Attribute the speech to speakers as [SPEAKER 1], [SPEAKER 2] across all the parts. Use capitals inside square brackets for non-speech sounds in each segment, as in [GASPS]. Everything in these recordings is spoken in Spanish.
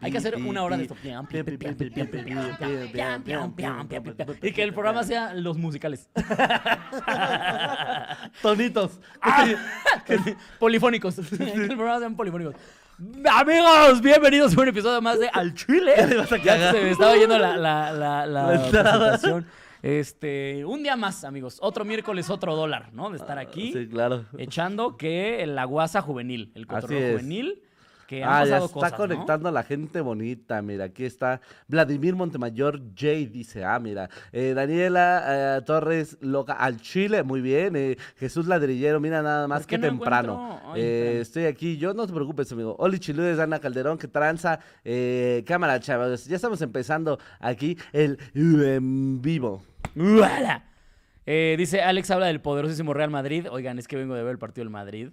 [SPEAKER 1] Hay que hacer una hora de esto. Y que el programa sea los musicales.
[SPEAKER 2] Tonitos.
[SPEAKER 1] Polifónicos. Que el programa sean polifónicos. Amigos, bienvenidos a un episodio más de Al Chile.
[SPEAKER 2] Ya le [LAUGHS] vas a
[SPEAKER 1] Ya
[SPEAKER 2] cagar.
[SPEAKER 1] se me estaba yendo la, la, la, la
[SPEAKER 2] La entrada.
[SPEAKER 1] presentación. Este, un día más, amigos. Otro miércoles, otro dólar, ¿no? De estar aquí
[SPEAKER 2] Sí, claro.
[SPEAKER 1] echando que la guasa juvenil, el
[SPEAKER 2] Así
[SPEAKER 1] control
[SPEAKER 2] es.
[SPEAKER 1] juvenil, que han
[SPEAKER 2] Ah, ya
[SPEAKER 1] pasado
[SPEAKER 2] está
[SPEAKER 1] cosas, ¿no?
[SPEAKER 2] conectando a la gente bonita. Mira, aquí está Vladimir Montemayor J. Dice, ah, mira. eh, Daniela eh, Torres Loca al Chile, muy bien. eh, Jesús Ladrillero, mira nada más
[SPEAKER 1] ¿Por
[SPEAKER 2] que
[SPEAKER 1] qué no
[SPEAKER 2] temprano.
[SPEAKER 1] encuentro? Ay,
[SPEAKER 2] Eh,
[SPEAKER 1] espérame.
[SPEAKER 2] estoy aquí, yo no te preocupes, amigo. Oli Chiludes, Ana Calderón, que tranza. eh, cámara, chavos. Ya estamos empezando aquí el en vivo.
[SPEAKER 1] ¡Uala! Eh, dice Alex habla del poderosísimo Real Madrid. Oigan, es que vengo de ver el partido del Madrid.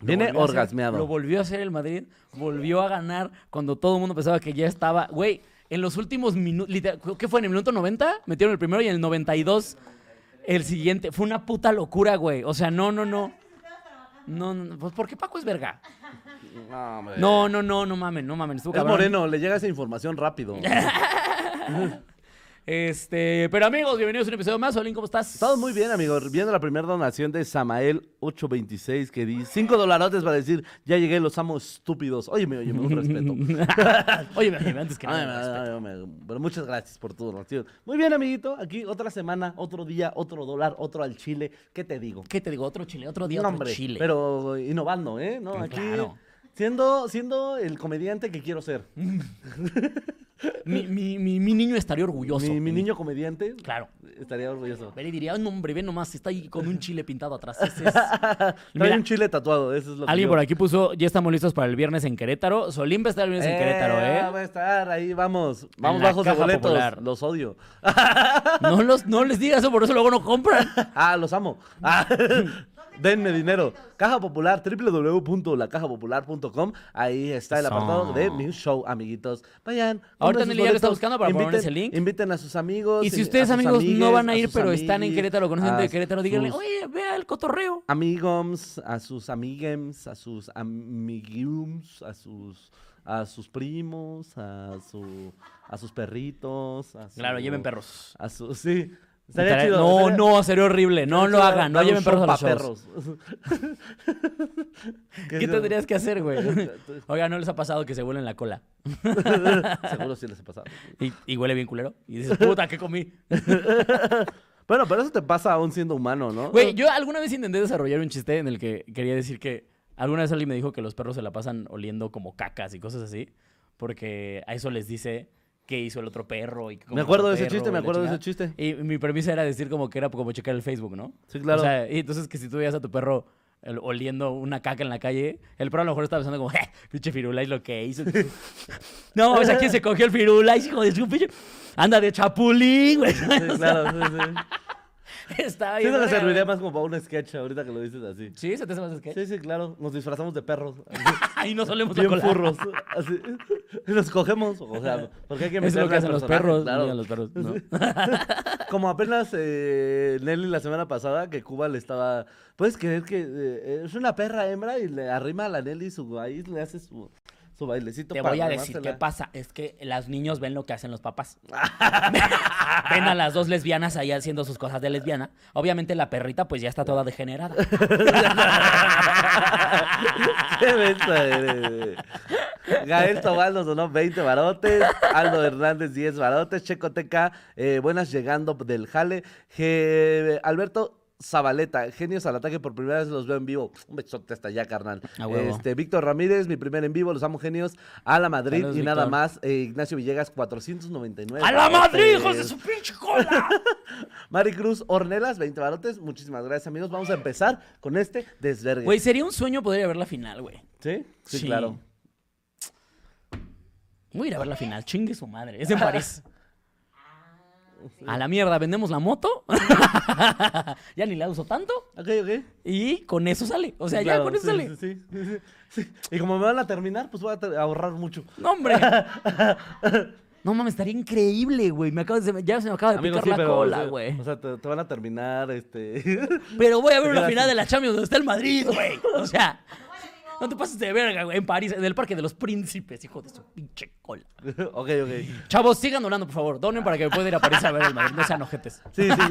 [SPEAKER 1] Lo
[SPEAKER 2] Viene
[SPEAKER 1] volvió a hacer-
[SPEAKER 2] orgasmeado.
[SPEAKER 1] lo volvió a hacer el Madrid. Volvió a ganar cuando todo el mundo pensaba que ya estaba. Güey, en los últimos minutos. ¿Qué fue? ¿En el minuto 90? Metieron el primero y en el 92 el siguiente. Fue una puta locura, güey. O sea, no, no, no. No, no, no. pues ¿por qué Paco es verga? No, no, no, no mamen, no mamen. Estuvo
[SPEAKER 2] Es
[SPEAKER 1] cabrón.
[SPEAKER 2] moreno, le llega esa información
[SPEAKER 1] [LAUGHS]
[SPEAKER 2] rápido.
[SPEAKER 1] Este, pero amigos, bienvenidos a un episodio más. Olin, ¿cómo estás?
[SPEAKER 2] Todo muy bien, amigo. Viendo la primera donación de Samael826 que dice 5 dolarotes para decir, ya llegué, los amo estúpidos. Oye, me oye, un
[SPEAKER 1] [LAUGHS]
[SPEAKER 2] respeto.
[SPEAKER 1] [LAUGHS] Oye, oye, antes
[SPEAKER 2] [LAUGHS]
[SPEAKER 1] que
[SPEAKER 2] Ay,
[SPEAKER 1] nada.
[SPEAKER 2] ay, ay, ay, Pero muchas gracias por tu donación. Muy bien, amiguito. Aquí otra semana, otro día, otro dólar, otro al chile. ¿Qué te digo?
[SPEAKER 1] ¿Qué te digo? Otro chile, otro día,
[SPEAKER 2] No,
[SPEAKER 1] otro
[SPEAKER 2] hombre,
[SPEAKER 1] chile.
[SPEAKER 2] Pero innovando, ¿eh? No, aquí
[SPEAKER 1] Claro.
[SPEAKER 2] siendo, siendo el comediante que quiero ser.
[SPEAKER 1] Mi, mi, mi, mi niño estaría orgulloso.
[SPEAKER 2] Mi, mi niño comediante
[SPEAKER 1] Claro.
[SPEAKER 2] estaría orgulloso.
[SPEAKER 1] Ver y diría, "Ay, no, hombre, ve nomás, está ahí
[SPEAKER 2] [LAUGHS]
[SPEAKER 1] con un chile pintado atrás. Ese es- Y
[SPEAKER 2] Trae
[SPEAKER 1] mira,
[SPEAKER 2] un chile tatuado, eso es lo que
[SPEAKER 1] Alguien
[SPEAKER 2] yo-
[SPEAKER 1] por aquí puso, ya estamos listos para el viernes en Querétaro. Solimba está el viernes en Querétaro,
[SPEAKER 2] ah, Va a
[SPEAKER 1] ¿eh?
[SPEAKER 2] estar ahí, vamos. Vamos
[SPEAKER 1] la
[SPEAKER 2] bajos de
[SPEAKER 1] caja
[SPEAKER 2] boletos.
[SPEAKER 1] popular.
[SPEAKER 2] Los odio.
[SPEAKER 1] No, los, no les digas eso, por eso luego
[SPEAKER 2] [LAUGHS]
[SPEAKER 1] no compran.
[SPEAKER 2] Ah, los amo. Ah, [LAUGHS] denme dinero. Caja Popular, www.lacajapopular.com. Ahí está el
[SPEAKER 1] Eso.
[SPEAKER 2] apartado de mi show, amiguitos. Vayan. compren
[SPEAKER 1] Ahorita
[SPEAKER 2] sus
[SPEAKER 1] Nelly ya lo está
[SPEAKER 2] boletos,
[SPEAKER 1] buscando para
[SPEAKER 2] inviten,
[SPEAKER 1] poner ese link.
[SPEAKER 2] Inviten a sus amigos.
[SPEAKER 1] Y si
[SPEAKER 2] eh,
[SPEAKER 1] ustedes,
[SPEAKER 2] a sus
[SPEAKER 1] amigos, no
[SPEAKER 2] amigues,
[SPEAKER 1] van a ir,
[SPEAKER 2] sus
[SPEAKER 1] pero están en
[SPEAKER 2] amiguis,
[SPEAKER 1] Querétaro, conocen gente
[SPEAKER 2] a
[SPEAKER 1] de Querétaro, díganle,
[SPEAKER 2] sus
[SPEAKER 1] oye, vea el cotorreo.
[SPEAKER 2] Amigoms, a sus amiguems, a sus amiguiums, a sus a sus primos, a su a sus perritos, a su-
[SPEAKER 1] Claro, lleven perros.
[SPEAKER 2] A su, sí.
[SPEAKER 1] Estaría- no, no, sería horrible. No lo hagan, no lleven perros a los shows.
[SPEAKER 2] [LAUGHS]
[SPEAKER 1] ¿Qué tendrías que hacer, güey? [LAUGHS] Oiga, ¿no les ha pasado que se vuelen la cola?
[SPEAKER 2] Seguro sí les he pasado.
[SPEAKER 1] Y, y huele bien culero. Y dices, puta, ¿qué comí?
[SPEAKER 2] Bueno, pero eso te pasa aún siendo humano, ¿no?
[SPEAKER 1] Güey, yo alguna vez intenté desarrollar un chiste en el que quería decir que alguna vez alguien me dijo que los perros se la pasan oliendo como cacas y cosas así, porque a eso les dice qué hizo el otro perro. Y qué comió
[SPEAKER 2] Me
[SPEAKER 1] el
[SPEAKER 2] acuerdo
[SPEAKER 1] otro
[SPEAKER 2] de ese
[SPEAKER 1] perro
[SPEAKER 2] chiste,
[SPEAKER 1] y
[SPEAKER 2] me
[SPEAKER 1] la
[SPEAKER 2] acuerdo de ese
[SPEAKER 1] chingada.
[SPEAKER 2] chiste.
[SPEAKER 1] Y mi premisa era decir como que era como checar el Facebook, ¿no?
[SPEAKER 2] Sí, claro.
[SPEAKER 1] O sea, y entonces que si tú veías a tu perro el- oliendo una caca en la calle, el perro a lo mejor estaba pensando como, [LAUGHS] "Je, pinche firula es lo que hizo. no, o sea, ¿quién se cogió el firula? Hijo de su pinche... Anda de chapulín, güey. [LAUGHS]
[SPEAKER 2] Sí, claro, sí, sí.
[SPEAKER 1] Estaba
[SPEAKER 2] Sí,
[SPEAKER 1] bien
[SPEAKER 2] no le
[SPEAKER 1] verga,
[SPEAKER 2] serviría
[SPEAKER 1] güey.
[SPEAKER 2] más como para un sketch ahorita que lo dices así.
[SPEAKER 1] Sí, se te hace más sketch.
[SPEAKER 2] Sí, sí, claro. Nos disfrazamos de perros.
[SPEAKER 1] Ahí no solemos la
[SPEAKER 2] Bien
[SPEAKER 1] cola.
[SPEAKER 2] furros. Así. [LAUGHS] Nos cogemos. O sea, porque hay que
[SPEAKER 1] Es lo que
[SPEAKER 2] meterle al
[SPEAKER 1] hacen los
[SPEAKER 2] personaje,
[SPEAKER 1] perros.
[SPEAKER 2] claro.
[SPEAKER 1] miran los perros, ¿no?
[SPEAKER 2] [LAUGHS] Como apenas eh, Nelly la semana pasada, que Cuba le estaba. ¿Puedes creer que eh, es una perra hembra y le arrima a la Nelly su ahí le hace su, su bailecito?
[SPEAKER 1] Te
[SPEAKER 2] para
[SPEAKER 1] voy a decir qué
[SPEAKER 2] armársela?
[SPEAKER 1] pasa. Es que los niños ven lo que hacen
[SPEAKER 2] [LAUGHS]
[SPEAKER 1] los papás. ven a las dos lesbianas ahí haciendo sus cosas de lesbiana. Obviamente la perrita pues ya está
[SPEAKER 2] [LAUGHS]
[SPEAKER 1] toda degenerada.
[SPEAKER 2] [LAUGHS] Qué mensa eres. Gael Tobal nos donó 20 barotes. Aldo Hernández 10 barotes. Checoteca, eh, buenas llegando del Jale. Je- Alberto Zabaleta, genios al ataque, por primera vez los veo en vivo. Un besote hasta allá, carnal.
[SPEAKER 1] A huevo.
[SPEAKER 2] Este, Víctor Ramírez, mi primer en vivo, los amo genios. A la Madrid
[SPEAKER 1] Saludos,
[SPEAKER 2] y nada
[SPEAKER 1] Víctor.
[SPEAKER 2] más. eh, Ignacio Villegas, 499.
[SPEAKER 1] ¡A la madre, hijos de
[SPEAKER 2] barotes.
[SPEAKER 1] su pinche cola!
[SPEAKER 2] Maricruz Ornelas, 20 barotes. Muchísimas gracias, amigos. Vamos a empezar con este desvergue.
[SPEAKER 1] Güey, sería un sueño poder ir a ver la final, güey.
[SPEAKER 2] ¿Sí? Sí,
[SPEAKER 1] Sí.
[SPEAKER 2] claro.
[SPEAKER 1] Voy a ir a ver la final, chingue su madre. Es en París. A la mierda, vendemos la moto. [LAUGHS] ya ni la uso tanto.
[SPEAKER 2] Ok, ok.
[SPEAKER 1] Y con eso sale. O sea, ya
[SPEAKER 2] Claro,
[SPEAKER 1] con eso
[SPEAKER 2] sí,
[SPEAKER 1] sale.
[SPEAKER 2] sí, sí, sí, sí. Y como me van a terminar, pues voy a ter- ahorrar mucho.
[SPEAKER 1] No, hombre. [LAUGHS] No mames, estaría increíble, güey. Me acabo de- se me- ya se me acaba de
[SPEAKER 2] Amigos,
[SPEAKER 1] picar
[SPEAKER 2] sí,
[SPEAKER 1] la
[SPEAKER 2] pero, o
[SPEAKER 1] cola,
[SPEAKER 2] sea,
[SPEAKER 1] güey.
[SPEAKER 2] O sea, te, te van a terminar, este... [LAUGHS]
[SPEAKER 1] Pero voy a
[SPEAKER 2] te
[SPEAKER 1] ver una
[SPEAKER 2] quedas
[SPEAKER 1] final
[SPEAKER 2] sin-
[SPEAKER 1] de la Champions donde está el
[SPEAKER 2] [LAUGHS]
[SPEAKER 1] Madrid, güey. O sea, no te pases de verga, güey. En París, en el Parque de los Príncipes, hijo de su pinche cola.
[SPEAKER 2] ok, ok.
[SPEAKER 1] Chavos, sigan donando, por favor. Donen para que me pueda ir a París a ver el Madrid. No sean ojetes.
[SPEAKER 2] Sí, sí.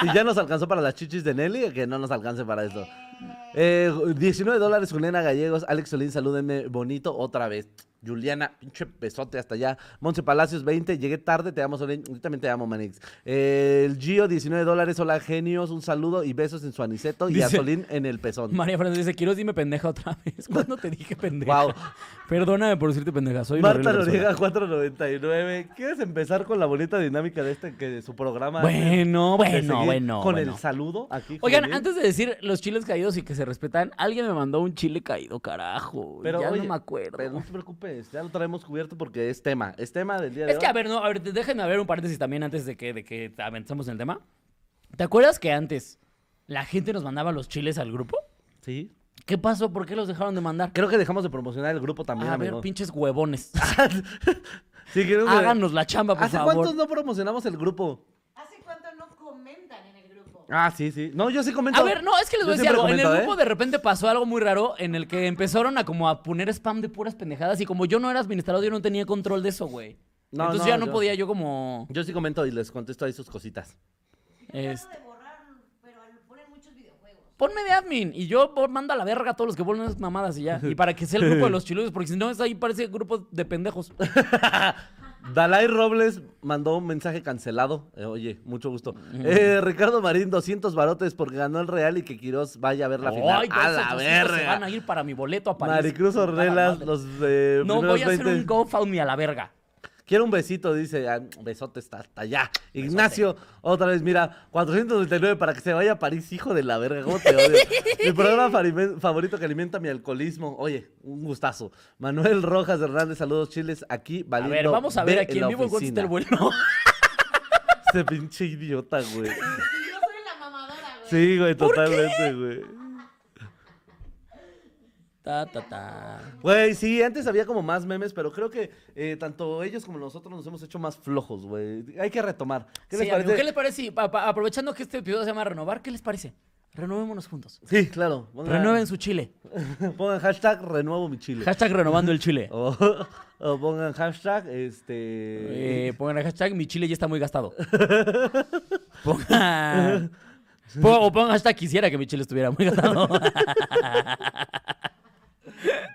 [SPEAKER 2] Si ya nos alcanzó para las chichis de Nelly, que no nos alcance para eso. Eh, 19 dólares, Juliana Gallegos. Alex Solín, salúdenme bonito otra vez. Juliana, pinche pesote hasta allá. Monse Palacios, 20. Llegué tarde, te amo, Solín. Yo también te amo, Manix. Eh, el Gio, 19 dólares. Hola, genios. Un saludo y besos en su aniceto y a
[SPEAKER 1] Dice-
[SPEAKER 2] Solín en el pezón.
[SPEAKER 1] María Francis dice, quiero dime pendeja otra vez. [LAUGHS] ¿Cuándo te dije pendeja?
[SPEAKER 2] Wow.
[SPEAKER 1] Perdóname por decirte pendeja. Soy una
[SPEAKER 2] Marta
[SPEAKER 1] horrible persona.
[SPEAKER 2] Noriega, 499. ¿Quieres empezar con la bonita dinámica de este, que de su programa?
[SPEAKER 1] Bueno,
[SPEAKER 2] De seguir
[SPEAKER 1] bueno, bueno.
[SPEAKER 2] Con
[SPEAKER 1] bueno.
[SPEAKER 2] el saludo aquí.
[SPEAKER 1] Oigan,
[SPEAKER 2] Julián?
[SPEAKER 1] antes de decir los chiles caídos y que se respetan, alguien me mandó un chile caído, carajo.
[SPEAKER 2] Pero,
[SPEAKER 1] ya
[SPEAKER 2] oye,
[SPEAKER 1] no me acuerdo.
[SPEAKER 2] Pero no te preocupes, ya lo traemos cubierto porque es tema. Es tema del día de
[SPEAKER 1] Es
[SPEAKER 2] hoy.
[SPEAKER 1] que, a ver, no, a ver, déjenme abrir un paréntesis también antes de que, de que avancemos en el tema. ¿Te acuerdas que antes la gente nos mandaba los chiles al grupo?
[SPEAKER 2] Sí.
[SPEAKER 1] ¿Qué pasó? ¿Por qué los dejaron de mandar?
[SPEAKER 2] Creo que dejamos de promocionar el grupo también,
[SPEAKER 1] a ver,
[SPEAKER 2] amigo.
[SPEAKER 1] pinches huevones.
[SPEAKER 2] sí, creo que-
[SPEAKER 1] [LAUGHS] Háganos la chamba, por
[SPEAKER 2] ¿Hace
[SPEAKER 1] favor.
[SPEAKER 2] cuántos no promocionamos el grupo?
[SPEAKER 3] ¿Hace cuánto no comentan en el grupo?
[SPEAKER 2] Ah, sí, sí. No, yo sí comento.
[SPEAKER 1] A ver, no, es que les
[SPEAKER 2] Yo
[SPEAKER 1] voy a decir
[SPEAKER 2] siempre
[SPEAKER 1] algo. en el
[SPEAKER 2] comento,
[SPEAKER 1] grupo
[SPEAKER 2] ¿eh?
[SPEAKER 1] de repente pasó algo muy raro en el que empezaron a como a poner spam de puras pendejadas y como yo no era administrador, yo no tenía control de eso, güey.
[SPEAKER 2] No,
[SPEAKER 1] Entonces
[SPEAKER 2] no,
[SPEAKER 1] ya no
[SPEAKER 2] yo-
[SPEAKER 1] podía yo como...
[SPEAKER 2] Yo sí comento y les contesto ahí sus cositas.
[SPEAKER 3] Es...
[SPEAKER 1] este,
[SPEAKER 3] de borrar, pero ponen muchos videojuegos.
[SPEAKER 1] Ponme de admin y yo bo- mando a la verga a todos los que ponen esas mamadas y ya. Y para que sea el grupo
[SPEAKER 2] [LAUGHS]
[SPEAKER 1] de los chiludos, porque si no es ahí parece grupo de pendejos.
[SPEAKER 2] Dalai Robles mandó un mensaje cancelado. Eh, oye, mucho gusto. Eh, Ricardo Marín, 200 barotes porque ganó el Real y que Quirós vaya a ver la final.
[SPEAKER 1] Ay,
[SPEAKER 2] ¡A
[SPEAKER 1] todos
[SPEAKER 2] la
[SPEAKER 1] esos hijos Se van
[SPEAKER 2] verga!
[SPEAKER 1] a ir para mi boleto a París.
[SPEAKER 2] Maricruz
[SPEAKER 1] Puta la
[SPEAKER 2] Ornelas,
[SPEAKER 1] madre.
[SPEAKER 2] los eh,
[SPEAKER 1] No
[SPEAKER 2] primeros
[SPEAKER 1] voy a hacer
[SPEAKER 2] 20.
[SPEAKER 1] un GoFundMe a la verga.
[SPEAKER 2] Quiero un besito, dice. ah, Besote está hasta allá. Ignacio, otra vez, mira, 499 para que se vaya a París, hijo de la verga, ¿cómo te
[SPEAKER 1] [LAUGHS]
[SPEAKER 2] odio? mi programa farime- favorito que alimenta mi alcoholismo. Oye, un gustazo. Manuel Rojas Hernández, saludos chiles, aquí
[SPEAKER 1] A
[SPEAKER 2] valiendo
[SPEAKER 1] ver, vamos a ver
[SPEAKER 2] ve
[SPEAKER 1] aquí en
[SPEAKER 2] la
[SPEAKER 1] vivo cuánto está el
[SPEAKER 2] oficina.
[SPEAKER 1] vuelo.
[SPEAKER 2] [LAUGHS] Este pinche idiota, güey.
[SPEAKER 3] Y yo soy la mamadora, güey.
[SPEAKER 2] Sí, güey, totalmente, güey.
[SPEAKER 1] [LAUGHS] Ta, ta, ta.
[SPEAKER 2] Güey, sí, antes había como más memes, pero creo que eh, tanto ellos como nosotros nos hemos hecho más flojos, güey. Hay que retomar. ¿Qué
[SPEAKER 1] Sí,
[SPEAKER 2] les
[SPEAKER 1] amigo,
[SPEAKER 2] parece?
[SPEAKER 1] ¿Qué les parece? si- pa- pa- aprovechando que este episodio se llama Renovar, ¿qué les parece? Renovémonos juntos.
[SPEAKER 2] Sí, claro. pongan-
[SPEAKER 1] Renueven su chile.
[SPEAKER 2] [LAUGHS] Pongan hashtag renuevo mi chile.
[SPEAKER 1] Hashtag renovando el chile.
[SPEAKER 2] O, o pongan hashtag este.
[SPEAKER 1] Eh, pongan el hashtag mi chile ya está
[SPEAKER 2] [LAUGHS]
[SPEAKER 1] muy gastado. Pongan. po- o pongan hashtag quisiera que mi chile estuviera muy gastado.
[SPEAKER 2] [LAUGHS]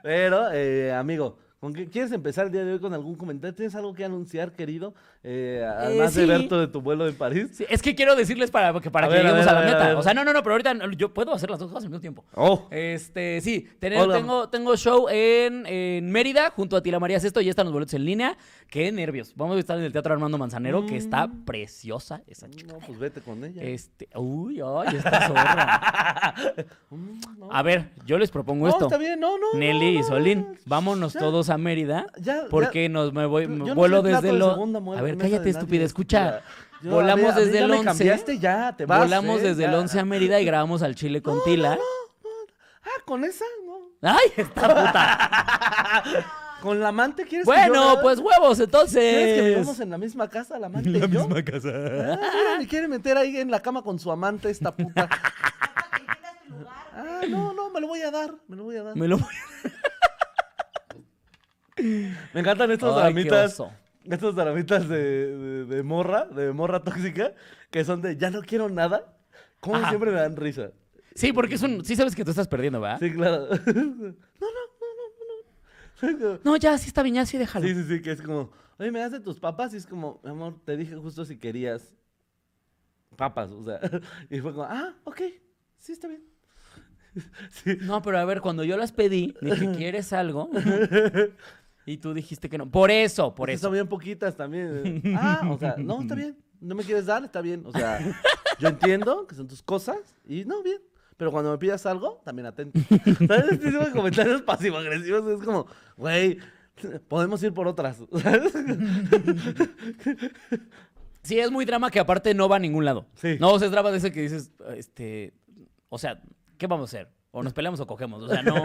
[SPEAKER 2] Pero, eh, amigo, ¿con qué, ¿quieres empezar el día de hoy con algún comentario? ¿Tienes algo que anunciar, querido? Eh, además
[SPEAKER 1] sí.
[SPEAKER 2] de ver todo de tu vuelo en París.
[SPEAKER 1] Sí, es que quiero decirles para, que- para
[SPEAKER 2] A
[SPEAKER 1] que
[SPEAKER 2] ver, a
[SPEAKER 1] lleguemos
[SPEAKER 2] ver, a
[SPEAKER 1] a, la
[SPEAKER 2] ver,
[SPEAKER 1] meta.
[SPEAKER 2] a ver.
[SPEAKER 1] O sea, no, no, no, pero ahorita yo puedo hacer las dos cosas al mismo tiempo.
[SPEAKER 2] Oh.
[SPEAKER 1] Este, sí, tener-
[SPEAKER 2] Hola.
[SPEAKER 1] tengo, tengo show en, en Mérida junto a Tila María Sesto. Ya están los boletos en línea. Qué nervios. Vamos a estar en el Teatro Armando Manzanero, que está
[SPEAKER 2] Mm.
[SPEAKER 1] preciosa esa chica.
[SPEAKER 2] No, pues vete con ella.
[SPEAKER 1] Este, uy, ay, esta zorra.
[SPEAKER 2] [LAUGHS] Mm, no.
[SPEAKER 1] A ver, yo les propongo
[SPEAKER 2] No,
[SPEAKER 1] esto.
[SPEAKER 2] está bien, no, no.
[SPEAKER 1] Nelly
[SPEAKER 2] no,
[SPEAKER 1] y
[SPEAKER 2] no, no.
[SPEAKER 1] Solín, vámonos
[SPEAKER 2] Ya.
[SPEAKER 1] todos a Mérida.
[SPEAKER 2] Ya,
[SPEAKER 1] porque nos me voy,
[SPEAKER 2] Yo
[SPEAKER 1] me
[SPEAKER 2] no
[SPEAKER 1] vuelo
[SPEAKER 2] soy plato
[SPEAKER 1] desde
[SPEAKER 2] de
[SPEAKER 1] lo.
[SPEAKER 2] segunda muer-
[SPEAKER 1] A ver,
[SPEAKER 2] mesa de
[SPEAKER 1] cállate,
[SPEAKER 2] nadie,
[SPEAKER 1] estúpida,
[SPEAKER 2] estúpida.
[SPEAKER 1] escucha.
[SPEAKER 2] Yo, a
[SPEAKER 1] volamos
[SPEAKER 2] ver, a mí
[SPEAKER 1] desde
[SPEAKER 2] ya
[SPEAKER 1] el
[SPEAKER 2] me
[SPEAKER 1] 11.
[SPEAKER 2] cambiaste, ya, te vas,
[SPEAKER 1] volamos
[SPEAKER 2] eh,
[SPEAKER 1] desde el
[SPEAKER 2] ya.
[SPEAKER 1] 11 a Mérida y grabamos al Chile con Tila.
[SPEAKER 2] Ah, con esa, no.
[SPEAKER 1] ¡Ay, esta puta!
[SPEAKER 2] Con la amante quieres que yo
[SPEAKER 1] bueno,
[SPEAKER 2] grabe?
[SPEAKER 1] pues eh. huevos,
[SPEAKER 2] ¿Quieres que vivamos
[SPEAKER 1] entonces.
[SPEAKER 2] en la misma casa, la amante y yo?
[SPEAKER 1] casa.
[SPEAKER 2] Ah, mira, me quiere meter ahí en la cama con su amante esta puta.
[SPEAKER 3] Hasta que entiendas tu lugar,
[SPEAKER 2] [LAUGHS]
[SPEAKER 3] güey.
[SPEAKER 2] Ah, no, no, me lo voy a dar, me lo voy a dar.
[SPEAKER 1] Me lo
[SPEAKER 2] Me encantan estos
[SPEAKER 1] Ay, qué
[SPEAKER 2] dramitas.
[SPEAKER 1] oso.
[SPEAKER 2] Estos dramitas de, de- de morra, de morra tóxica, que son de ya no quiero nada. Como
[SPEAKER 1] Ajá.
[SPEAKER 2] siempre me dan risa.
[SPEAKER 1] Sí, porque es un. Sí, sabes que tú estás perdiendo, ¿verdad?
[SPEAKER 2] Sí, claro. [LAUGHS] no, no, no, no, no.
[SPEAKER 1] No, ya, sí está viñazo y déjalo.
[SPEAKER 2] Sí, sí, sí, que es como, oye, me das de tus papas y es como, mi amor, te dije justo si querías papas, o sea. [LAUGHS] Y fue como, ah, ok, sí, está bien. [LAUGHS] Sí,
[SPEAKER 1] No, pero a ver, cuando yo las pedí, dije,
[SPEAKER 2] [LAUGHS]
[SPEAKER 1] ¿quieres algo? y tú dijiste que no. Por eso, por
[SPEAKER 2] Es que
[SPEAKER 1] eso.
[SPEAKER 2] Son bien poquitas también. Ah, o sea, no, está bien. No me quieres dar, está bien. O
[SPEAKER 1] [LAUGHS]
[SPEAKER 2] sea, yo entiendo que son tus cosas y no, bien. Pero cuando me pidas algo, también
[SPEAKER 1] [LAUGHS]
[SPEAKER 2] atento. [LAUGHS] ¿Sabes? Este tipo de comentarios pasivo-agresivos es como, güey, podemos ir por otras. [LAUGHS]
[SPEAKER 1] [LAUGHS]
[SPEAKER 2] ¿Sabes?
[SPEAKER 1] Sí, es muy drama que aparte no va a ningún lado.
[SPEAKER 2] Sí.
[SPEAKER 1] No, o sea, es drama de ese que dices, este, o sea, ¿qué vamos a hacer? O nos peleamos o cogemos. O sea, no,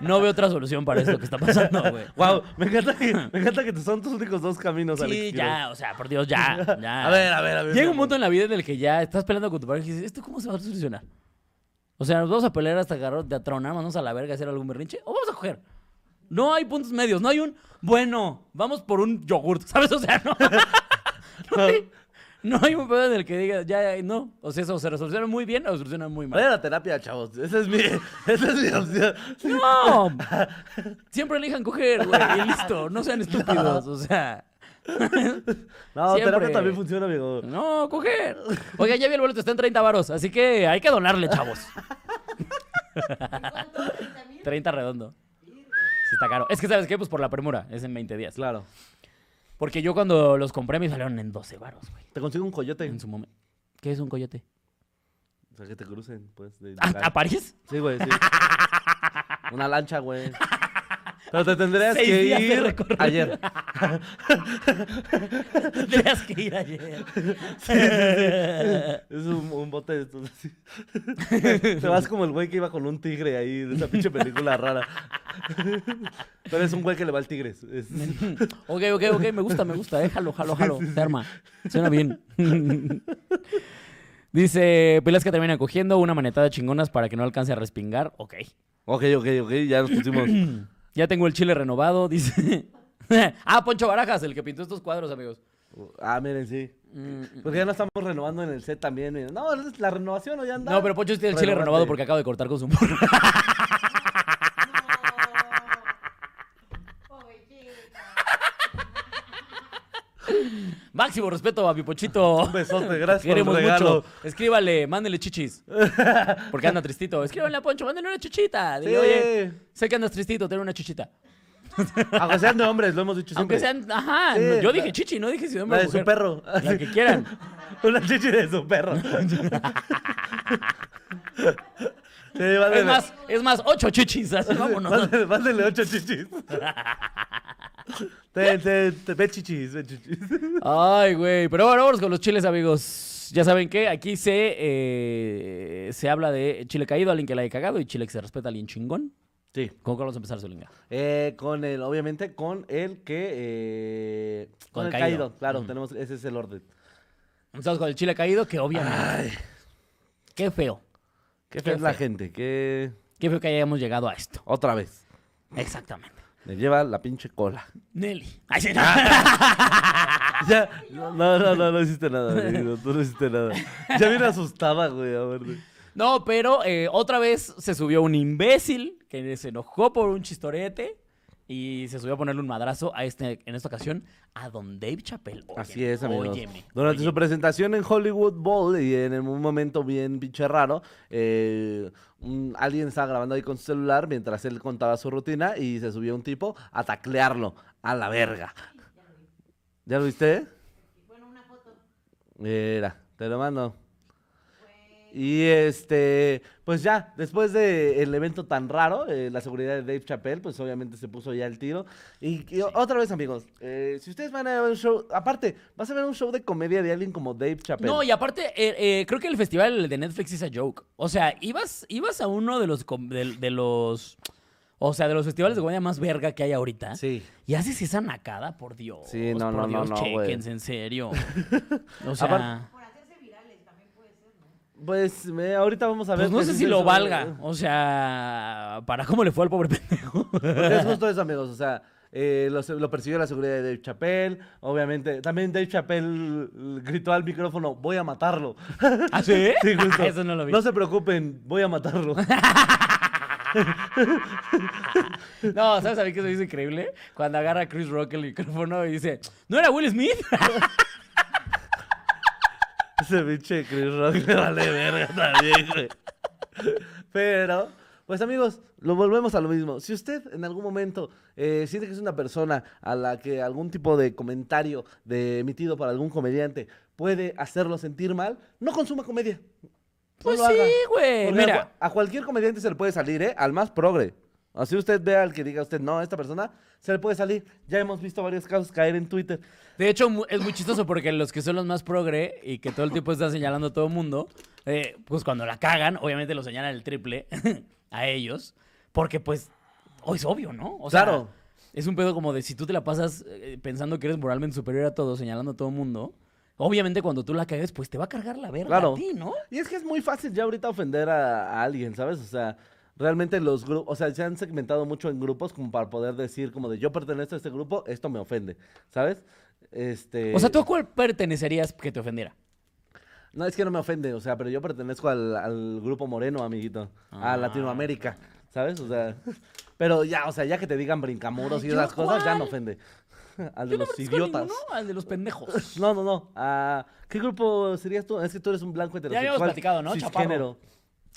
[SPEAKER 1] no veo otra solución para esto que está pasando,
[SPEAKER 2] [LAUGHS]
[SPEAKER 1] güey.
[SPEAKER 2] Wow, me encanta que, me encanta que son tus únicos dos caminos, Alex.
[SPEAKER 1] Sí,
[SPEAKER 2] Quiroz.
[SPEAKER 1] ya, o sea, por Dios, ya,
[SPEAKER 2] [LAUGHS]
[SPEAKER 1] ya.
[SPEAKER 2] A ver, a ver, a ver.
[SPEAKER 1] Llega
[SPEAKER 2] mi
[SPEAKER 1] un
[SPEAKER 2] amor.
[SPEAKER 1] punto en la vida en el que ya estás peleando con tu pareja y dices, ¿esto cómo se va a solucionar? O sea, ¿nos vamos a pelear hasta agarrar, de atronar, mandarnos a la verga, hacer algún berrinche? ¿O vamos a coger? No hay puntos medios, no hay un, bueno, vamos por un yogurt, [LAUGHS] ¿sabes? O sea, no. no, hay, no hay un pedo en el que digas, ya, ya, no. O sea, eso se resuelve muy bien o se soluciona muy
[SPEAKER 2] [LAUGHS]
[SPEAKER 1] mal.
[SPEAKER 2] Vayan a terapia, chavos. Esa es mi, [LAUGHS] esa es mi opción.
[SPEAKER 1] ¡No! Siempre elijan coger, güey, y listo. No sean estúpidos, o sea.
[SPEAKER 2] No,
[SPEAKER 1] Siempre.
[SPEAKER 2] terapia también funciona, amigo.
[SPEAKER 1] No, coger. Oiga, ya vi el boleto, está en 30 varos, así que hay que donarle, chavos.
[SPEAKER 3] ¿Cuánto? ¿30
[SPEAKER 2] [LAUGHS]
[SPEAKER 3] mil?
[SPEAKER 1] 30 redondo. Sí, está caro. Es que, ¿sabes qué? Pues por la premura, es en 20 días.
[SPEAKER 2] Claro.
[SPEAKER 1] Porque yo cuando los compré me salieron en 12 varos, güey.
[SPEAKER 2] Te consigo un coyote.
[SPEAKER 1] En su momento. ¿Qué es un coyote?
[SPEAKER 2] O sea, que te crucen, pues. de
[SPEAKER 1] ¿A,
[SPEAKER 2] local.
[SPEAKER 1] a París? [LAUGHS]
[SPEAKER 2] Sí, güey, [LAUGHS] sí. Una lancha, güey. Pero te tendrías
[SPEAKER 1] Seis
[SPEAKER 2] que
[SPEAKER 1] días de
[SPEAKER 2] ir
[SPEAKER 1] recorrido.
[SPEAKER 2] [LAUGHS] ayer.
[SPEAKER 1] Tendrías que ir ayer. [LAUGHS]
[SPEAKER 2] Es un, un bote de estos así. [LAUGHS] Te vas como el güey que iba con un tigre ahí de esa pinche película rara. [LAUGHS] Pero es un güey que le va al tigre. Es-
[SPEAKER 1] Ok, ok, ok, me gusta, me gusta, eh. Jalo, jalo, jalo. Se arma. Suena bien. [LAUGHS] Dice, peleas que terminan cogiendo, una manetada de chingonas para que no alcance a respingar. Ok.
[SPEAKER 2] Ok, ok, ok, ya nos pusimos.
[SPEAKER 1] Ya tengo el chile renovado, dice. [LAUGHS] ah, Poncho Barajas, el que pintó estos cuadros, amigos.
[SPEAKER 2] Ah, miren, sí.
[SPEAKER 1] Mm, mm.
[SPEAKER 2] Porque ya no estamos renovando en el set también. miren. No, es la renovación o ya anda.
[SPEAKER 1] No, pero Poncho sí tiene el chile renovado porque acabo de cortar con su morra. [LAUGHS]
[SPEAKER 3] No. Pobre chica.
[SPEAKER 1] Máximo respeto a mi Ponchito.
[SPEAKER 2] Un besote, gracias por el
[SPEAKER 1] Queremos
[SPEAKER 2] regalo.
[SPEAKER 1] mucho. Escríbale, mándele chichis. Porque anda tristito. Escríbale a Poncho, mándele una chichita. Dile,
[SPEAKER 2] Sí.
[SPEAKER 1] oye, sé que andas tristito, ten una chichita.
[SPEAKER 2] Aunque sean de hombres, lo hemos dicho siempre.
[SPEAKER 1] Aunque sean, ajá,
[SPEAKER 2] Sí,
[SPEAKER 1] no, yo dije
[SPEAKER 2] la-
[SPEAKER 1] chichi, no dije si
[SPEAKER 2] La
[SPEAKER 1] hombre o
[SPEAKER 2] de su
[SPEAKER 1] mujer.
[SPEAKER 2] perro. [LAUGHS]
[SPEAKER 1] La que quieran.
[SPEAKER 2] Una chichi de su
[SPEAKER 1] [LAUGHS]
[SPEAKER 2] perro. sí, mándenle,
[SPEAKER 1] Es más, es más, ocho
[SPEAKER 2] [LAUGHS]
[SPEAKER 1] chichis, así vámonos.
[SPEAKER 2] mándenle- mándenle ocho chichis. te, te, te- ve chichis, ve chichis.
[SPEAKER 1] Ay, güey. Pero bueno, vamos con los chiles, amigos. Ya saben que aquí se, eh, se habla de chile caído, alguien que la haya cagado, y chile que se respeta, alguien chingón.
[SPEAKER 2] Sí.
[SPEAKER 1] ¿Con cuál vamos a empezar, Solinga?
[SPEAKER 2] Eh, con el, obviamente, con el que. eh, con, el caído. Claro, tenemos, ese es el orden.
[SPEAKER 1] Empezamos con el chile caído, que obviamente. Qué feo.
[SPEAKER 2] Qué
[SPEAKER 1] Qué
[SPEAKER 2] fea es la
[SPEAKER 1] feo.
[SPEAKER 2] gente, que.
[SPEAKER 1] Qué feo que hayamos llegado a esto.
[SPEAKER 2] Otra vez.
[SPEAKER 1] Exactamente.
[SPEAKER 2] Le lleva la pinche [LAUGHS] cola.
[SPEAKER 1] Nelly. Ay, sí,
[SPEAKER 2] Ya, no, no, no, no, no hiciste nada, amigo, tú no hiciste nada. Ya bien asustaba, güey, a ver. güey.
[SPEAKER 1] [LAUGHS] No, pero eh, otra vez se subió un imbécil que se enojó por un chistorete y se subió a ponerle un madrazo a este, en esta ocasión a Don Dave Chappelle.
[SPEAKER 2] Así es, amigos.
[SPEAKER 1] Óyeme,
[SPEAKER 2] Durante
[SPEAKER 1] óyeme.
[SPEAKER 2] su presentación en Hollywood Bowl y en un momento bien pinche raro, eh, un- alguien estaba grabando ahí con su celular mientras él contaba su rutina y se subió un tipo a taclearlo a la verga. ¿Ya lo viste?
[SPEAKER 3] Bueno, una foto.
[SPEAKER 2] Mira, te lo mando. Y este, pues ya, después del evento tan raro, eh, la seguridad de Dave Chappelle, pues obviamente se puso ya el tiro. Y, y o- otra vez, amigos, eh, si ustedes van a ver un show, aparte, vas a ver un show de comedia de alguien como Dave Chappelle.
[SPEAKER 1] No, y aparte, eh, eh, creo que el festival de Netflix es a joke. O sea, ibas, ibas a uno de los, com- de, de los. O sea, de los festivales de comedia más verga que hay ahorita.
[SPEAKER 2] Sí.
[SPEAKER 1] Y haces esa nacada, por Dios.
[SPEAKER 2] Sí, no,
[SPEAKER 1] por
[SPEAKER 2] no, no,
[SPEAKER 1] Dios,
[SPEAKER 2] no, güey.
[SPEAKER 1] chéquense, en [LAUGHS] serio. O sea.
[SPEAKER 2] Aparte-
[SPEAKER 3] Por hacerse virales también puede ser, ¿no?
[SPEAKER 2] Pues eh, ahorita vamos a ver.
[SPEAKER 1] Pues no sé si
[SPEAKER 2] precisamente
[SPEAKER 1] lo
[SPEAKER 2] eso,
[SPEAKER 1] valga.
[SPEAKER 2] eh,
[SPEAKER 1] O sea, para cómo le fue al pobre pendejo.
[SPEAKER 2] porque es justo eso, amigos, o sea. eh, lo, se- lo persiguió la seguridad de Dave Chappelle, obviamente. También Dave Chappelle eh, gritó al micrófono, voy a matarlo.
[SPEAKER 1] ¿Ah, sí?
[SPEAKER 2] [LAUGHS] Sí, justo.
[SPEAKER 1] Eso no lo vi.
[SPEAKER 2] No se preocupen, voy a matarlo.
[SPEAKER 1] [LAUGHS] No, ¿sabes a mí qué se me hizo increíble? Cuando agarra a Chris Rock el micrófono y dice, ¿no era Will Smith?
[SPEAKER 2] Ese pinche Chris Rock le vale verga también, güey. Pero, pues amigos, lo volvemos a lo mismo. Si usted en algún momento eh, siente que es una persona a la que algún tipo de comentario de, emitido por algún comediante puede hacerlo sentir mal, no consuma comedia. No
[SPEAKER 1] [LAUGHS] Pues
[SPEAKER 2] lo haga.
[SPEAKER 1] sí, güey.
[SPEAKER 2] Porque a
[SPEAKER 1] Mira.
[SPEAKER 2] cua- A, cualquier comediante se le puede salir, ¿eh? Al más progre. Así usted vea al que diga usted, no, esta persona se le puede salir. Ya hemos visto varios casos caer en Twitter.
[SPEAKER 1] De hecho, mu- es muy chistoso porque los que son los más progre y que todo el tiempo están señalando a todo el mundo, eh, pues cuando la cagan, obviamente lo señalan el triple. [LAUGHS] a ellos, porque pues oh, es obvio, ¿no? O sea,
[SPEAKER 2] Claro.
[SPEAKER 1] Es un pedo como de si tú te la pasas eh, pensando que eres moralmente superior a todos, señalando a todo mundo, obviamente cuando tú la cagues, pues te va a cargar la verga
[SPEAKER 2] Claro.
[SPEAKER 1] a ti, ¿no?
[SPEAKER 2] Y es que es muy fácil ya ahorita ofender a, a alguien, ¿sabes? O sea, realmente los grupos, o sea, se han segmentado mucho en grupos como para poder decir como de yo pertenezco a este grupo, esto me ofende, ¿sabes? Este...
[SPEAKER 1] O sea, ¿tú a cuál pertenecerías que te ofendiera?
[SPEAKER 2] No, es que no me ofende, o sea, pero yo pertenezco al, al grupo moreno, amiguito, a
[SPEAKER 1] Ah.
[SPEAKER 2] Latinoamérica, ¿sabes? O sea, [LAUGHS] pero ya, o sea, ya que te digan brincamuros y
[SPEAKER 1] Ay, ¿yo
[SPEAKER 2] esas cosas, ya no
[SPEAKER 1] cuál?
[SPEAKER 2] ofende. [LAUGHS] Al de
[SPEAKER 1] Yo no
[SPEAKER 2] los
[SPEAKER 1] pertenezco a
[SPEAKER 2] idiotas.
[SPEAKER 1] ninguno, Al de los pendejos.
[SPEAKER 2] No, no, no. ah, ¿Qué grupo serías tú? Es que tú eres un blanco
[SPEAKER 1] habíamos
[SPEAKER 2] heterosexual.
[SPEAKER 1] platicado, ¿no?
[SPEAKER 2] cisgénero.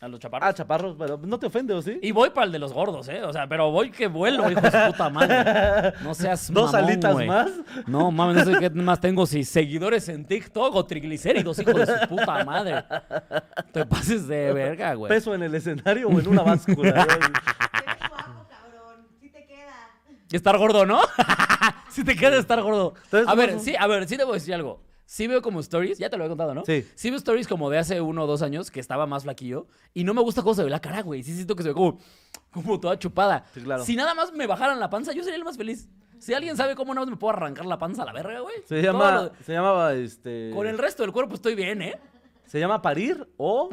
[SPEAKER 1] A los
[SPEAKER 2] Ah,
[SPEAKER 1] chaparros.
[SPEAKER 2] chaparros, pero no te ofende, ¿o sí?
[SPEAKER 1] Y voy para el de los gordos, ¿eh? O sea, pero voy que vuelo, hijo de su puta madre.
[SPEAKER 2] [LAUGHS]
[SPEAKER 1] No seas
[SPEAKER 2] ¿Dos
[SPEAKER 1] mamón,
[SPEAKER 2] alitas
[SPEAKER 1] güey.
[SPEAKER 2] más?
[SPEAKER 1] No, mames, no sé qué más tengo, si seguidores en TikTok o triglicéridos, hijo de su puta madre. Te
[SPEAKER 2] [LAUGHS]
[SPEAKER 1] pases de verga, güey.
[SPEAKER 2] ¿Peso en el escenario o en una báscula?
[SPEAKER 1] [LAUGHS]
[SPEAKER 3] Eres guapo, cabrón. Sí te queda.
[SPEAKER 1] Y estar gordo, ¿no? [LAUGHS] si te queda estar gordo.
[SPEAKER 2] Entonces,
[SPEAKER 1] a
[SPEAKER 2] no
[SPEAKER 1] ver,
[SPEAKER 2] son-
[SPEAKER 1] sí, a ver, sí te voy a decir algo. Sí veo como stories, ya te lo había contado, ¿no?
[SPEAKER 2] Sí.
[SPEAKER 1] Sí veo stories como de hace uno o dos años que estaba más flaquillo y no me gusta cómo se ve la cara, güey. Sí siento que se ve como, como toda chupada.
[SPEAKER 2] Sí, claro.
[SPEAKER 1] Si nada más me bajaran la panza, yo sería el más feliz. Si alguien sabe cómo nada más me puedo arrancar la panza a la verga, güey.
[SPEAKER 2] se
[SPEAKER 1] Todo
[SPEAKER 2] llama,
[SPEAKER 1] lo-
[SPEAKER 2] se llamaba, este...
[SPEAKER 1] Con el resto del cuerpo estoy bien, ¿eh?
[SPEAKER 2] Se llama parir o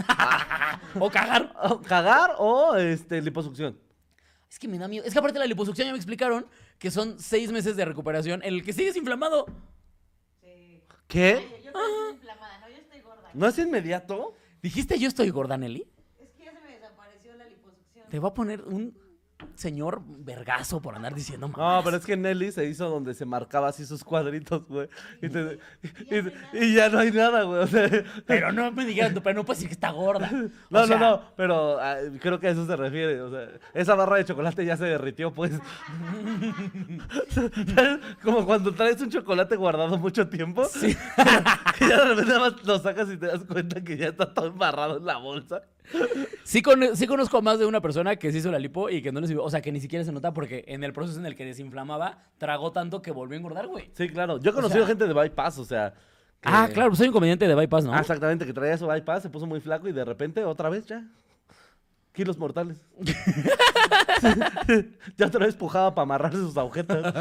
[SPEAKER 1] O cagar. [LAUGHS]
[SPEAKER 2] o cagar o, este, liposucción.
[SPEAKER 1] Es que me da miedo. Es que aparte de la liposucción ya me explicaron que son seis meses de recuperación en el que sigues inflamado.
[SPEAKER 3] Sí.
[SPEAKER 2] ¿Qué?
[SPEAKER 3] Ay, Yo también estoy inflamada. No, yo estoy gorda.
[SPEAKER 2] ¿Eh? ¿No es inmediato?
[SPEAKER 1] ¿Dijiste yo estoy gorda, Nelly?
[SPEAKER 3] Es que ya se me desapareció la liposucción.
[SPEAKER 1] Te va a poner un señor vergazo por andar diciendo
[SPEAKER 2] No,
[SPEAKER 1] mamadas.
[SPEAKER 2] pero es que Nelly se hizo donde se marcaba así sus cuadritos, güey. Y, te- y-
[SPEAKER 3] ya no hay
[SPEAKER 2] y ya no hay nada, güey. o sea,
[SPEAKER 1] Pero no me digas, pero no puedes decir que está gorda.
[SPEAKER 2] [LAUGHS] no,
[SPEAKER 1] O sea,
[SPEAKER 2] no, no, pero ah, creo que a eso se refiere. O sea, esa barra de chocolate ya se derritió, pues. [LAUGHS] ¿Sabes? Como cuando traes un chocolate guardado mucho tiempo. [LAUGHS]
[SPEAKER 1] Sí.
[SPEAKER 2] Que ya de repente nada más lo sacas y te das cuenta que ya está todo embarrado en la bolsa.
[SPEAKER 1] Sí, con- sí conozco a más de una persona que se hizo la lipo y que no le sirvió. O sea, que ni siquiera se nota porque en el proceso en el que desinflamaba, tragó tanto que volvió a engordar, güey.
[SPEAKER 2] Sí, claro. Yo he conocido
[SPEAKER 1] sea-
[SPEAKER 2] gente de bypass, o sea. que-
[SPEAKER 1] Ah, claro, soy un comediante de bypass, ¿no?
[SPEAKER 2] Ah, exactamente, que traía su bypass, se puso muy flaco y de repente otra vez ya. Kilos mortales. [LAUGHS] ya otra vez pujaba para amarrar sus [LAUGHS] agujetas.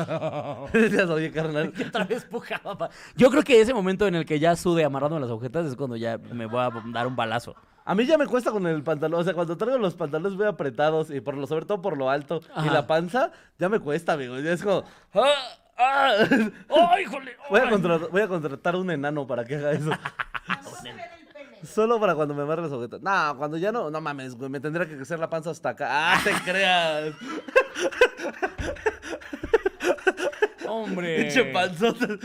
[SPEAKER 2] Decías, oye, carnal.
[SPEAKER 1] Y otra vez pujaba. pa- Yo creo que ese momento en el que ya sude amarrándome las agujetas es cuando ya me voy a dar un balazo.
[SPEAKER 2] A mí ya me cuesta con el pantalón. O sea, cuando traigo los pantalones muy apretados y por lo, sobre todo por lo alto y
[SPEAKER 1] Ajá.
[SPEAKER 2] la panza, ya me cuesta, amigo. Ya es como. ¡Ah! ¡Ah!
[SPEAKER 1] [LAUGHS] ¡Ay, híjole!
[SPEAKER 2] Voy a,
[SPEAKER 1] ¡Ay!
[SPEAKER 2] contratar, voy a contratar un enano para que haga [LAUGHS] eso.
[SPEAKER 3] Tampoco se ve el pene.
[SPEAKER 2] Solo para cuando me amarre las agujetas. No, cuando ya no, no mames, güey, me tendría que crecer la panza hasta acá. ¡Ah, [LAUGHS] te creas!
[SPEAKER 1] ¡Hombre!
[SPEAKER 2] Pinche panzota. [LAUGHS]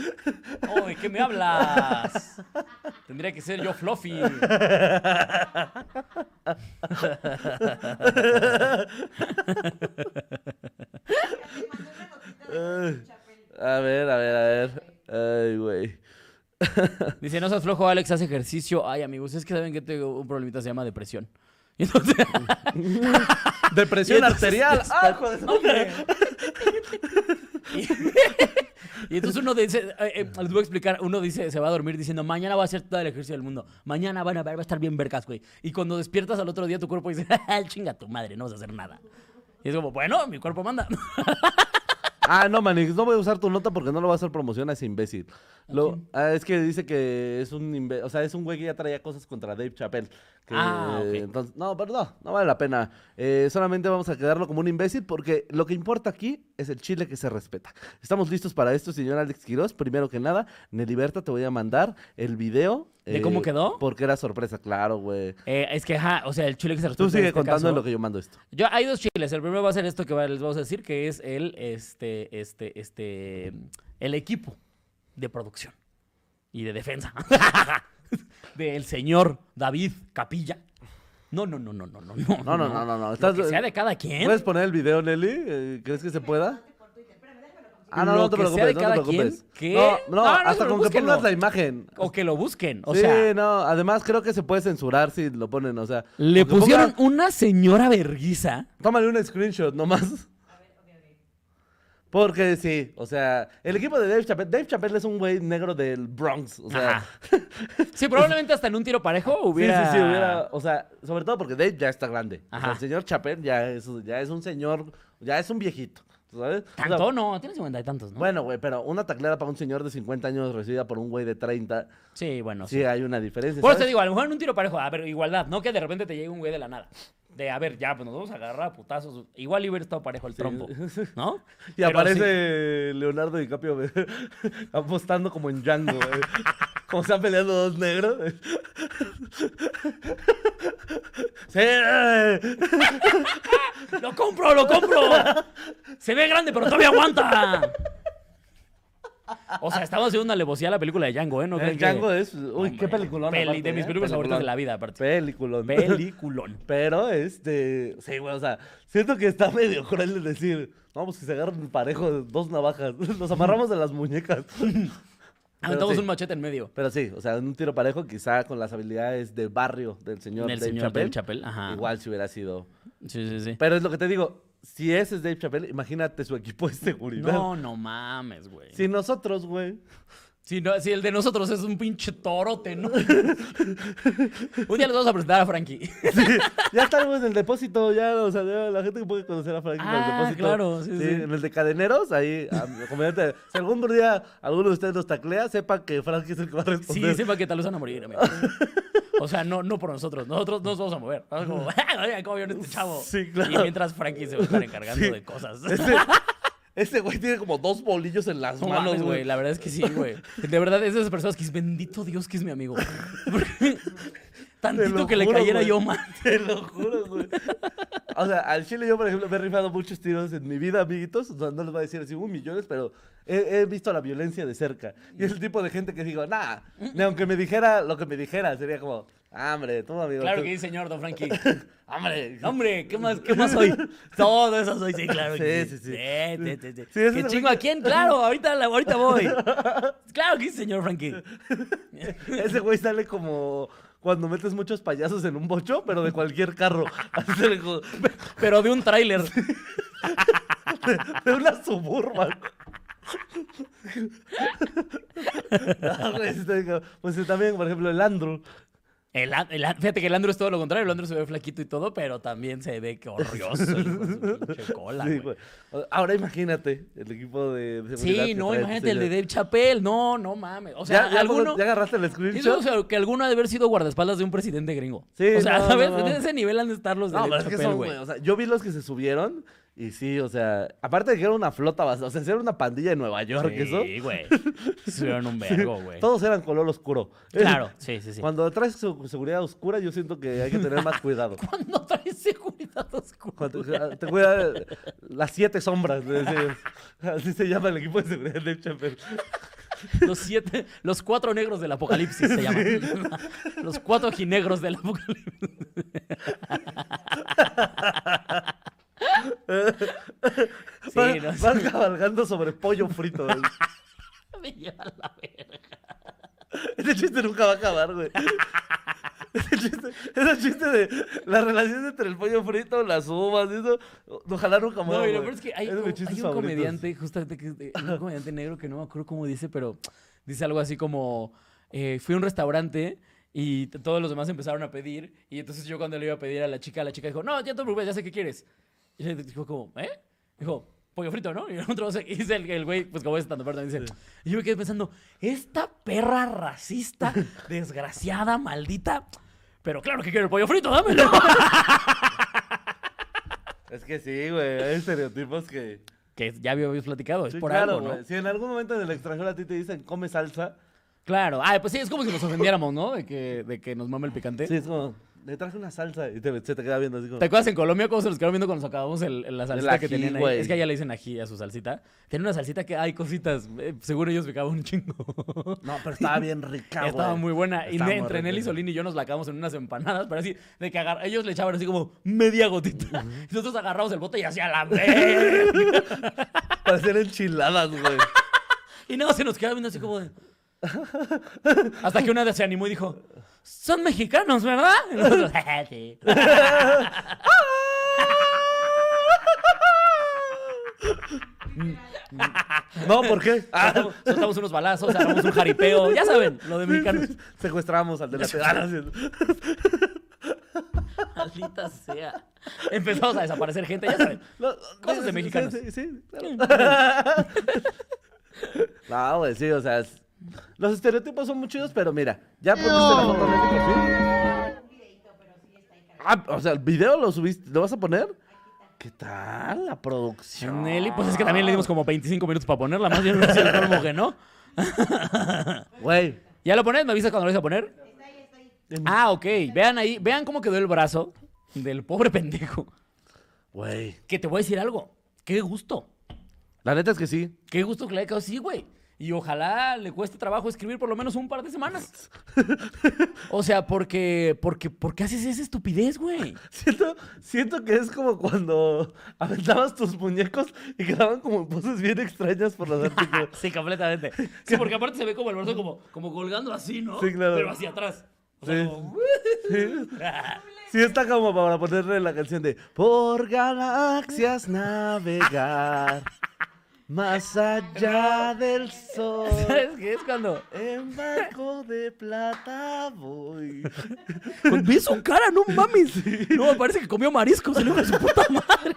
[SPEAKER 1] Oh, ¿de qué me hablas? Tendría que ser yo Fluffy.
[SPEAKER 3] Ya te mandé una gotita de chapel.
[SPEAKER 2] A ver, a ver, a ver. Ay, güey.
[SPEAKER 1] Dice, no seas flojo, Alex, haz ejercicio. Ay, amigos, es que saben que tengo un problemita, se llama depresión. [LAUGHS] Y entonces,
[SPEAKER 2] Depresión
[SPEAKER 1] Y
[SPEAKER 2] [LAUGHS]
[SPEAKER 1] entonces
[SPEAKER 2] arterial.
[SPEAKER 1] te
[SPEAKER 2] ¡Ah, hijo de su-
[SPEAKER 1] hombre. [LAUGHS] y, y entonces uno dice, eh, eh, les voy a explicar, uno dice, se va a dormir diciendo, mañana va a hacer todo el ejercicio del mundo. Mañana van a ver, va a estar bien vergas, güey. Y cuando despiertas al otro día, tu cuerpo dice, [LAUGHS] "Ah, chinga tu madre, no vas a hacer nada. Y es como, bueno, mi cuerpo manda. [LAUGHS]
[SPEAKER 2] Ah, no, Manix, no voy a usar tu nota porque no lo va a hacer promoción a ese imbécil. Lo-
[SPEAKER 1] quién?
[SPEAKER 2] ah, es que dice que es un imbe- o sea, es un güey que ya traía cosas contra Dave Chappelle. que-
[SPEAKER 1] Ah, ok.
[SPEAKER 2] Entonces, no, pero no, no vale la pena. Eh, solamente vamos a quedarlo como un imbécil porque lo que importa aquí es el chile que se respeta. Estamos listos para esto, señor Alex Quiroz. Primero que nada, Neliberta, te voy a mandar el video. eh,
[SPEAKER 1] ¿De cómo quedó?
[SPEAKER 2] Porque era sorpresa, claro, güey.
[SPEAKER 1] Eh, es que, ajá, o sea, el chile que se
[SPEAKER 2] Tú
[SPEAKER 1] respeta en
[SPEAKER 2] sigue
[SPEAKER 1] este
[SPEAKER 2] contando en
[SPEAKER 1] caso-
[SPEAKER 2] lo que yo mando
[SPEAKER 1] [LAUGHS]
[SPEAKER 2] esto.
[SPEAKER 1] Yo, hay dos chiles. El primero va a ser esto que va- les vamos a decir, que es el, este, este, este, el equipo de producción y de defensa [LAUGHS] del señor David Capilla. No, no, no, no, no, no, no,
[SPEAKER 2] No, no, no, no, no.
[SPEAKER 1] Lo
[SPEAKER 2] Estás- pues,
[SPEAKER 1] que sea de cada quien.
[SPEAKER 2] ¿Puedes poner el video, Nelly? Eh, ¿Crees que se pueda?
[SPEAKER 3] Date por Twitter. Espérame, déjamelo conseguir.
[SPEAKER 2] Ah, no,
[SPEAKER 1] Lo
[SPEAKER 2] no te
[SPEAKER 1] que sea
[SPEAKER 2] preocupes,
[SPEAKER 1] de
[SPEAKER 2] no te
[SPEAKER 1] cada quien,
[SPEAKER 2] preocupes.
[SPEAKER 1] ¿qué?
[SPEAKER 2] No, no,
[SPEAKER 1] No, no,
[SPEAKER 2] hasta
[SPEAKER 1] pero
[SPEAKER 2] con que
[SPEAKER 1] búsquenlo.
[SPEAKER 2] pongas la imagen.
[SPEAKER 1] o que lo busquen. O
[SPEAKER 2] sí,
[SPEAKER 1] sea,
[SPEAKER 2] no, además creo que se puede censurar si lo ponen, o sea.
[SPEAKER 1] le
[SPEAKER 2] con que
[SPEAKER 1] pusieron
[SPEAKER 2] pongan-
[SPEAKER 1] una señora verguiza.
[SPEAKER 2] Tómale un screenshot nomás. Porque sí, o sea, el equipo de Dave Chappelle, Dave Chappelle es un güey negro del Bronx, o sea,
[SPEAKER 1] Ajá. Sí, probablemente hasta en un tiro parejo hubiera.
[SPEAKER 2] Sí, sí, sí, hubiera, o sea, sobre todo porque Dave ya está grande. O sea,
[SPEAKER 1] Ajá.
[SPEAKER 2] el señor Chappelle ya es, ya es un señor, ya es un viejito, ¿sabes? O sea,
[SPEAKER 1] Tanto no, tiene cincuenta y tantos, ¿no?
[SPEAKER 2] Bueno, güey, pero una taclera para un señor de 50 años recibida por un güey de 30,
[SPEAKER 1] sí, bueno.
[SPEAKER 2] sí,
[SPEAKER 1] Sí.
[SPEAKER 2] hay una diferencia.
[SPEAKER 1] Por eso te
[SPEAKER 2] ¿sabes?
[SPEAKER 1] digo, a lo mejor en un tiro parejo, a ver, igualdad, no que de repente te llegue un güey de la nada. De, a ver, ya, pues nos vamos a agarrar a putazos. Igual hubiera estado parejo el trompo, ¿no?
[SPEAKER 2] [LAUGHS] Y
[SPEAKER 1] Pero sí.
[SPEAKER 2] aparece Leonardo DiCaprio güey, [LAUGHS] apostando como en Django,
[SPEAKER 1] [LAUGHS]
[SPEAKER 2] güey. Como están peleando dos negros. [LAUGHS] güey. Sí, güey.
[SPEAKER 1] ¡Lo compro,
[SPEAKER 2] [LAUGHS]
[SPEAKER 1] lo compro! Se ve grande, pero todavía aguanta. O sea, estamos haciendo una alevosía a la película de Django, ¿eh? ¿No
[SPEAKER 2] El
[SPEAKER 1] crean que-
[SPEAKER 2] Django es. Uy,
[SPEAKER 1] Hombre,
[SPEAKER 2] qué peliculón.
[SPEAKER 1] peli-
[SPEAKER 2] aparte,
[SPEAKER 1] de mis
[SPEAKER 2] ¿eh?
[SPEAKER 1] películas favoritas de la
[SPEAKER 2] Peliculón.
[SPEAKER 1] vida, aparte.
[SPEAKER 2] Peliculón.
[SPEAKER 1] Peliculón.
[SPEAKER 2] Pero, este, sí, güey, o sea, siento que está medio cruel el decir, vamos, que se agarran parejo dos navajas, [LAUGHS] nos amarramos de las muñecas.
[SPEAKER 1] Aventamos
[SPEAKER 2] sí.
[SPEAKER 1] un machete en medio.
[SPEAKER 2] Pero sí, o sea, en un tiro parejo, quizá con las habilidades de barrio del señor
[SPEAKER 1] Del
[SPEAKER 2] Dave
[SPEAKER 1] señor
[SPEAKER 2] Chappelle,
[SPEAKER 1] Dave Chappelle, ajá.
[SPEAKER 2] igual si hubiera sido.
[SPEAKER 1] Sí, sí, sí.
[SPEAKER 2] Pero es lo que te digo, si ese es Dave Chappelle, imagínate su equipo de seguridad.
[SPEAKER 1] No, no mames, güey.
[SPEAKER 2] [LAUGHS] Si nosotros, güey. [LAUGHS]
[SPEAKER 1] Si, no- si el de nosotros es un pinche
[SPEAKER 2] [LAUGHS]
[SPEAKER 1] torote, ¿no? un día les vamos a presentar a Frankie.
[SPEAKER 2] Sí, ya estamos en el depósito, ya, o sea, ya la gente que puede conocer a Frank en el
[SPEAKER 1] Ah,
[SPEAKER 2] depósito.
[SPEAKER 1] claro, sí, sí.
[SPEAKER 2] En el de cadeneros, ahí, a- comediante, si algún día alguno de ustedes nos taclea, sepa que Frank es el que va a
[SPEAKER 1] Sí,
[SPEAKER 2] responder.
[SPEAKER 1] sepa que tal vez van a morir, amigo. O sea, no, no por nosotros. Nosotros nos vamos a mover. Vamos como, oigan, ¿cómo vieron este chavo?
[SPEAKER 2] Sí, claro.
[SPEAKER 1] Y mientras Frankie se va a estar encargando
[SPEAKER 2] Sí.
[SPEAKER 1] de cosas.
[SPEAKER 2] Ese, ese güey tiene como dos bolillos en las
[SPEAKER 1] [LAUGHS] No
[SPEAKER 2] manos,
[SPEAKER 1] mames, güey. La verdad es que sí, güey. De verdad, es de esas personas que es bendito Dios que es mi amigo. [LAUGHS] Porque
[SPEAKER 2] Te
[SPEAKER 1] Tantito
[SPEAKER 2] lo
[SPEAKER 1] que le
[SPEAKER 2] juro,
[SPEAKER 1] cayera
[SPEAKER 2] güey.
[SPEAKER 1] yo mal.
[SPEAKER 2] [LAUGHS] Te lo juro, güey. O sea, al chile yo, por ejemplo, me he rifado muchos tiros en mi vida, amiguitos. O sea, no les voy a decir así un millones, pero he, he visto la violencia de cerca. Y es el tipo de gente que digo, nah, ni aunque me dijera lo que me dijera, sería como, "Ah, hombre, tú, amigo.
[SPEAKER 1] Claro
[SPEAKER 2] tú-
[SPEAKER 1] que sí, señor,
[SPEAKER 2] [LAUGHS]
[SPEAKER 1] don Frankie.
[SPEAKER 2] Hombre,
[SPEAKER 1] Hombre, ¿qué más, qué
[SPEAKER 2] [LAUGHS]
[SPEAKER 1] más soy? Todo eso soy, sí, claro. que
[SPEAKER 2] Sí, sí, sí.
[SPEAKER 1] Sí, sí, sí.
[SPEAKER 2] Sí, eso
[SPEAKER 1] ¿Que
[SPEAKER 2] es lo
[SPEAKER 1] chingo
[SPEAKER 2] que-
[SPEAKER 1] a quién? Claro, ahorita, la-
[SPEAKER 2] [LAUGHS]
[SPEAKER 1] ahorita voy. Claro que sí, señor Frankie.
[SPEAKER 2] [LAUGHS] ese güey sale como cuando metes muchos payasos en un bocho, pero de cualquier carro. [LAUGHS] Así sale como- de
[SPEAKER 1] Pero de un tráiler.
[SPEAKER 2] de una suburban.
[SPEAKER 1] [LAUGHS]
[SPEAKER 2] Ah, güey, está bien, cabrón. pues también, por ejemplo, el Andrew.
[SPEAKER 1] El, An- el An- fíjate que el Andrew es todo lo contrario. El Andrew se ve flaquito y todo, pero también se ve que horrioso. hijo de
[SPEAKER 2] [LAUGHS]
[SPEAKER 1] su pinche cola,
[SPEAKER 2] Sí,
[SPEAKER 1] güey.
[SPEAKER 2] güey. O- Ahora imagínate el equipo de de seguridad
[SPEAKER 1] Sí,
[SPEAKER 2] que
[SPEAKER 1] no,
[SPEAKER 2] trae este
[SPEAKER 1] imagínate el de
[SPEAKER 2] señor.
[SPEAKER 1] Dave Chappelle. No, no mames. O sea,
[SPEAKER 2] ¿Ya, ya,
[SPEAKER 1] alguno.
[SPEAKER 2] ya agarraste el
[SPEAKER 1] yo digo, o
[SPEAKER 2] screenshot?
[SPEAKER 1] sea, que alguno ha de haber sido guardaespaldas de un presidente gringo.
[SPEAKER 2] Sí,
[SPEAKER 1] o sea,
[SPEAKER 2] no,
[SPEAKER 1] [LAUGHS] ¿sabes?
[SPEAKER 2] no, no.
[SPEAKER 1] En ese nivel han de estar los de
[SPEAKER 2] No, pero
[SPEAKER 1] Dave
[SPEAKER 2] es que
[SPEAKER 1] Chappelle,
[SPEAKER 2] son,
[SPEAKER 1] güey.
[SPEAKER 2] güey, o sea, yo vi los que se subieron y sí, o sea, aparte de que era una flota, bastante- o sea, era una pandilla de Nueva York, eso.
[SPEAKER 1] Sí, güey. Subieron un vergo,
[SPEAKER 2] [LAUGHS]
[SPEAKER 1] güey.
[SPEAKER 2] Todos eran color oscuro.
[SPEAKER 1] [LAUGHS] Claro, sí, sí,
[SPEAKER 2] [LAUGHS]
[SPEAKER 1] sí.
[SPEAKER 2] Cuando traes su- seguridad oscura, yo siento que hay que tener más cuidado.
[SPEAKER 1] ¿Cuándo traes seguridad oscura?
[SPEAKER 2] Cuando-
[SPEAKER 1] [LAUGHS]
[SPEAKER 2] "Ah, te cuida las siete sombras. le decimos. Así se llama el equipo de seguridad de Chappelle.
[SPEAKER 1] Los siete, los cuatro negros del apocalipsis se llaman. Los cuatro jinegros del apocalipsis.
[SPEAKER 2] Van-
[SPEAKER 1] Sí, no sé.
[SPEAKER 2] van cabalgando sobre pollo frito. güey.
[SPEAKER 1] Me lleva la verga.
[SPEAKER 2] Ese chiste nunca va a acabar, güey. Ese chiste, ese chiste de las relaciones entre el pollo frito, las uvas, y eso, ojalá nunca muera.
[SPEAKER 1] No, y lo
[SPEAKER 2] güey.
[SPEAKER 1] peor es que hay,
[SPEAKER 2] Es de mis
[SPEAKER 1] un-
[SPEAKER 2] chistes
[SPEAKER 1] hay un
[SPEAKER 2] favoritos.
[SPEAKER 1] comediante, justamente, que, eh, un comediante negro que no me acuerdo cómo dice, pero dice algo así como, eh, fui a un restaurante y t- todos los demás empezaron a pedir y entonces yo cuando le iba a pedir a la chica, la chica dijo, no, ya no te preocupes, ya sé qué quieres. Y le dijo como, ¿eh? Dijo, pollo frito, ¿no? Y el otro, o sea, y dice el el güey, pues como es tanto perdón, dice, y yo me quedé pensando, esta perra racista, [LAUGHS] desgraciada, maldita, pero claro que quiero el pollo frito, dámelo. [LAUGHS]
[SPEAKER 2] Es que sí, güey. Hay estereotipos que.
[SPEAKER 1] que ya habíamos platicado, es
[SPEAKER 2] Sí,
[SPEAKER 1] Pues por
[SPEAKER 2] claro,
[SPEAKER 1] algo, ¿no?
[SPEAKER 2] güey. Si en algún momento en el extranjero a ti te dicen come salsa,
[SPEAKER 1] Claro, ah, pues sí, es como si nos ofendiéramos, ¿no? De que, de que nos mame el picante.
[SPEAKER 2] sí, es como, le traje una salsa y te, se te queda viendo así como.
[SPEAKER 1] ¿Te acuerdas en Colombia cómo se nos quedaron viendo cuando nos acabamos el, el- la salsita que
[SPEAKER 2] ají,
[SPEAKER 1] tenían ahí?
[SPEAKER 2] güey.
[SPEAKER 1] Es que allá le dicen ají a su salsita. Tiene una salsita que hay cositas. eh, seguro ellos picaban un chingo.
[SPEAKER 2] No, pero estaba bien rica, Ah, güey.
[SPEAKER 1] [LAUGHS] Estaba muy buena. Y
[SPEAKER 2] Estaba
[SPEAKER 1] ne-
[SPEAKER 2] muy
[SPEAKER 1] entre
[SPEAKER 2] rica.
[SPEAKER 1] Nelly Solín y yo nos la acabamos en unas empanadas, pero así, de que agar- ellos le echaban así como media gotita. Y nosotros agarramos el bote y hacía la verga.
[SPEAKER 2] Parecían enchiladas, güey.
[SPEAKER 1] Y no, se nos quedaba viendo así
[SPEAKER 2] [LAUGHS]
[SPEAKER 1] como de... Hasta que una de se animó y dijo, son mexicanos, ¿verdad? Y nosotros, [LAUGHS] "Ah, sí".
[SPEAKER 2] No, ¿por qué? Ah,
[SPEAKER 1] Soltamos, soltamos unos balazos, armamos un jaripeo. Ya saben, lo de mexicanos.
[SPEAKER 2] secuestramos al de
[SPEAKER 1] [LAUGHS]
[SPEAKER 2] la Ah, no es cierto.
[SPEAKER 1] Maldita sea. Empezamos a desaparecer gente, ya saben.
[SPEAKER 2] No,
[SPEAKER 1] Cosas de
[SPEAKER 2] sí, sí,
[SPEAKER 1] mexicanos.
[SPEAKER 2] Sí, sí, claro. No, güey, sí, o sea, es- los estereotipos son muy chidos, pero mira, ya pusiste la foto de México, ¿sí?
[SPEAKER 3] Un videito, pero sí está ahí cargado.
[SPEAKER 2] Ah, o sea, el video lo subiste, ¿lo vas a poner? ¿Qué tal la producción?
[SPEAKER 1] Nelly, pues es que también le dimos como 25 minutos para ponerla, más bien no sé el colmo que no.
[SPEAKER 2] Güey,
[SPEAKER 1] ¿Ya lo pones? ¿Me avisas cuando lo vayas a poner?
[SPEAKER 3] Está ahí, está ahí.
[SPEAKER 1] Ah, ok. Vean ahí, vean cómo quedó el brazo del pobre pendejo.
[SPEAKER 2] güey.
[SPEAKER 1] Que te voy a decir algo. Qué gusto.
[SPEAKER 2] La neta es que sí.
[SPEAKER 1] Qué gusto que le haya quedado así, güey. Y ojalá le cueste trabajo escribir por lo menos un par de semanas. O sea, porque, porque, ¿por qué haces esa estupidez, güey?
[SPEAKER 2] Siento, siento que es como cuando aventabas tus muñecos y quedaban como en poses bien extrañas por los [LAUGHS] artículos.
[SPEAKER 1] Sí, completamente. Sí, porque aparte se ve como el brazo como, como colgando así, ¿no?
[SPEAKER 2] Sí, claro.
[SPEAKER 1] Pero hacia atrás. O sea,
[SPEAKER 2] Sí.
[SPEAKER 1] como-
[SPEAKER 2] Sí, está como para ponerle la canción de Por galaxias navegar Más allá del sol
[SPEAKER 1] ¿Sabes qué es cuando?
[SPEAKER 2] En barco de plata voy
[SPEAKER 1] Ve su cara, no mames. No, parece que comió mariscos el hijo de su puta madre.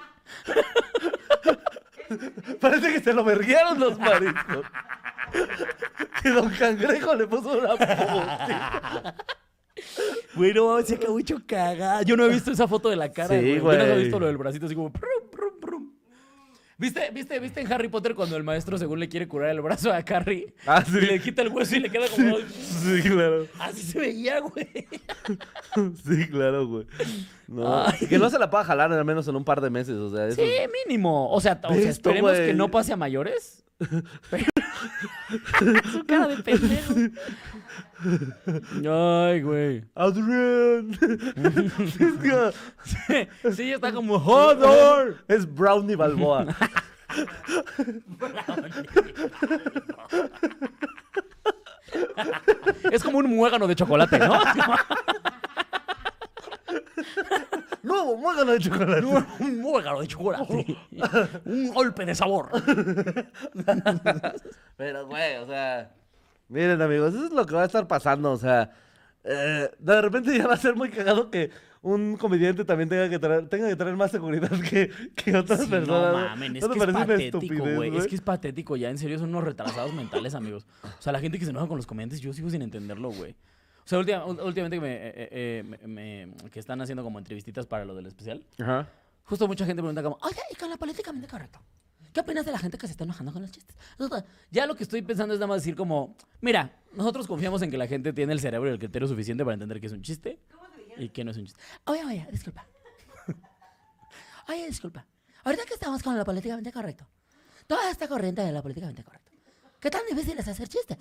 [SPEAKER 2] Parece que se lo verguieron los mariscos [LAUGHS] Que Don Cangrejo le puso una pose.
[SPEAKER 1] Güey, no mames, se acabó hecho cagada. Yo no he visto esa foto de la cara,
[SPEAKER 2] Sí,
[SPEAKER 1] güey. Yo no he
[SPEAKER 2] güey.
[SPEAKER 1] visto lo del bracito así como. prum, prum, prum. ¿Viste, viste, ¿Viste en Harry Potter cuando el maestro, según le quiere curar el brazo a Harry,
[SPEAKER 2] Ah, sí.
[SPEAKER 1] y le quita el hueso y le queda como.
[SPEAKER 2] Sí, claro [LAUGHS]
[SPEAKER 1] Así se veía, güey.
[SPEAKER 2] Sí, claro, güey No.
[SPEAKER 1] Ay.
[SPEAKER 2] Y Que no se la pueda jalar al menos en un par de meses O sea, eso
[SPEAKER 1] Sí, mínimo. O sea, o sea,
[SPEAKER 2] Esto,
[SPEAKER 1] esperemos
[SPEAKER 2] güey.
[SPEAKER 1] que no pase a [LAUGHS] mayores. Pero- Su cara de pendejo. Ay, güey.
[SPEAKER 2] Adrián Es que-
[SPEAKER 1] [LAUGHS] Sí, está como
[SPEAKER 2] ¡Honor!
[SPEAKER 1] joder.
[SPEAKER 2] Es Brownie Balboa.
[SPEAKER 1] [LAUGHS] Es como un muégano de chocolate, [LAUGHS] ¿no?
[SPEAKER 2] ¡Nuevo muégano de chocolate!
[SPEAKER 1] un muégano de [LAUGHS] chocolate. Un golpe de sabor.
[SPEAKER 2] Pero, güey, o sea... Miren, amigos, eso es lo que va a estar pasando, o sea... eh, de repente ya va a ser muy cagado que un comediante también tenga que traer, tenga que traer más seguridad que, que [LAUGHS] otras
[SPEAKER 1] Sí,
[SPEAKER 2] personas.
[SPEAKER 1] no mamen, es
[SPEAKER 2] te
[SPEAKER 1] que es
[SPEAKER 2] parece una
[SPEAKER 1] patético,
[SPEAKER 2] estupidez,
[SPEAKER 1] güey. Es que es patético ya, en serio, son unos retrasados mentales, amigos. O sea, la gente que se enoja con los comediantes, yo sigo sin entenderlo, güey. O sea, última- ul- últimamente que, me, eh, eh, eh, me- me- que están haciendo como entrevistitas para lo del especial,
[SPEAKER 2] Ajá.
[SPEAKER 1] justo mucha gente pregunta como, oye, ¿y con lo políticamente correcto? ¿Qué opinas de la gente que se está enojando con los chistes? Nosotros- Ya lo que estoy pensando es nada más decir como, mira, nosotros confiamos en que la gente tiene el cerebro y el criterio suficiente para entender que es un chiste
[SPEAKER 3] ¿Cómo te dijeron?
[SPEAKER 1] y que no es un chiste. Oye, oye, [LAUGHS] disculpa. Oye, disculpa. Ahorita que estamos con lo políticamente correcto, toda esta corriente de lo políticamente correcto, ¿qué tan difícil es hacer chistes?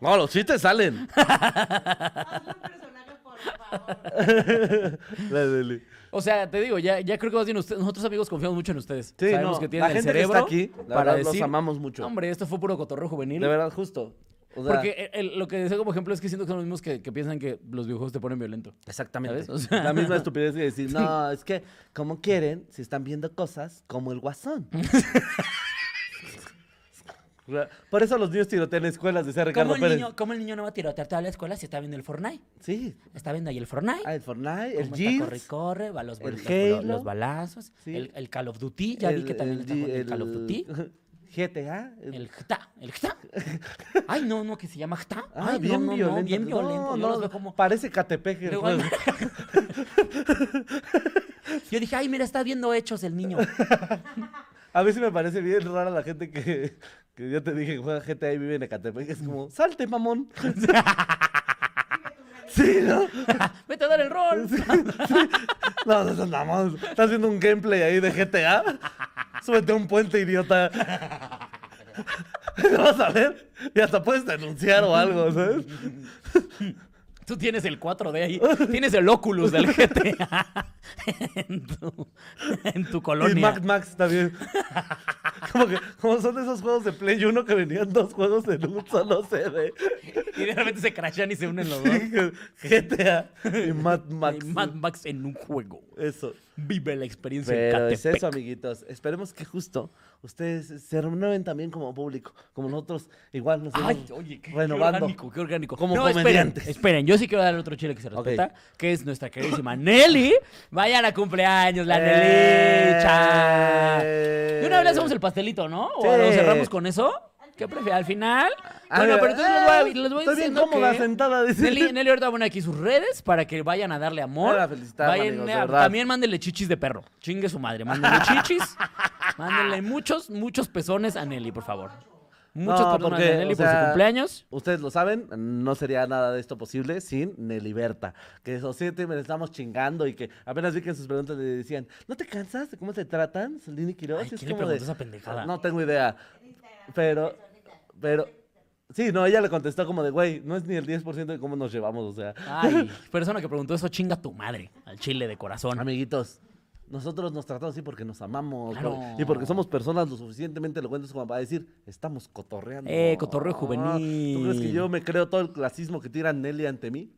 [SPEAKER 2] No, los chistes salen.
[SPEAKER 3] Hazme un personaje, por favor.
[SPEAKER 2] [LAUGHS] La Leli.
[SPEAKER 1] O sea, te digo, ya, ya creo que más bien ustedes, nosotros amigos confiamos mucho en ustedes.
[SPEAKER 2] Sí,
[SPEAKER 1] Sabemos
[SPEAKER 2] no,
[SPEAKER 1] que
[SPEAKER 2] la
[SPEAKER 1] tienen el
[SPEAKER 2] gente que
[SPEAKER 1] cerebro
[SPEAKER 2] está aquí, la
[SPEAKER 1] para
[SPEAKER 2] verdad, los
[SPEAKER 1] decir,
[SPEAKER 2] amamos mucho.
[SPEAKER 1] Hombre, esto fue puro cotorreo juvenil.
[SPEAKER 2] De verdad, justo. O sea,
[SPEAKER 1] Porque el- el- lo que deseo como ejemplo es que siento que son los mismos que, que piensan que los videojuegos te ponen violento.
[SPEAKER 2] Exactamente.
[SPEAKER 1] ¿Sabes? O sea-
[SPEAKER 2] La
[SPEAKER 1] [LAUGHS]
[SPEAKER 2] misma estupidez que decir, no, es que, como quieren, si están viendo cosas como el
[SPEAKER 1] [LAUGHS]
[SPEAKER 2] guasón. O sea, Por eso los niños tirotean escuelas, decía Ricardo
[SPEAKER 1] ¿Cómo el,
[SPEAKER 2] Pérez.
[SPEAKER 1] niño, ¿Cómo el niño no va a tirotear toda la escuela si está viendo el Fortnite?
[SPEAKER 2] Sí.
[SPEAKER 1] Está viendo ahí el Fortnite.
[SPEAKER 2] Ah, el Fortnite, el
[SPEAKER 1] cómo está, corre, y
[SPEAKER 2] Jeans.
[SPEAKER 1] corre, va los,
[SPEAKER 2] el
[SPEAKER 1] los- los-
[SPEAKER 2] Halo.
[SPEAKER 1] los balazos,
[SPEAKER 2] Sí.
[SPEAKER 1] el, el Call of Duty, ya vi que también está jugando el, Call of Duty,
[SPEAKER 2] GTA. el-
[SPEAKER 1] el GTA, el GTA.
[SPEAKER 2] [LAUGHS]
[SPEAKER 1] Ay, no, no, que se llama GTA.
[SPEAKER 2] Ah,
[SPEAKER 1] Ay,
[SPEAKER 2] bien
[SPEAKER 1] no, no,
[SPEAKER 2] violento.
[SPEAKER 1] no, bien violento. Yo
[SPEAKER 2] no,
[SPEAKER 1] los veo como
[SPEAKER 2] Parece Catepec. el
[SPEAKER 1] Luego
[SPEAKER 2] juego.
[SPEAKER 1] anda- Yo dije, ay, mira, está viendo hechos
[SPEAKER 2] [LAUGHS]
[SPEAKER 1] el niño.
[SPEAKER 2] A mí sí me parece bien rara la gente que, que yo te dije que juega GTA y vive en Ecatepec. Es como, salte, mamón. [LAUGHS] sí, ¿no?
[SPEAKER 1] Vete a dar el rol.
[SPEAKER 2] No, no, no, no, vamos. Estás haciendo un gameplay ahí de GTA. Súbete a un puente, idiota. [LAUGHS] Lo vas a ver. Y hasta puedes denunciar o algo, ¿sabes?
[SPEAKER 1] Tú tienes el
[SPEAKER 2] [LAUGHS]
[SPEAKER 1] 4D ahí. Tienes el Oculus del GTA. [LAUGHS] en, tu, en tu
[SPEAKER 2] Y
[SPEAKER 1] colonia.
[SPEAKER 2] Max Max también. Como que, como son de esos juegos de Play 1 que venían dos juegos en un solo CD.
[SPEAKER 1] Y de repente
[SPEAKER 2] [LAUGHS]
[SPEAKER 1] se crashan y se unen los dos.
[SPEAKER 2] GTA y Mad Max.
[SPEAKER 1] Y Mad Max en un juego.
[SPEAKER 2] Eso.
[SPEAKER 1] Vive la experiencia en
[SPEAKER 2] Pero es
[SPEAKER 1] Catepec.
[SPEAKER 2] eso, amiguitos. Esperemos que justo ustedes se renueven también como público, como nosotros. Igual nos
[SPEAKER 1] Ay,
[SPEAKER 2] vemos
[SPEAKER 1] oye, qué, qué
[SPEAKER 2] renovando.
[SPEAKER 1] orgánico, qué orgánico.
[SPEAKER 2] Como
[SPEAKER 1] esperen,
[SPEAKER 2] comediantes.
[SPEAKER 1] esperen, yo sí quiero dar otro chile que se
[SPEAKER 2] Ok.
[SPEAKER 1] respeta, que es nuestra queridísima Nelly. Vayan a cumpleaños, la Nelly. cha.
[SPEAKER 2] Eh.
[SPEAKER 1] De una vez le hacemos el pastelito, ¿no? O
[SPEAKER 2] Sí.
[SPEAKER 1] lo cerramos con eso. ¿Qué prefieres? ¿Al final?
[SPEAKER 2] Ah,
[SPEAKER 1] bueno,
[SPEAKER 2] mira,
[SPEAKER 1] pero entonces
[SPEAKER 2] ah,
[SPEAKER 1] les voy a, les voy
[SPEAKER 2] Estoy bien
[SPEAKER 1] diciendo
[SPEAKER 2] cómoda
[SPEAKER 1] que-
[SPEAKER 2] sentada. dice.
[SPEAKER 1] Nelly, Nelly ahorita va a poner aquí sus redes para que vayan a darle amor.
[SPEAKER 2] Vayan a felicitarla,
[SPEAKER 1] Vayan
[SPEAKER 2] amigos, de
[SPEAKER 1] a-
[SPEAKER 2] verdad.
[SPEAKER 1] también mándenle chichis de perro. Chingue su madre. Mándenle
[SPEAKER 2] [LAUGHS]
[SPEAKER 1] chichis. mándenle muchos, muchos pezones a Nelly, por favor. Muchos
[SPEAKER 2] No,
[SPEAKER 1] pezones
[SPEAKER 2] porque,
[SPEAKER 1] a Nelly
[SPEAKER 2] o
[SPEAKER 1] por su
[SPEAKER 2] sea,
[SPEAKER 1] cumpleaños.
[SPEAKER 2] Ustedes lo saben, no sería nada de esto posible sin Neliberta. Que eso siete me la estamos chingando y que apenas vi que en sus preguntas le decían, ¿no te cansas de cómo te tratan, Celine Quiroz?
[SPEAKER 1] Ay,
[SPEAKER 2] Y es
[SPEAKER 1] ¿quién le
[SPEAKER 2] como
[SPEAKER 1] preguntó esa pendejada?
[SPEAKER 2] No tengo idea. Pero, pero, sí, no, ella le contestó como de, güey, no es ni el 10% de cómo nos llevamos, o sea.
[SPEAKER 1] Ay, persona que preguntó eso, chinga tu madre. Al chile de corazón.
[SPEAKER 2] Amiguitos, nosotros nos tratamos así porque nos amamos
[SPEAKER 1] Claro.
[SPEAKER 2] por- y porque somos personas lo suficientemente elocuentes como para decir, estamos cotorreando.
[SPEAKER 1] Eh, cotorreo juvenil.
[SPEAKER 2] ¿Tú crees que yo me creo todo el clasismo que tira Nelly ante
[SPEAKER 1] [LAUGHS]
[SPEAKER 2] mí?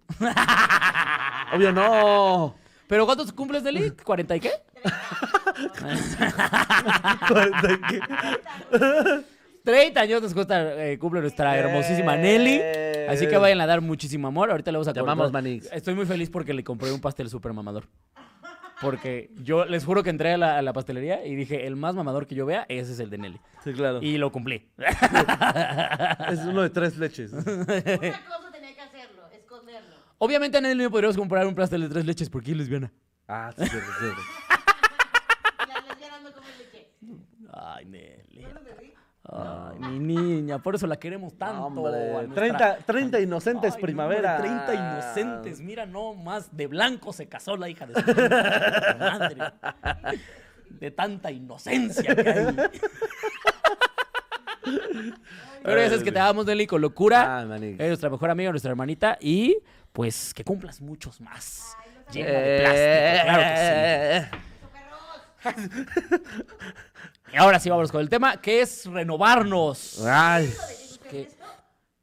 [SPEAKER 2] Obvio no.
[SPEAKER 1] ¿Pero cuántos cumples, Nelly? ¿40 y qué?
[SPEAKER 2] Cuarenta y Pues, qué.
[SPEAKER 1] 30 años nos cuesta, eh, cumple nuestra hermosísima
[SPEAKER 2] Eh.
[SPEAKER 1] Nelly. Así que vayan a dar muchísimo amor. Ahorita le vamos a
[SPEAKER 2] Te
[SPEAKER 1] cortar.
[SPEAKER 2] amamos, Manix.
[SPEAKER 1] Estoy muy feliz porque le compré un pastel súper mamador. Porque yo les juro que entré a la, a la pastelería y dije, el más mamador que yo vea, ese es el de Nelly.
[SPEAKER 2] Sí, claro.
[SPEAKER 1] Y lo cumplí.
[SPEAKER 2] Es uno de tres
[SPEAKER 1] [LAUGHS]
[SPEAKER 2] leches. [LAUGHS]
[SPEAKER 3] Una cosa tenía que hacerlo, esconderlo.
[SPEAKER 1] Obviamente a Nelly no podríamos comprar un pastel de tres leches porque es lesbiana.
[SPEAKER 2] Ah, sí, cierto, cierto.
[SPEAKER 3] Y las lesbianas no comen leche.
[SPEAKER 1] Ay, Nelly.
[SPEAKER 3] ¿No lo entendí?
[SPEAKER 1] Ay, mi niña. Por eso la queremos tanto.
[SPEAKER 2] Hombre,
[SPEAKER 1] a nuestra-
[SPEAKER 2] 30, 30
[SPEAKER 1] Ay,
[SPEAKER 2] inocentes
[SPEAKER 1] no,
[SPEAKER 2] primavera.
[SPEAKER 1] hombre, 30 inocentes. Mira, no más. De blanco se casó la hija de su puta madre. De tanta inocencia que hay. Pero ya sabes que te amamos, Nelly, con locura.
[SPEAKER 2] Ay, Ah, Manix.
[SPEAKER 1] Eres nuestra mejor amiga, nuestra hermanita. Y pues que cumplas muchos más. Llena de
[SPEAKER 2] Eh,
[SPEAKER 1] plástico, claro que sí. Y ahora sí, vámonos con el tema, que es renovarnos.
[SPEAKER 2] Ay,
[SPEAKER 1] ¿Qué?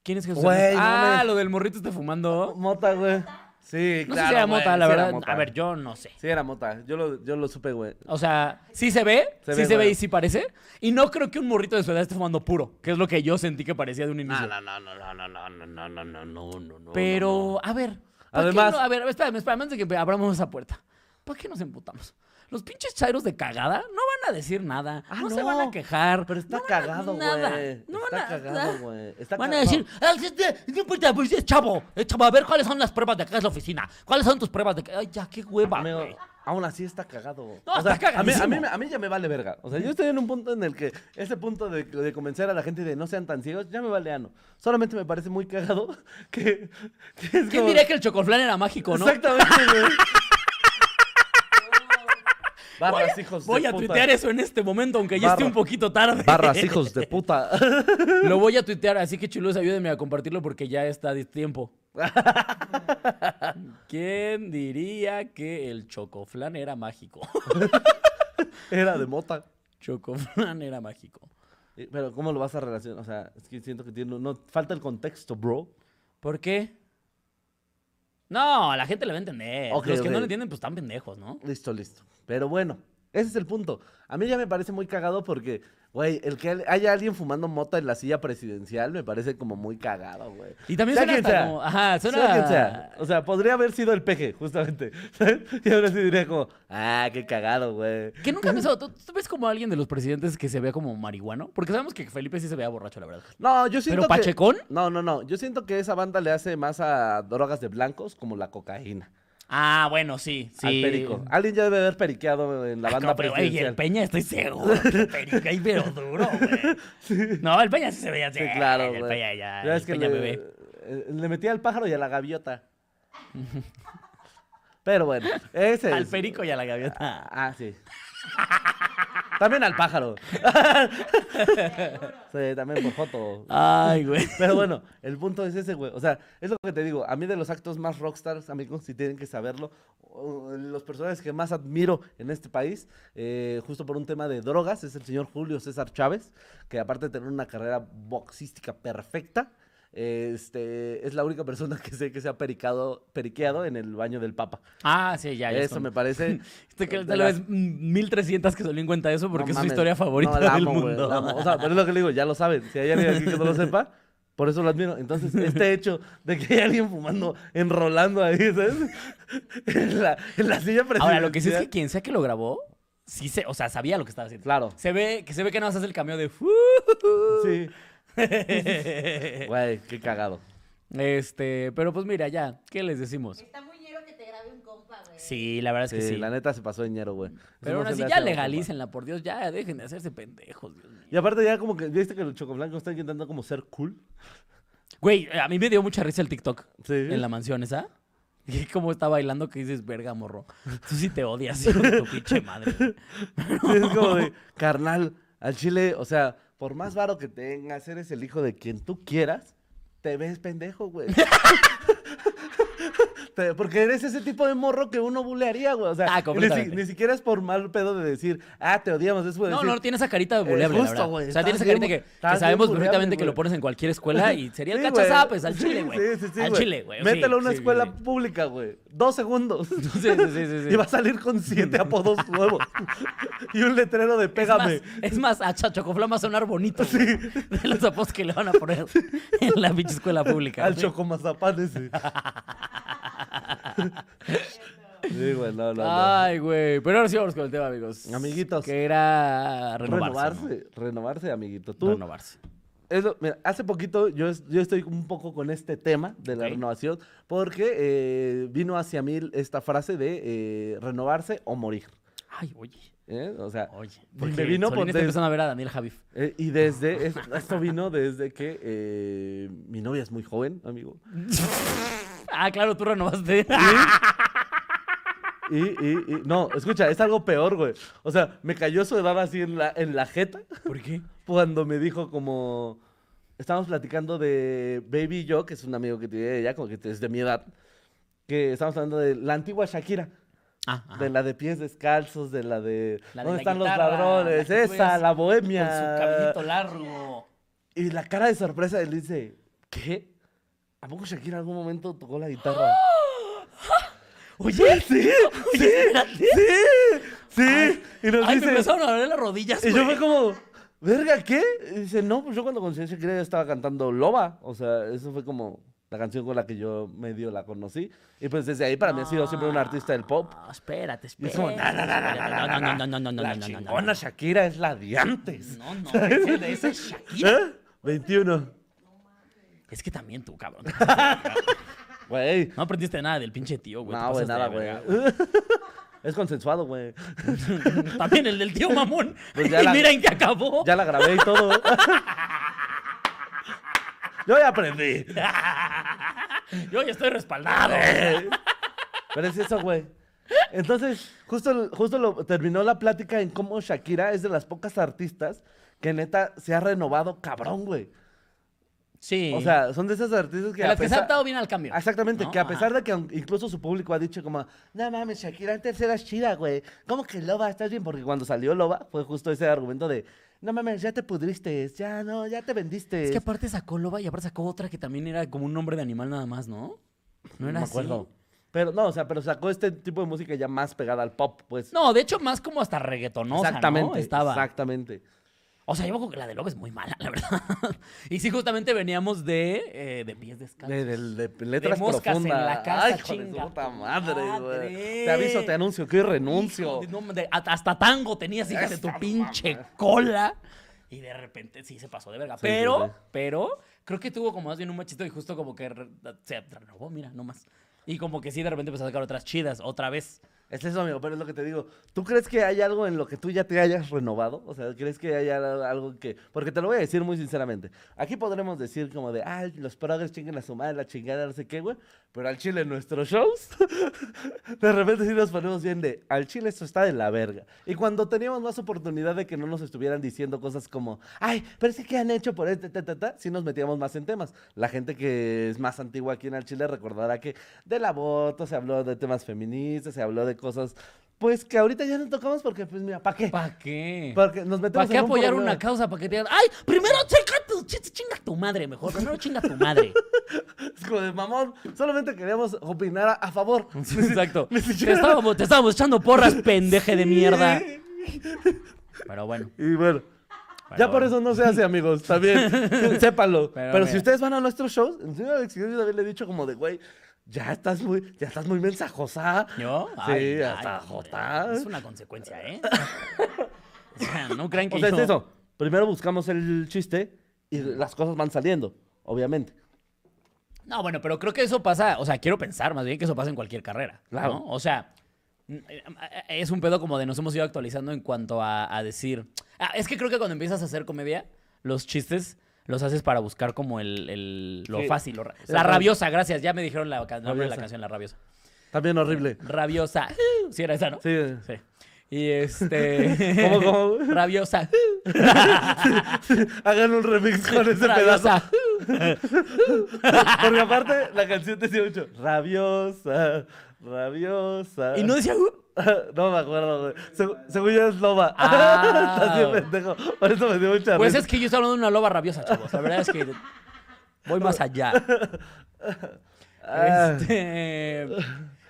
[SPEAKER 1] ¿Quién es Jesús?
[SPEAKER 2] Ah. Güey,
[SPEAKER 1] Ernesto?
[SPEAKER 2] no
[SPEAKER 1] ah,
[SPEAKER 2] mames.
[SPEAKER 1] lo del morrito está fumando.
[SPEAKER 2] mota, güey. Sí,
[SPEAKER 1] No
[SPEAKER 2] claro.
[SPEAKER 1] sé si era
[SPEAKER 2] güey,
[SPEAKER 1] mota, la
[SPEAKER 2] sí era
[SPEAKER 1] verdad.
[SPEAKER 2] mota.
[SPEAKER 1] A ver, yo no sé.
[SPEAKER 2] Sí, era mota. Yo lo, yo lo supe, güey.
[SPEAKER 1] O sea, sí se ve,
[SPEAKER 2] Se
[SPEAKER 1] sí
[SPEAKER 2] ve,
[SPEAKER 1] se ve
[SPEAKER 2] güey.
[SPEAKER 1] y sí parece. Y no creo que un morrito de su edad esté fumando puro, que es lo que yo sentí que parecía de un inicio.
[SPEAKER 2] no, no, no, no, no, no, no, no, no, no, no, no.
[SPEAKER 1] Pero, a ver. ¿para qué
[SPEAKER 2] Además-
[SPEAKER 1] no- a ver, espérame, espérame, antes de que abramos esa puerta. ¿Para qué nos emputamos? Los pinches chairos de cagada no van a decir nada.
[SPEAKER 2] Ah,
[SPEAKER 1] no, se van a
[SPEAKER 2] no,
[SPEAKER 1] quejar.
[SPEAKER 2] Pero está
[SPEAKER 1] no van a-
[SPEAKER 2] cagado,
[SPEAKER 1] nada,
[SPEAKER 2] güey.
[SPEAKER 1] no van
[SPEAKER 2] está
[SPEAKER 1] a-
[SPEAKER 2] cagado, güey. Está
[SPEAKER 1] Van a
[SPEAKER 2] cagado.
[SPEAKER 1] decir, "Ah, es de- no importa, pues es chavo, es chavo, a ver cuáles son las pruebas de acá es la oficina. ¿Cuáles son tus pruebas de acá? Ay, ya, qué hueva,
[SPEAKER 2] Amigo,
[SPEAKER 1] güey.
[SPEAKER 2] aún así está cagado.
[SPEAKER 1] No,
[SPEAKER 2] o sea,
[SPEAKER 1] está
[SPEAKER 2] a mí, a, mí,
[SPEAKER 1] cagadísimo.
[SPEAKER 2] a mí ya me vale verga. O sea, yo estoy en un punto en el que ese punto de, de convencer a la gente de no sean tan ciegos ya me vale ano. Solamente me parece muy cagado [LAUGHS] que. que es
[SPEAKER 1] ¿Quién diría que el chocoflan era mágico, no?
[SPEAKER 2] Exactamente,
[SPEAKER 1] [LAUGHS]
[SPEAKER 2] güey. Barras, hijos
[SPEAKER 1] Voy
[SPEAKER 2] de
[SPEAKER 1] a
[SPEAKER 2] puta.
[SPEAKER 1] tuitear eso en este momento, aunque ya esté
[SPEAKER 2] Barra-
[SPEAKER 1] un poquito tarde.
[SPEAKER 2] Barras,
[SPEAKER 1] [LAUGHS]
[SPEAKER 2] hijos de puta.
[SPEAKER 1] Lo voy a tuitear, así que chulos, ayúdenme a compartirlo porque ya está
[SPEAKER 2] [LAUGHS]
[SPEAKER 1] de tiempo. ¿Quién diría que el chocoflan era mágico? [LAUGHS]
[SPEAKER 2] Era de mota.
[SPEAKER 1] chocoflan era mágico.
[SPEAKER 2] Eh, Pero, ¿cómo lo vas a relacionar? O sea, es que siento que tiene. No, falta el contexto, bro.
[SPEAKER 1] ¿Por qué? No, la gente le va a entender.
[SPEAKER 2] Ok,
[SPEAKER 1] Los que
[SPEAKER 2] ok.
[SPEAKER 1] no lo entienden, pues están pendejos, ¿no?
[SPEAKER 2] Listo, listo. Pero bueno, ese es el punto. A mí ya me parece muy cagado porque, güey, el que haya alguien fumando mota en la silla presidencial me parece como muy cagado, güey.
[SPEAKER 1] Y también
[SPEAKER 2] Sea
[SPEAKER 1] suena
[SPEAKER 2] quien
[SPEAKER 1] hasta
[SPEAKER 2] sea.
[SPEAKER 1] como- ajá,
[SPEAKER 2] Sea
[SPEAKER 1] suena-
[SPEAKER 2] quien sea. O sea, podría haber sido el peje, justamente. [LAUGHS] ¿sabes? Y ahora sí diría como, ah, qué cagado, güey.
[SPEAKER 1] Que nunca me ¿Tú, tú ves como alguien de los presidentes que se vea como marihuano? Porque sabemos que Felipe sí se vea borracho, la verdad.
[SPEAKER 2] No, yo siento
[SPEAKER 1] ¿Pero
[SPEAKER 2] que-
[SPEAKER 1] Pachecón?
[SPEAKER 2] No, no, no. Yo siento que esa banda le hace más a drogas de blancos como la cocaína.
[SPEAKER 1] Ah, bueno, sí, sí.
[SPEAKER 2] Al perico. Alguien ya debe haber periqueado en la
[SPEAKER 1] Ah,
[SPEAKER 2] banda
[SPEAKER 1] no, pero, güey,
[SPEAKER 2] presidencial.
[SPEAKER 1] el Peña estoy seguro. que El Peña ahí, pero duro, güey.
[SPEAKER 2] [LAUGHS]
[SPEAKER 1] No, el Peña sí se veía así. eh,
[SPEAKER 2] Sí, claro,
[SPEAKER 1] El
[SPEAKER 2] güey.
[SPEAKER 1] Peña ya.
[SPEAKER 2] Ya
[SPEAKER 1] el
[SPEAKER 2] es que
[SPEAKER 1] Peña
[SPEAKER 2] le,
[SPEAKER 1] bebé.
[SPEAKER 2] eh, le metía al pájaro y a la
[SPEAKER 1] [LAUGHS]
[SPEAKER 2] gaviota. Pero bueno, ese
[SPEAKER 1] Al
[SPEAKER 2] es.
[SPEAKER 1] perico y a la gaviota.
[SPEAKER 2] Ah, sí. también al
[SPEAKER 1] [LAUGHS]
[SPEAKER 2] pájaro. sí, también por foto.
[SPEAKER 1] Ay, güey.
[SPEAKER 2] Pero bueno, el punto es ese, güey. O sea, es lo que te digo. A mí de los actos más rockstars, amigos, si tienen que saberlo, o- los personajes que más admiro en este país, eh, justo por un tema de drogas, es el señor Julio César Chávez, que aparte de tener una carrera boxística perfecta, Este, es la única persona que sé que se ha pericado, periqueado en el baño del Papa.
[SPEAKER 1] Ah, sí, ya. ya es
[SPEAKER 2] Eso
[SPEAKER 1] cuando-
[SPEAKER 2] me
[SPEAKER 1] [LAUGHS]
[SPEAKER 2] parece.
[SPEAKER 1] Te creo
[SPEAKER 2] de
[SPEAKER 1] que tal
[SPEAKER 2] las-
[SPEAKER 1] vez mm, 1300 que salió en cuenta eso
[SPEAKER 2] No
[SPEAKER 1] porque es su
[SPEAKER 2] mames.
[SPEAKER 1] historia favorita
[SPEAKER 2] No, la
[SPEAKER 1] del
[SPEAKER 2] amo, güey,
[SPEAKER 1] mundo.
[SPEAKER 2] la amo. O sea, pero es lo que le digo, ya lo saben. Si hay alguien aquí que no lo sepa, por eso lo admiro. Entonces, este hecho de que hay alguien fumando, enrolando ahí, ¿sabes? En la, en la silla presidencial.
[SPEAKER 1] [LAUGHS] Ahora, lo que sí es que quien sea que lo grabó, sí se, o sea, sabía lo que estaba haciendo.
[SPEAKER 2] Claro.
[SPEAKER 1] Se ve que se ve que nada más hace el cambio de
[SPEAKER 2] [LAUGHS] Sí.
[SPEAKER 1] Eh,
[SPEAKER 2] Güey, qué cagado.
[SPEAKER 1] Este, pero pues mira, ya, ¿qué les decimos?
[SPEAKER 3] Está muy ñero que te grabe un compa, güey.
[SPEAKER 1] Sí, la verdad es
[SPEAKER 2] Sí,
[SPEAKER 1] que sí.
[SPEAKER 2] la neta se pasó de ñero, güey. Eso
[SPEAKER 1] Pero
[SPEAKER 2] no
[SPEAKER 1] aún
[SPEAKER 2] se
[SPEAKER 1] así,
[SPEAKER 2] le hace
[SPEAKER 1] ya
[SPEAKER 2] a la
[SPEAKER 1] legalícenla, por Dios, ya dejen de hacerse pendejos, Dios mío.
[SPEAKER 2] compa. Y aparte ya como que, ¿viste que el Chocoblanco está intentando como ser cool?
[SPEAKER 1] Güey, a mí me dio mucha risa el TikTok
[SPEAKER 2] Sí.
[SPEAKER 1] en la mansión esa. [LAUGHS] Y cómo está bailando que dices, verga, morro. Tú sí te odias, hijo
[SPEAKER 2] [LAUGHS]
[SPEAKER 1] de tu pinche madre. güey".
[SPEAKER 2] Sí, [LAUGHS] es como de, carnal, al chile, o sea, por más varo que tengas, eres el hijo de quien tú quieras, te ves pendejo, güey. [LAUGHS] Te- Porque eres ese tipo de morro que uno bulearía, güey. O sea,
[SPEAKER 1] Ah,
[SPEAKER 2] ni si-
[SPEAKER 1] completamente.
[SPEAKER 2] ni, siquiera es por mal pedo de decir, ah, te odiamos. Es por
[SPEAKER 1] No,
[SPEAKER 2] decir,
[SPEAKER 1] no, tiene esa carita de
[SPEAKER 2] Es
[SPEAKER 1] buleable, la
[SPEAKER 2] justo,
[SPEAKER 1] verdad.
[SPEAKER 2] güey,
[SPEAKER 1] o sea, tiene esa
[SPEAKER 2] estás
[SPEAKER 1] carita
[SPEAKER 2] bien-
[SPEAKER 1] que, que
[SPEAKER 2] estás
[SPEAKER 1] sabemos
[SPEAKER 2] bien
[SPEAKER 1] perfectamente
[SPEAKER 2] buleable,
[SPEAKER 1] que lo
[SPEAKER 2] güey.
[SPEAKER 1] pones en cualquier
[SPEAKER 2] [LAUGHS]
[SPEAKER 1] escuela y sería el
[SPEAKER 2] Sí, güey.
[SPEAKER 1] cachazapes al
[SPEAKER 2] Sí,
[SPEAKER 1] chile, güey.
[SPEAKER 2] Sí, sí, sí,
[SPEAKER 1] al
[SPEAKER 2] güey.
[SPEAKER 1] chile, güey. sí,
[SPEAKER 2] Mételo a una
[SPEAKER 1] sí,
[SPEAKER 2] escuela
[SPEAKER 1] sí,
[SPEAKER 2] pública, güey. Dos segundos.
[SPEAKER 1] [LAUGHS] Sí, sí, sí, sí, sí.
[SPEAKER 2] Y va a salir con siete apodos
[SPEAKER 1] [LAUGHS]
[SPEAKER 2] nuevos. y un letrero de
[SPEAKER 1] Es más,
[SPEAKER 2] pégame.
[SPEAKER 1] es más, a Chachocoflán va a sonar bonito güey, de los apodos que le van a poner en la pinche escuela pública.
[SPEAKER 2] Al
[SPEAKER 1] güey.
[SPEAKER 2] chocomazapán
[SPEAKER 1] [LAUGHS]
[SPEAKER 2] ese. sí, güey, no, no, no.
[SPEAKER 1] Ay, güey. Pero ahora sí vamos con el tema, amigos.
[SPEAKER 2] Amiguitos.
[SPEAKER 1] Que era renovarse.
[SPEAKER 2] renovarse, renovarse, amiguito.
[SPEAKER 1] ¿no?
[SPEAKER 2] Tú,
[SPEAKER 1] Renovarse.
[SPEAKER 2] es lo- mira, hace poquito yo, es- yo estoy un poco con este tema de la
[SPEAKER 1] Ok.
[SPEAKER 2] renovación porque eh, vino hacia mí esta frase de eh, renovarse o morir.
[SPEAKER 1] Ay, oye.
[SPEAKER 2] ¿eh? O sea,
[SPEAKER 1] Oye.
[SPEAKER 2] porque
[SPEAKER 1] Porque
[SPEAKER 2] vino
[SPEAKER 1] vino por.
[SPEAKER 2] por
[SPEAKER 1] Está
[SPEAKER 2] des-
[SPEAKER 1] empezando a ver a Daniel Javif.
[SPEAKER 2] eh, y desde, es- esto vino desde que eh, mi novia es muy joven, amigo.
[SPEAKER 1] Ah, claro, tú renovaste.
[SPEAKER 2] Y, y, y, no, escucha, es algo peor, güey. O sea, me cayó su edad así en la, en la jeta.
[SPEAKER 1] ¿Por qué?
[SPEAKER 2] cuando me dijo como... Estábamos platicando de Baby y yo, que es un amigo que tiene ella, como que es de mi edad. Que estábamos hablando de la antigua Shakira.
[SPEAKER 1] Ah, ajá.
[SPEAKER 2] De la de pies descalzos, de la de...
[SPEAKER 1] La de
[SPEAKER 2] ¿Dónde
[SPEAKER 1] la
[SPEAKER 2] están
[SPEAKER 1] guitarra,
[SPEAKER 2] los ladrones?
[SPEAKER 1] la que tú
[SPEAKER 2] esa,
[SPEAKER 1] ves
[SPEAKER 2] la
[SPEAKER 1] Con
[SPEAKER 2] bohemia.
[SPEAKER 1] su cabellito largo.
[SPEAKER 2] Y la cara de sorpresa, él dice, ¿qué? ¿A poco Shakira en algún momento tocó la [GASPS] guitarra?
[SPEAKER 1] Oye,
[SPEAKER 2] ¡Sí!
[SPEAKER 1] Oye,
[SPEAKER 2] ¡Sí!
[SPEAKER 1] espérate.
[SPEAKER 2] ¡Sí! ¡Sí! Y nos
[SPEAKER 1] Ay, me
[SPEAKER 2] dice...
[SPEAKER 1] empezaron a doler las rodillas.
[SPEAKER 2] Y yo
[SPEAKER 1] güey.
[SPEAKER 2] fue como, ¿verga qué? Y dice, no, pues yo cuando conocí a Shakira ya estaba cantando Loba. O sea, eso fue como la canción con la que yo medio la conocí. Y pues desde ahí para mí ha sido siempre un artista del pop.
[SPEAKER 1] No, espérate,
[SPEAKER 2] Y es
[SPEAKER 1] espérate.
[SPEAKER 2] como, no, no, no, no, no, no, no, no, no, Ah, no, no, La chingona Shakira es la de antes.
[SPEAKER 1] No, [LAUGHS] no, ese de esa es Shakira.
[SPEAKER 2] ¿Eh? 21.
[SPEAKER 1] Es que también tú, cabrón. [LAUGHS]
[SPEAKER 2] Güey.
[SPEAKER 1] No aprendiste nada del pinche tío, güey. te
[SPEAKER 2] No, güey,
[SPEAKER 1] pasas de
[SPEAKER 2] nada, güey.
[SPEAKER 1] verga,
[SPEAKER 2] [LAUGHS] Es consensuado, güey.
[SPEAKER 1] güey. También el del tío mamón.
[SPEAKER 2] Pues ya
[SPEAKER 1] Y
[SPEAKER 2] la-
[SPEAKER 1] mira en qué acabó.
[SPEAKER 2] Ya la grabé y todo. Yo ya
[SPEAKER 1] [LAUGHS]
[SPEAKER 2] aprendí.
[SPEAKER 1] Yo ya estoy respaldado.
[SPEAKER 2] Pero es eso, güey. Entonces, justo, justo lo, terminó la plática en cómo Shakira es de las pocas artistas que neta se ha renovado cabrón, güey.
[SPEAKER 1] Sí.
[SPEAKER 2] O sea, son de esas artistas que...
[SPEAKER 1] de
[SPEAKER 2] a
[SPEAKER 1] las que se ha
[SPEAKER 2] pesar-
[SPEAKER 1] adaptado bien al cambio.
[SPEAKER 2] Ah, Exactamente,
[SPEAKER 1] ¿No?
[SPEAKER 2] que a
[SPEAKER 1] Ajá.
[SPEAKER 2] pesar de que aun- incluso su público ha dicho como, no mames, Shakira antes eras chida, güey. ¿Cómo que Loba? ¿Estás bien? Porque cuando salió Loba fue justo ese argumento de, no mames, ya te pudriste, ya no, ya te vendiste.
[SPEAKER 1] Es que aparte sacó Loba y aparte sacó otra que también era como un nombre de animal nada más, ¿no? No era
[SPEAKER 2] me
[SPEAKER 1] así.
[SPEAKER 2] acuerdo. Pero no, o sea, pero sacó este tipo de música ya más pegada al pop, pues.
[SPEAKER 1] No, de hecho, más como hasta reggaetonosa,
[SPEAKER 2] exactamente,
[SPEAKER 1] ¿no? Estaba.
[SPEAKER 2] exactamente.
[SPEAKER 1] O sea, yo creo que la de Loba es muy mala, la verdad. [LAUGHS] y sí, justamente veníamos de, eh, de pies descalzos.
[SPEAKER 2] De, del- de letras
[SPEAKER 1] moscas en
[SPEAKER 2] profundas.
[SPEAKER 1] la casa,
[SPEAKER 2] Ay, hijo de
[SPEAKER 1] chinga
[SPEAKER 2] su puta
[SPEAKER 1] tu
[SPEAKER 2] madre, güey.
[SPEAKER 1] madre.
[SPEAKER 2] Te aviso, te anuncio que hoy renuncio.
[SPEAKER 1] Hijo de- no, de- hasta- hasta tango tenías, hija de tu
[SPEAKER 2] Esa
[SPEAKER 1] pinche
[SPEAKER 2] mamá.
[SPEAKER 1] cola. Y de repente sí se pasó de verga.
[SPEAKER 2] Sí,
[SPEAKER 1] pero,
[SPEAKER 2] sí, sí.
[SPEAKER 1] pero, creo que tuvo como más bien un machito y justo como que re- se renovó, mira, nomás. Y como que sí, de repente empezó a sacar otras chidas, otra vez.
[SPEAKER 2] Es eso, amigo, pero es lo que te digo. ¿Tú crees que hay algo en lo que tú ya te hayas renovado? O sea, ¿crees que hay al- algo que...? Porque te lo voy a decir muy sinceramente. Aquí podremos decir como de, ay, los progres chinguen a su madre, la chingada, no sé qué, güey. Pero al chile en nuestros shows, de repente sí nos ponemos bien de, al chile esto está de la verga. Y cuando teníamos más oportunidad de que no nos estuvieran diciendo cosas como, ay, pero es que ¿qué han hecho por este, ta, ta, ta? Sí nos metíamos más en temas. La gente que es más antigua aquí en el Chile recordará que del aborto se habló de temas feministas, se habló de cosas, pues que ahorita ya no tocamos porque, pues mira, ¿para qué?
[SPEAKER 1] ¿Para qué?
[SPEAKER 2] Porque nos metemos
[SPEAKER 1] ¿Para qué
[SPEAKER 2] en un
[SPEAKER 1] apoyar
[SPEAKER 2] problema.
[SPEAKER 1] una causa? ¿Para que te digan, ay, primero checa tus ch- chinga tu madre mejor. Primero chinga tu madre.
[SPEAKER 2] Es como de mamón, solamente queríamos opinar a, a favor.
[SPEAKER 1] Sí,
[SPEAKER 2] [LAUGHS]
[SPEAKER 1] Exacto. Te estábamos, te estábamos echando porras, pendeje de mierda. Pero bueno.
[SPEAKER 2] Y bueno,
[SPEAKER 1] pero
[SPEAKER 2] ya por
[SPEAKER 1] bueno.
[SPEAKER 2] eso no se hace, amigos,
[SPEAKER 1] [LAUGHS]
[SPEAKER 2] también, sépanlo.
[SPEAKER 1] Pero
[SPEAKER 2] Pero,
[SPEAKER 1] mira.
[SPEAKER 2] si ustedes van a nuestros shows, en serio, Alex, yo también le he dicho como de, güey, ya estás muy, ya estás muy mensajosa.
[SPEAKER 1] ¿Yo?
[SPEAKER 2] Sí, hasta
[SPEAKER 1] hombre,
[SPEAKER 2] Jota.
[SPEAKER 1] Es una consecuencia,
[SPEAKER 2] [LAUGHS]
[SPEAKER 1] ¿eh? O sea, no crean que
[SPEAKER 2] O sea,
[SPEAKER 1] yo...
[SPEAKER 2] es eso. Primero buscamos el chiste y las cosas van saliendo, obviamente.
[SPEAKER 1] No, bueno, pero creo que eso pasa, o sea, quiero pensar más bien que eso pasa en cualquier carrera.
[SPEAKER 2] Claro.
[SPEAKER 1] ¿no? O sea, n- eh, es un pedo como de nos hemos ido actualizando en cuanto a, a decir. Ah, es que creo que cuando empiezas a hacer comedia, los chistes los haces para buscar como el, el- lo
[SPEAKER 2] Sí.
[SPEAKER 1] fácil. lo ra- la
[SPEAKER 2] Exacto.
[SPEAKER 1] rabiosa, gracias. Ya me dijeron la, ca- el nombre de la
[SPEAKER 2] Rabiosa.
[SPEAKER 1] canción, la rabiosa.
[SPEAKER 2] También horrible. [LAUGHS]
[SPEAKER 1] Rabiosa. Sí, era esa, ¿no?
[SPEAKER 2] Sí. [LAUGHS]
[SPEAKER 1] Sí. Y este.
[SPEAKER 2] ¿Cómo, cómo?
[SPEAKER 1] [LAUGHS] Rabiosa.
[SPEAKER 2] Hagan un remix con [LAUGHS] ese pedazo.
[SPEAKER 1] rabiosa.
[SPEAKER 2] Porque aparte, la canción decía mucho, rabiosa, rabiosa.
[SPEAKER 1] Y no decía. "Uh".
[SPEAKER 2] [LAUGHS] no me acuerdo, güey. Segu- según yo es loba. [LAUGHS]
[SPEAKER 1] Ah.
[SPEAKER 2] Estás bien pendejo. Por eso me dio mucha
[SPEAKER 1] Pues
[SPEAKER 2] risa.
[SPEAKER 1] es que yo estoy hablando de una loba rabiosa, chavos. La verdad es que voy más allá.
[SPEAKER 2] Ah.
[SPEAKER 1] Este...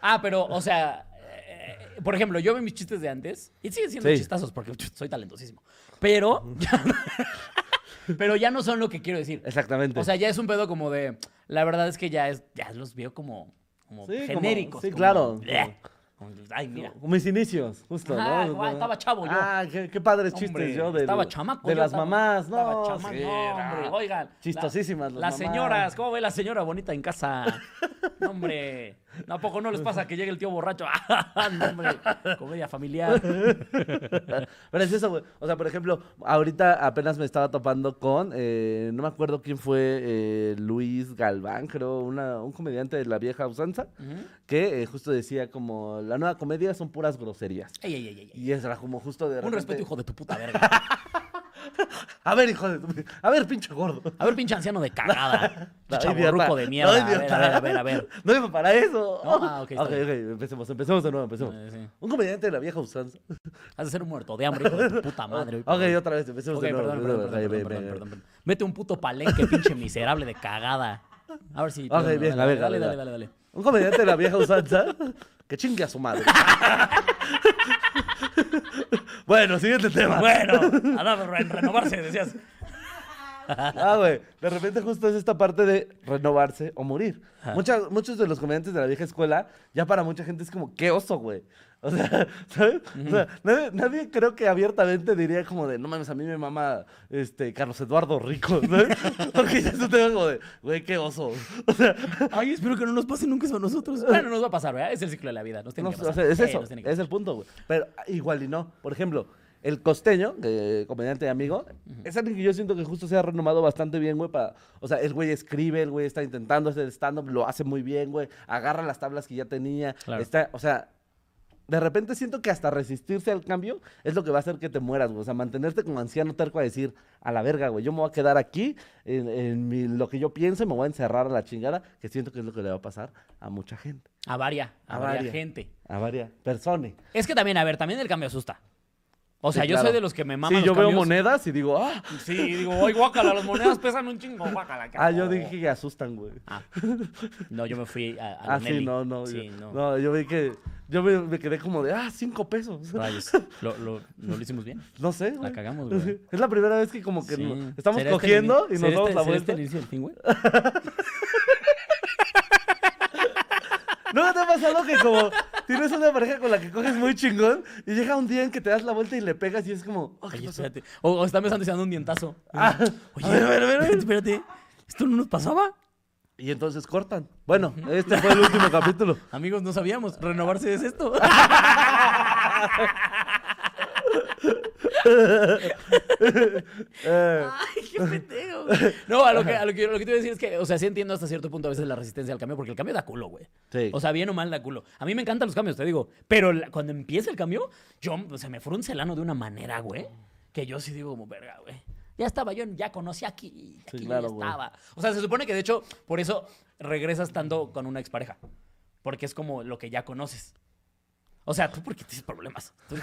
[SPEAKER 1] Ah, pero, o sea, eh, por ejemplo, yo veo mis chistes de antes y siguen siendo
[SPEAKER 2] Sí.
[SPEAKER 1] chistazos porque [LAUGHS] ch, soy talentosísimo. Pero, ya- [LAUGHS] pero ya no son lo que quiero decir.
[SPEAKER 2] Exactamente.
[SPEAKER 1] O sea, ya es un pedo como de. La verdad es que ya es, ya los veo como, como
[SPEAKER 2] Sí, como-
[SPEAKER 1] genéricos.
[SPEAKER 2] sí,
[SPEAKER 1] como-
[SPEAKER 2] claro.
[SPEAKER 1] bleh, como, ay, mira.
[SPEAKER 2] mis inicios, justo,
[SPEAKER 1] Ajá,
[SPEAKER 2] ¿no?
[SPEAKER 1] guay, estaba chavo yo.
[SPEAKER 2] Ah, qué, qué padres chistes
[SPEAKER 1] Hombre,
[SPEAKER 2] yo de,
[SPEAKER 1] estaba chamaco,
[SPEAKER 2] de
[SPEAKER 1] yo
[SPEAKER 2] las
[SPEAKER 1] estaba-
[SPEAKER 2] mamás, ¿no?
[SPEAKER 1] estaba chamaco,
[SPEAKER 2] sí, ah.
[SPEAKER 1] no, hombre,
[SPEAKER 2] era-
[SPEAKER 1] oigan. la-
[SPEAKER 2] Chistosísimas las
[SPEAKER 1] Las
[SPEAKER 2] mamás.
[SPEAKER 1] señoras, ¿cómo ve la señora bonita en casa? No, hombre. ¿no, ¿A poco no les pasa que llegue el tío borracho? [LAUGHS] Ah, no, hombre. Comedia familiar.
[SPEAKER 2] [LAUGHS] Pero es eso, güey. O sea, por ejemplo, ahorita apenas me estaba topando con, eh, no me acuerdo quién fue, eh, Luis Galván, creo, una, un comediante de la vieja usanza, que eh, justo decía como, la nueva comedia son puras groserías.
[SPEAKER 1] Ey, ey, ey, ey, ey.
[SPEAKER 2] Y es era como justo de
[SPEAKER 1] Un
[SPEAKER 2] repente,
[SPEAKER 1] respeto, hijo de tu puta verga.
[SPEAKER 2] A ver, hijo de tu- A ver, pinche gordo.
[SPEAKER 1] A ver, pinche anciano de
[SPEAKER 2] [LAUGHS]
[SPEAKER 1] cagada.
[SPEAKER 2] No, idiota.
[SPEAKER 1] Chaborruco de mierda.
[SPEAKER 2] No,
[SPEAKER 1] a ver, a ver, a ver, a ver.
[SPEAKER 2] [LAUGHS] No iba para eso.
[SPEAKER 1] No, ah, ok, está
[SPEAKER 2] ok,
[SPEAKER 1] bien.
[SPEAKER 2] ok, empecemos, empecemos de nuevo, empecemos.
[SPEAKER 1] Eh, sí.
[SPEAKER 2] Un comediante de la vieja usanza.
[SPEAKER 1] Has de ser un muerto de hambre, hijo de
[SPEAKER 2] [LAUGHS]
[SPEAKER 1] tu puta madre. hoy por
[SPEAKER 2] ok,
[SPEAKER 1] hoy.
[SPEAKER 2] otra vez, empecemos
[SPEAKER 1] Ok,
[SPEAKER 2] de nuevo.
[SPEAKER 1] perdón, perdón, perdón,
[SPEAKER 2] Ok,
[SPEAKER 1] perdón,
[SPEAKER 2] ve,
[SPEAKER 1] perdón,
[SPEAKER 2] ve,
[SPEAKER 1] perdón, perdón. Vete un puto palenque, pinche miserable de cagada. A ver si...
[SPEAKER 2] Ok,
[SPEAKER 1] dale,
[SPEAKER 2] bien,
[SPEAKER 1] dale,
[SPEAKER 2] a ver,
[SPEAKER 1] dale,
[SPEAKER 2] dale, dale.
[SPEAKER 1] dale, dale, dale.
[SPEAKER 2] Un comediante de la vieja usanza que chingue a su
[SPEAKER 1] [LAUGHS]
[SPEAKER 2] madre. bueno, siguiente tema.
[SPEAKER 1] Bueno, a dar- en renovarse, decías.
[SPEAKER 2] Ah, güey. De repente justo es esta parte de renovarse o morir. Mucha- muchos de los comediantes de la vieja escuela, ya para mucha gente es como, qué oso, güey. O sea, [LAUGHS] ¿sabes? O sea, nadie, nadie creo que abiertamente diría como de, no mames, a mí me mama este, Carlos Eduardo Rico, [LAUGHS] ¿sabes? Porque ya es un tema como de, güey, qué oso. [LAUGHS] O sea,
[SPEAKER 1] Ay, espero que no nos pase nunca eso a nosotros. Bueno, nos va a pasar, ¿verdad? Es el ciclo de la vida. Nos tiene
[SPEAKER 2] No,
[SPEAKER 1] que
[SPEAKER 2] o
[SPEAKER 1] pasar.
[SPEAKER 2] sea, es
[SPEAKER 1] Sí,
[SPEAKER 2] eso,
[SPEAKER 1] nos tiene que
[SPEAKER 2] es el punto, güey. Pero ah, igual y no. Por ejemplo, el costeño, que, comediante y amigo, es alguien que yo siento que justo se ha renomado bastante bien, güey. para- O sea, el güey escribe, el güey está intentando hacer stand-up, lo hace muy bien, güey. Agarra las tablas que ya tenía.
[SPEAKER 1] Claro.
[SPEAKER 2] Está, o sea, de repente siento que hasta resistirse al cambio es lo que va a hacer que te mueras, güey. O sea, mantenerte como anciano terco a decir, a la verga, güey, yo me voy a quedar aquí en, en mi- lo que yo pienso y me voy a encerrar a la chingada, que siento que es lo que le va a pasar a mucha gente,
[SPEAKER 1] pasar. A varia, a
[SPEAKER 2] A
[SPEAKER 1] varia
[SPEAKER 2] varia.
[SPEAKER 1] gente.
[SPEAKER 2] a varias personas.
[SPEAKER 1] Es que también, a ver, también el cambio asusta. O sea,
[SPEAKER 2] Sí,
[SPEAKER 1] yo
[SPEAKER 2] claro.
[SPEAKER 1] soy de los que me maman
[SPEAKER 2] Sí,
[SPEAKER 1] los
[SPEAKER 2] yo veo
[SPEAKER 1] cambios.
[SPEAKER 2] monedas y digo, ah,
[SPEAKER 1] Sí, digo, ay, guácala, las monedas pesan un chingo, guácala. qué
[SPEAKER 2] ah yo
[SPEAKER 1] asco".
[SPEAKER 2] dije que asustan, güey.
[SPEAKER 1] Ah. No, yo me fui a, a lo
[SPEAKER 2] Ah, sí,
[SPEAKER 1] Nelly.
[SPEAKER 2] no, no.
[SPEAKER 1] Sí,
[SPEAKER 2] yo,
[SPEAKER 1] no.
[SPEAKER 2] no. yo vi que, yo me, me quedé como de, ah, cinco pesos.
[SPEAKER 1] Rayos, lo, lo, no lo hicimos bien.
[SPEAKER 2] [LAUGHS] No sé, güey.
[SPEAKER 1] cagamos,
[SPEAKER 2] [LAUGHS]
[SPEAKER 1] güey.
[SPEAKER 2] Es la primera vez que como que
[SPEAKER 1] Sí.
[SPEAKER 2] no- estamos
[SPEAKER 1] ¿Será este
[SPEAKER 2] cogiendo
[SPEAKER 1] el ini-
[SPEAKER 2] y nos
[SPEAKER 1] será
[SPEAKER 2] damos
[SPEAKER 1] este-
[SPEAKER 2] la
[SPEAKER 1] será
[SPEAKER 2] vuelta.
[SPEAKER 1] este el inicio del fin, güey?
[SPEAKER 2] ¿No te ha pasado que como tienes una pareja con la que coges muy chingón y llega un día en que te das la vuelta y le pegas y es como, oh, ¿qué
[SPEAKER 1] Oye,
[SPEAKER 2] pasó?
[SPEAKER 1] espérate. O, o está besando y se dando un dientazo.
[SPEAKER 2] Ah,
[SPEAKER 1] Oye,
[SPEAKER 2] a ver, a ver, a ver, a ver.
[SPEAKER 1] espérate. ¿Esto no nos pasaba?
[SPEAKER 2] Y entonces cortan. Bueno, este fue el último capítulo.
[SPEAKER 1] Amigos, no sabíamos. Renovarse es esto.
[SPEAKER 2] Eh,
[SPEAKER 1] Ay, qué pendejo. No, a lo que, a lo que, lo que te iba a decir es que, o sea, sí entiendo hasta cierto punto a veces la resistencia al cambio, porque el cambio da culo, güey.
[SPEAKER 2] Sí.
[SPEAKER 1] O sea, bien o mal da culo. A mí me encantan los cambios, te [LAUGHS] digo. Pero la- cuando empieza el cambio, yo, o sea, me frunce el ano de una manera, güey, que yo sí digo como, verga, güey. Ya estaba yo, ya conocí aquí, aquí yo
[SPEAKER 2] claro,
[SPEAKER 1] ya
[SPEAKER 2] güey.
[SPEAKER 1] estaba. O sea, se supone que de hecho, por eso regresas tanto con una expareja. Porque es como lo que ya conoces. O sea, tú porque tienes problemas. Tú, tú-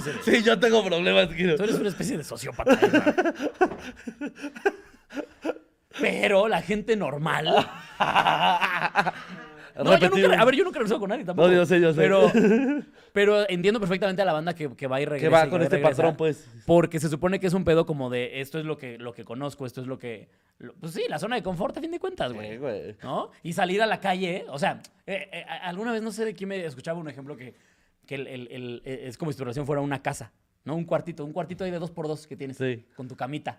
[SPEAKER 2] [LAUGHS]
[SPEAKER 1] tú-
[SPEAKER 2] sí, yo tengo problemas, Kiro.
[SPEAKER 1] Tú eres una especie de sociópata. ¿eh?
[SPEAKER 3] Pero la gente normal. No, yo
[SPEAKER 2] Repetimos.
[SPEAKER 3] nunca- a ver, yo nunca he regresado con nadie tampoco.
[SPEAKER 2] No, yo sé, yo sé. [LAUGHS]
[SPEAKER 3] Pero, pero entiendo perfectamente a la banda que, que va y regresa.
[SPEAKER 2] que va
[SPEAKER 3] y
[SPEAKER 2] con
[SPEAKER 3] y
[SPEAKER 2] este
[SPEAKER 3] regresa,
[SPEAKER 2] patrón, pues.
[SPEAKER 3] Porque se supone que es un pedo como de esto es lo que, lo que conozco, esto es lo que. lo- pues sí, la zona de confort, a fin de cuentas, güey.
[SPEAKER 2] Eh, güey.
[SPEAKER 3] ¿no? Y salir a la calle, o sea, eh, eh, a- alguna vez no sé de quién me escuchaba un ejemplo que, que el- el- el- eh, es como si tu relación fuera una casa, ¿no? Un cuartito, un cuartito ahí de dos por dos que tienes
[SPEAKER 2] Sí.
[SPEAKER 3] con tu camita.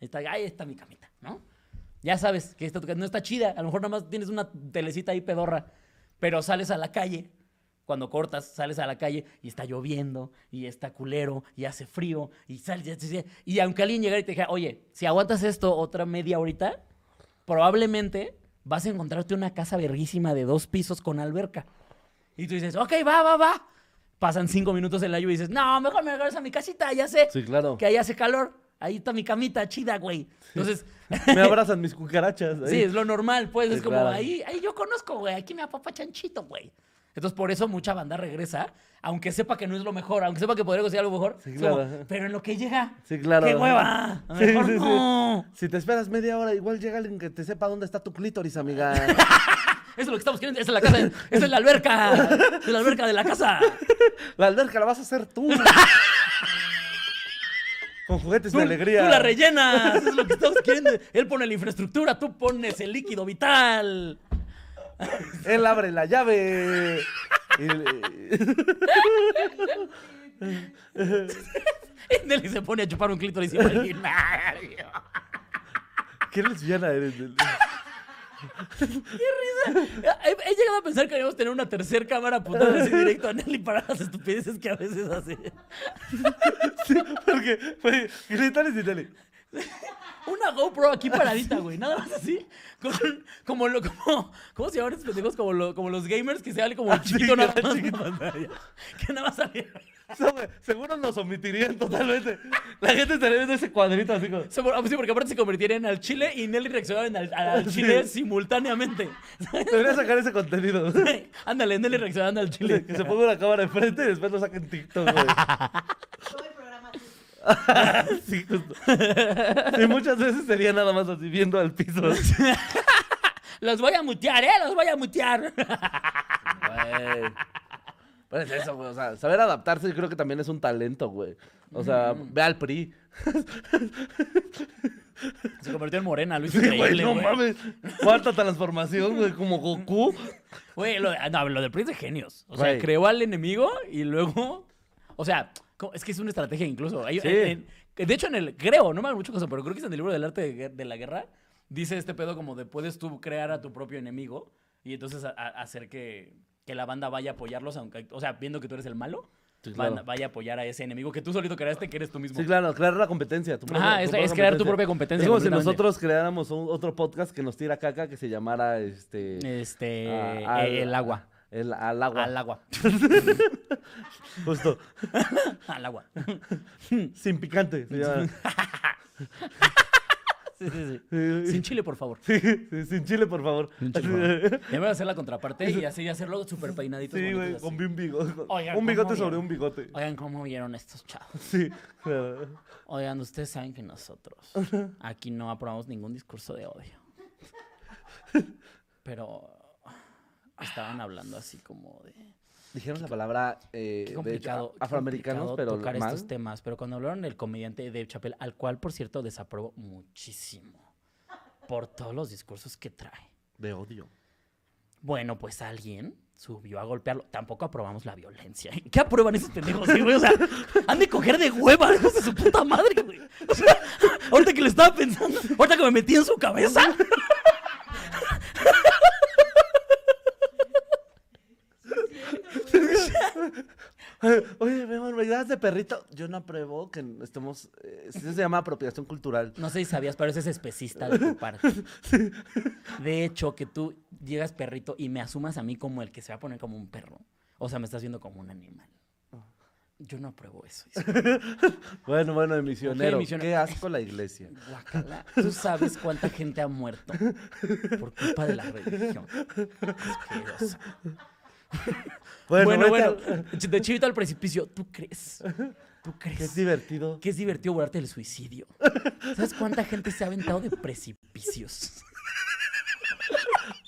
[SPEAKER 3] Ahí Está, ahí está mi camita, ¿no? Ya sabes que esta tu ca- no está chida, a lo mejor nada más tienes una telecita ahí pedorra, pero sales a la calle. Cuando cortas, sales a la calle y está lloviendo, y está culero, y hace frío, y sales. y- y- Y aunque alguien llegara y te dijera, oye, si aguantas esto otra media horita, probablemente vas a encontrarte una casa verguísima de dos pisos con alberca. Y tú dices, ok, va, va, va. Pasan cinco minutos en la lluvia y dices, no, mejor me regreso a mi casita, ya sé.
[SPEAKER 2] Sí, claro.
[SPEAKER 3] Que ahí hace calor. Ahí está mi camita chida, güey. Entonces, [LAUGHS]
[SPEAKER 2] Me abrazan mis cucarachas. ahí.
[SPEAKER 3] sí, es lo normal, pues.
[SPEAKER 2] Sí,
[SPEAKER 3] es como,
[SPEAKER 2] claro.
[SPEAKER 3] ahí, ahí yo conozco, güey. Aquí me apapachan chito, güey. Entonces, por eso mucha banda regresa, aunque sepa que no es lo mejor, aunque sepa que podría conseguir algo mejor.
[SPEAKER 2] Sí,
[SPEAKER 3] es como,
[SPEAKER 2] claro.
[SPEAKER 3] pero en lo que llega,
[SPEAKER 2] Sí, claro. Ah,
[SPEAKER 3] ¡qué hueva!
[SPEAKER 2] Sí,
[SPEAKER 3] Mejor
[SPEAKER 2] sí, sí.
[SPEAKER 3] no.
[SPEAKER 2] Si te esperas media hora, igual llega alguien que te sepa dónde está tu clítoris, amiga.
[SPEAKER 3] [LAUGHS] Eso es lo que estamos queriendo. Esa es la casa. de- esa es la alberca. Es la alberca de la casa.
[SPEAKER 2] la alberca la vas a hacer
[SPEAKER 3] [LAUGHS]
[SPEAKER 2] tú. Con juguetes
[SPEAKER 3] Tú,
[SPEAKER 2] de alegría.
[SPEAKER 3] tú la rellenas. Eso es lo que estamos queriendo. Él pone la infraestructura. Tú pones el líquido vital.
[SPEAKER 2] Él abre la llave. Y-
[SPEAKER 3] [LAUGHS] Nelly se pone a chupar un clítoris imaginario.
[SPEAKER 2] [LAUGHS] ¿Qué lesbiana eres? [LAUGHS]
[SPEAKER 3] He, he llegado a pensar que debíamos tener una tercera cámara putada así directo a Nelly para las estupideces que a veces hace.
[SPEAKER 2] Sí, porque fue clítoris y tele.
[SPEAKER 3] Una GoPro aquí paradita, güey. Nada más así. con- como lo, como, ¿Cómo se llaman estos pendejos? Como, lo- como los gamers que se sale como el
[SPEAKER 2] Ah, sí,
[SPEAKER 3] chiquito nada
[SPEAKER 2] que era
[SPEAKER 3] más.
[SPEAKER 2] chiquito.
[SPEAKER 3] [LAUGHS]
[SPEAKER 2] [LAUGHS]
[SPEAKER 3] Que nada más salía.
[SPEAKER 2] No, güey, Seguro nos omitirían totalmente. La gente estaría viendo ese cuadrito así como...
[SPEAKER 3] Se por- ah, Sí, porque aparte se convertirían al chile y Nelly reaccionaba en al, al
[SPEAKER 2] Sí.
[SPEAKER 3] chile simultáneamente. [LAUGHS]
[SPEAKER 2] Debería sacar ese contenido. [LAUGHS]
[SPEAKER 3] Ándale, Nelly reaccionando al chile.
[SPEAKER 2] Que se ponga una cámara enfrente y después lo saquen en TikTok, [LAUGHS] güey.
[SPEAKER 4] Todo el programa así.
[SPEAKER 2] Sí, justo. Y muchas veces sería nada más así viendo al piso.
[SPEAKER 3] Los voy a mutear, ¿eh? Los voy a mutear.
[SPEAKER 2] Güey. Pero es eso, güey. O sea, saber adaptarse yo creo que también es un talento, güey. O sea, ve al PRI.
[SPEAKER 3] Se convirtió en morena, Luis.
[SPEAKER 2] Sí, güey,
[SPEAKER 3] increíble,
[SPEAKER 2] no
[SPEAKER 3] güey.
[SPEAKER 2] mames. Cuarta transformación, güey, como Goku.
[SPEAKER 3] Güey, lo, ah, no, lo del Prince de genios. O
[SPEAKER 2] Güey.
[SPEAKER 3] sea, creó al enemigo y luego. O sea, co- es que es una estrategia incluso. Hay-
[SPEAKER 2] Sí.
[SPEAKER 3] en- en- de hecho, en el. Creo, no me hago mucho cosa, pero creo que es en el libro del arte de, guer- de la guerra. Dice este pedo como de puedes tú crear a tu propio enemigo y entonces a- a- hacer que, que la banda vaya a apoyarlos, aunque, o sea, viendo que tú eres el malo,
[SPEAKER 2] Sí,
[SPEAKER 3] van-
[SPEAKER 2] claro.
[SPEAKER 3] vaya a apoyar a ese enemigo que tú solito creaste, que eres tú mismo.
[SPEAKER 2] Sí, claro, crear la competencia. tu propia-
[SPEAKER 3] Ajá,
[SPEAKER 2] tu
[SPEAKER 3] es-
[SPEAKER 2] propia
[SPEAKER 3] es crear tu propia competencia,
[SPEAKER 2] Es como si
[SPEAKER 3] completamente.
[SPEAKER 2] nosotros creáramos un- otro podcast que nos tira caca que se llamara este.
[SPEAKER 3] Este.
[SPEAKER 2] a- Ah, al-
[SPEAKER 3] eh, el agua.
[SPEAKER 2] El, al agua.
[SPEAKER 3] Al agua.
[SPEAKER 2] [LAUGHS] Justo.
[SPEAKER 3] [LAUGHS] Al agua.
[SPEAKER 2] Sin picante. se llama.
[SPEAKER 3] Sí, sí, sí.
[SPEAKER 2] Sí.
[SPEAKER 3] Sin chile, por favor.
[SPEAKER 2] Sí, sí, sin chile, por favor.
[SPEAKER 3] Pinche mamá. Ya me voy a hacer la contraparte y así hacerlo súper peinadito.
[SPEAKER 2] Sí, güey, con un bigote.
[SPEAKER 3] Oigan,
[SPEAKER 2] un bigote
[SPEAKER 3] ¿cómo
[SPEAKER 2] sobre
[SPEAKER 3] vieron?
[SPEAKER 2] un bigote.
[SPEAKER 3] Oigan, ¿cómo vieron estos chavos?
[SPEAKER 2] Sí, claro.
[SPEAKER 3] Oigan, ustedes saben que nosotros aquí no aprobamos ningún discurso de odio. Pero estaban hablando así como de...
[SPEAKER 2] Dijeron la palabra eh,
[SPEAKER 3] Qué
[SPEAKER 2] de
[SPEAKER 3] complicado,
[SPEAKER 2] hecho,
[SPEAKER 3] qué
[SPEAKER 2] afroamericanos,
[SPEAKER 3] complicado
[SPEAKER 2] pero
[SPEAKER 3] tocar
[SPEAKER 2] mal.
[SPEAKER 3] estos temas. Pero cuando hablaron del comediante Dave Chappelle, al cual, por cierto, desaprobo muchísimo por todos los discursos que trae.
[SPEAKER 2] De odio. [LAUGHS]
[SPEAKER 3] Bueno, pues alguien subió a golpearlo. Tampoco aprobamos la violencia. [LAUGHS] ¿Qué aprueban esos pendejos, sí, güey? O sea, han de coger de hueva, hijos de su puta madre, güey. O sea, ahorita que lo estaba pensando, ahorita que me metí en su cabeza.
[SPEAKER 2] Eh, Oye, mi amor, ¿me das de perrito? Yo no apruebo que estemos... eh, eso se llama apropiación cultural.
[SPEAKER 3] No sé si sabías, pero ese es especista de
[SPEAKER 2] [LAUGHS]
[SPEAKER 3] tu parte. De hecho, que tú llegas perrito y me asumas a mí como el que se va a poner como un perro. O sea, me estás viendo como un animal.
[SPEAKER 2] Oh.
[SPEAKER 3] Yo no apruebo eso. Isabel.
[SPEAKER 2] Bueno, bueno, el misionero.
[SPEAKER 3] misionero.
[SPEAKER 2] Qué asco la iglesia.
[SPEAKER 3] Guácala. Tú sabes cuánta gente ha muerto por culpa de la religión. Asqueroso. Bueno, bueno,
[SPEAKER 2] vete al-
[SPEAKER 3] de chivito al precipicio, ¿tú crees
[SPEAKER 1] ¿Tú crees?
[SPEAKER 2] Qué divertido.
[SPEAKER 1] que es divertido burlarte del suicidio. ¿Sabes cuánta gente se ha aventado de
[SPEAKER 2] [LAUGHS]
[SPEAKER 1] precipicios?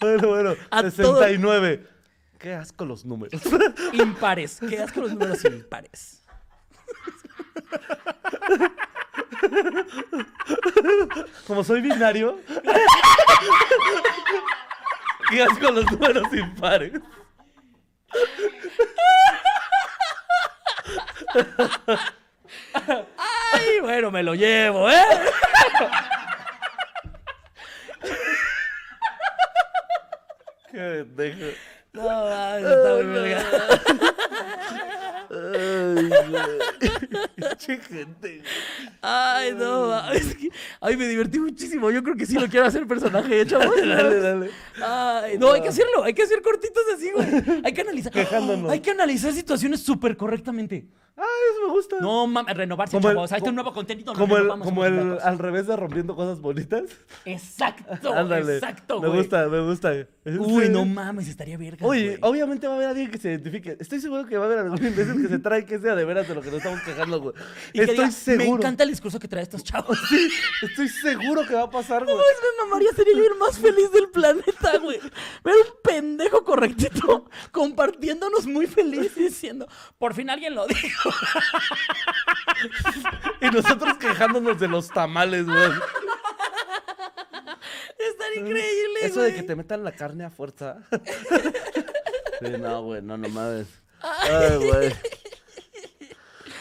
[SPEAKER 2] Bueno, bueno.
[SPEAKER 1] A todo-
[SPEAKER 2] 69. Qué asco los números.
[SPEAKER 1] Impares. Qué asco los números impares.
[SPEAKER 2] Como soy binario. Qué asco los números impares.
[SPEAKER 1] Ay, bueno, me lo llevo, ¿eh?
[SPEAKER 2] Qué pendejo.
[SPEAKER 1] No, mames, está muy verga.
[SPEAKER 2] Ay, güey. Che, gente.
[SPEAKER 1] Ay, no, mames. Es que- Ay, me divertí muchísimo. Yo creo que sí lo quiero hacer personaje, [LAUGHS] ¿eh, chavos.
[SPEAKER 2] Dale, dale.
[SPEAKER 1] Ay, no, hay que hacerlo, hay que hacer cortitos así, güey. Hay que analizar.
[SPEAKER 2] Quejándonos.
[SPEAKER 1] Hay que analizar situaciones súper correctamente.
[SPEAKER 2] Ah, eso me gusta.
[SPEAKER 1] No mames, renovarse,
[SPEAKER 2] Como el-
[SPEAKER 1] chavos. Ahí está un
[SPEAKER 2] co-
[SPEAKER 1] nuevo contenido.
[SPEAKER 2] Como
[SPEAKER 1] nos
[SPEAKER 2] el,
[SPEAKER 1] renovamos,
[SPEAKER 2] como
[SPEAKER 1] somos
[SPEAKER 2] el
[SPEAKER 1] pendejos.
[SPEAKER 2] al revés de rompiendo cosas bonitas.
[SPEAKER 1] Exacto,
[SPEAKER 2] Ándale.
[SPEAKER 1] exacto,
[SPEAKER 2] Me
[SPEAKER 1] güey.
[SPEAKER 2] gusta, me gusta.
[SPEAKER 1] Uy,
[SPEAKER 2] Sí.
[SPEAKER 1] no mames, estaría verga.
[SPEAKER 2] Oye, obviamente va a haber alguien que se identifique. Estoy seguro que va a haber algún imbécil que se trae que sea de veras de lo que nos estamos quejando,
[SPEAKER 1] [LAUGHS]
[SPEAKER 2] güey. Estoy seguro.
[SPEAKER 1] Me encanta el discurso que trae estos [LAUGHS] chavos.
[SPEAKER 2] Sí, estoy seguro que va a pasar,
[SPEAKER 1] [LAUGHS]
[SPEAKER 2] güey.
[SPEAKER 1] Pues me mamaría, sería yo el más feliz del planeta, güey. Ver un pendejo correctito compartiéndonos muy feliz y diciendo, por fin alguien lo dijo.
[SPEAKER 2] Y nosotros quejándonos de los tamales,
[SPEAKER 1] [LAUGHS]
[SPEAKER 2] güey.
[SPEAKER 1] Estaría increíble,
[SPEAKER 2] Eso
[SPEAKER 1] güey.
[SPEAKER 2] de que te metan la carne a
[SPEAKER 1] [LAUGHS]
[SPEAKER 2] fuerza. Sí, no, güey, no, no mames. Ay,
[SPEAKER 1] [LAUGHS]
[SPEAKER 2] güey.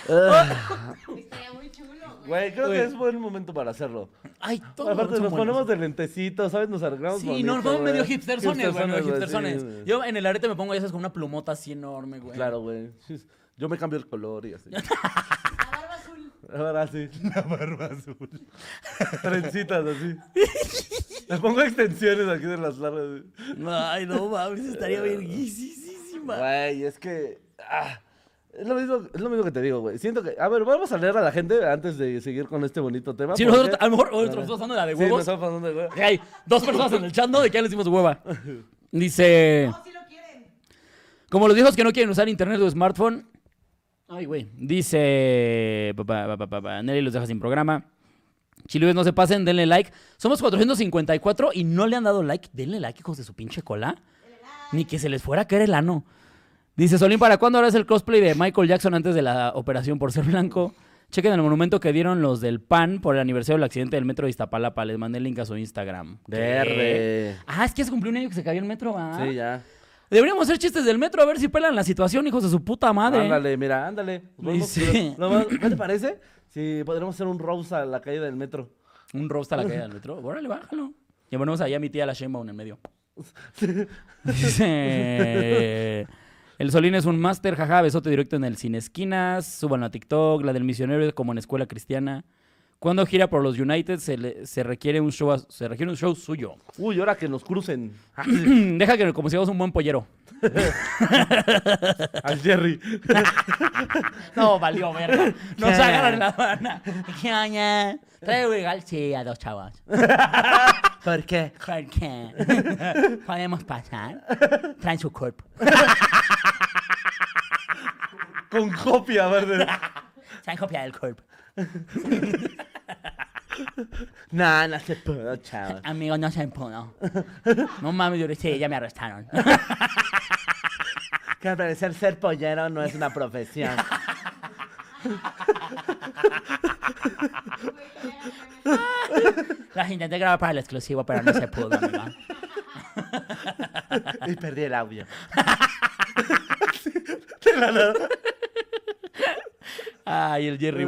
[SPEAKER 2] Ah,
[SPEAKER 3] Estaría muy chulo, güey.
[SPEAKER 2] Güey, creo
[SPEAKER 1] Oh. Güey.
[SPEAKER 2] que es buen momento para hacerlo.
[SPEAKER 1] Ay, todo
[SPEAKER 2] Aparte,
[SPEAKER 1] son
[SPEAKER 2] nos
[SPEAKER 1] buenos.
[SPEAKER 2] ponemos de lentecitos, ¿sabes? Nos arreglamos
[SPEAKER 1] Sí,
[SPEAKER 2] bonito,
[SPEAKER 1] no, nos vamos
[SPEAKER 2] güey.
[SPEAKER 1] medio hipstersones, güey, medio
[SPEAKER 2] sí,
[SPEAKER 1] hipstersones.
[SPEAKER 2] güey.
[SPEAKER 1] Yo en el arete me pongo esas con una plumota así enorme, güey.
[SPEAKER 2] Claro, güey. Yo me cambio el color
[SPEAKER 1] [LAUGHS]
[SPEAKER 2] y así.
[SPEAKER 3] La barba azul.
[SPEAKER 2] Ahora sí. La barba azul. [LAUGHS] Trencitas así. Le pongo extensiones aquí de las largas.
[SPEAKER 1] Ay, no mames, estaría verguisísima.
[SPEAKER 2] Güey, es que. ah, es, lo mismo, es lo mismo que te digo, güey. Siento que. A ver, vamos a leer a la gente antes de seguir con este bonito tema.
[SPEAKER 1] Sí,
[SPEAKER 2] porque-
[SPEAKER 1] nosotros, a lo mejor nosotros estamos dando la de
[SPEAKER 2] Sí, nos
[SPEAKER 1] huevos.
[SPEAKER 2] estamos pasando de huevos.
[SPEAKER 1] Que Hay dos personas en el chat, ¿no? De que ya les
[SPEAKER 2] [LAUGHS]
[SPEAKER 1] dimos hueva. Dice,
[SPEAKER 3] No, si lo quieren.
[SPEAKER 1] como los viejos que no quieren usar internet o smartphone. Ay, güey. Dice, pa, pa, pa, pa, pa, pa, Nelly los deja sin programa. Chilubes, no se pasen, denle like. Somos 454 y no le han dado like. Denle like, hijos de su pinche cola. Ni que se les fuera a caer el ano. Dice Solín, ¿para cuándo harás el cosplay de Michael Jackson antes de la operación por ser blanco? Chequen el monumento que dieron los del PAN por el aniversario del accidente del metro de Iztapalapa. Les mandé el link a su Instagram. ¿Qué?
[SPEAKER 2] Verde.
[SPEAKER 1] Ah, es que ya se cumplió un año que se cayó el metro, ¿ah?
[SPEAKER 2] Sí, ya.
[SPEAKER 1] Deberíamos hacer chistes del metro a ver si pelan la situación, hijos de su puta madre.
[SPEAKER 2] Ándale, mira, ándale. Nos vamos-
[SPEAKER 1] Sí.
[SPEAKER 2] lo más- [LAUGHS] ¿No te parece? Si podremos hacer un rouse a la calle del metro. [LAUGHS]
[SPEAKER 1] Un roast a la caída del metro. Órale, bájalo. Y ponemos allá a mi tía la Sheinbaum en el medio. [LAUGHS] Dice... El Solín es un máster, jaja, besote directo en el Cine Esquinas. Súbanlo a TikTok, la del misionero es como en Escuela Cristiana. Cuando gira por los United se, le- se requiere, un show, a- se requiere un show suyo. [CLEARS THROAT]
[SPEAKER 2] Uy, ahora que nos crucen. [LAUGHS]
[SPEAKER 1] Deja que como si fuéramos un buen pollero.
[SPEAKER 2] Al Jerry. [LAUGHS]
[SPEAKER 1] No, valió verga. Nos agarran la habana. ¿Qué oña? Trae regal, sí, a dos chavas.
[SPEAKER 2] ¿Por qué?
[SPEAKER 1] ¿Por qué? [LAUGHS] ¿Podemos pasar? Traen su cuerpo.
[SPEAKER 2] Con copia, verde.
[SPEAKER 1] Traen copia del cuerpo.
[SPEAKER 2] nah, no se puede, chaval.
[SPEAKER 1] Amigos, no se pudo. No mames, yo le sí, ya me arrestaron.
[SPEAKER 2] Que al parecer ser pollero no es una profesión.
[SPEAKER 1] Las intenté grabar para el exclusivo, pero no se pudo, amigo.
[SPEAKER 2] y perdí el audio.
[SPEAKER 1] Ay, el Jerry
[SPEAKER 2] [LAUGHS]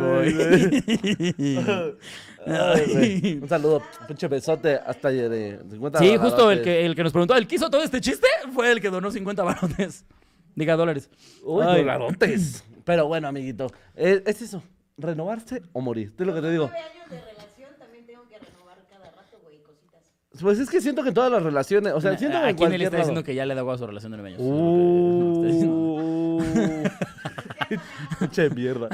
[SPEAKER 2] Ay, güey. Un saludo, pinche besote. Hasta ayer. eh, 50
[SPEAKER 1] Sí, justo el
[SPEAKER 2] dólares.
[SPEAKER 1] que, el que nos preguntó, el que hizo todo este chiste, fue el que donó 50 barones. Diga, dólares.
[SPEAKER 2] Uy,
[SPEAKER 1] Ay.
[SPEAKER 2] dolarotes. Pero bueno, amiguito. eh, Es, eso. Renovarse o morir. Es lo que te digo.
[SPEAKER 3] Nueve años de relación también tengo que renovar cada rato, güey, cositas.
[SPEAKER 2] Pues es que siento que en todas las relaciones. O sea, siento que
[SPEAKER 1] ¿A
[SPEAKER 2] en
[SPEAKER 1] quién le
[SPEAKER 2] cualquier
[SPEAKER 1] está
[SPEAKER 2] lado.
[SPEAKER 1] diciendo que ya le da agua a su relación de nueve años?
[SPEAKER 2] Uh. Pinche mierda.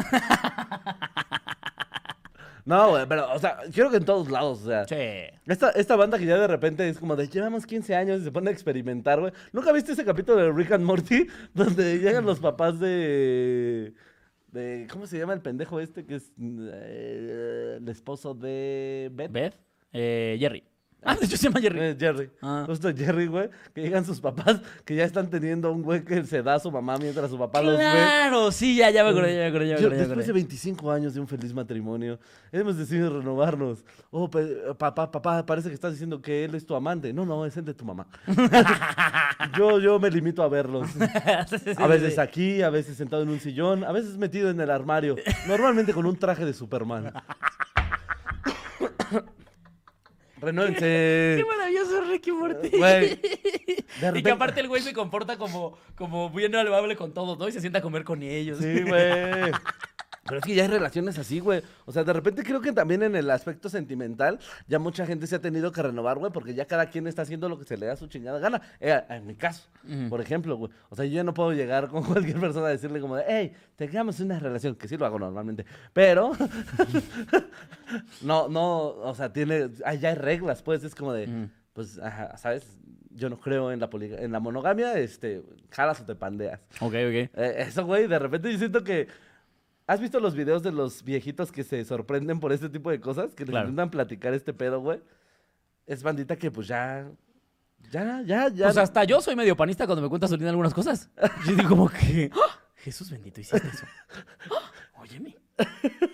[SPEAKER 2] No, güey, pero, o sea, quiero que en todos lados, o sea.
[SPEAKER 1] Che.
[SPEAKER 2] Esta, esta banda que ya de repente es como de llevamos 15 años y se pone a experimentar, güey. ¿Nunca viste ese capítulo de Rick and Morty? Donde llegan los papás de. de- ¿Cómo se llama el pendejo este que es mm, eh, el esposo de Beth?
[SPEAKER 3] Beth, eh, Jerry. Ah, de hecho se llama
[SPEAKER 1] [LAUGHS]
[SPEAKER 3] Jerry.
[SPEAKER 2] Eh, Jerry.
[SPEAKER 3] Ah.
[SPEAKER 2] Justo Jerry, güey. Que llegan sus papás, que ya están teniendo un güey que se da a su mamá mientras su papá los ve.
[SPEAKER 3] Claro, sí, ya, ya me acordé, ya me acordé, ya me
[SPEAKER 2] Yo,
[SPEAKER 3] acordé. ya me
[SPEAKER 2] después de
[SPEAKER 3] acordé.
[SPEAKER 2] 25 años de un feliz matrimonio, hemos decidido renovarnos. Oh, pe- papá, papá, parece que estás diciendo que él es tu amante. No, no, es el de tu
[SPEAKER 3] [LAUGHS]
[SPEAKER 2] mamá. yo, yo me limito a verlos.
[SPEAKER 3] Sí, sí, sí,
[SPEAKER 2] A veces
[SPEAKER 3] sí.
[SPEAKER 2] aquí, a veces sentado en un sillón, a veces metido en el armario. Normalmente con un traje de
[SPEAKER 3] [LAUGHS]
[SPEAKER 2] Superman. Renuévense.
[SPEAKER 3] Qué maravilloso Ricky
[SPEAKER 1] [LAUGHS]
[SPEAKER 3] Morty.
[SPEAKER 2] Güey, de
[SPEAKER 3] Y que
[SPEAKER 2] repente-
[SPEAKER 3] aparte el güey se comporta como, como bien amable con todos, ¿no? Y se sienta a comer con ellos.
[SPEAKER 2] Sí, güey. [LAUGHS] Pero es que ya hay relaciones así, güey. O sea, de repente creo que también en el aspecto sentimental, ya mucha gente se ha tenido que renovar, güey, porque ya cada quien está haciendo lo que se le da su chingada gana. Eh, en mi caso, por ejemplo, güey. O sea, yo ya no puedo llegar con [LAUGHS] cualquier persona a decirle como de, hey, tengamos una relación, que sí lo hago normalmente. Pero, [LAUGHS] no, no, o sea, tiene, ah, ya hay reglas, pues, es como de, pues, ajá, ¿sabes? Yo no creo en la, poliga- en la monogamia, este, jalas o te pandeas.
[SPEAKER 3] Ok, ok.
[SPEAKER 2] Eh, eso, güey, de repente yo siento que... ¿Has visto los videos de los viejitos que se sorprenden por este tipo de cosas? Que les
[SPEAKER 3] Claro.
[SPEAKER 2] intentan platicar este pedo, güey. Es bandita que pues ya... Ya, ya, ya. [LAUGHS]
[SPEAKER 3] Pues hasta yo soy medio panista cuando me cuentas Solina algunas cosas. Yo digo como que, ¡Ah! Jesús bendito, hiciste eso. ¡Ah! Óyeme,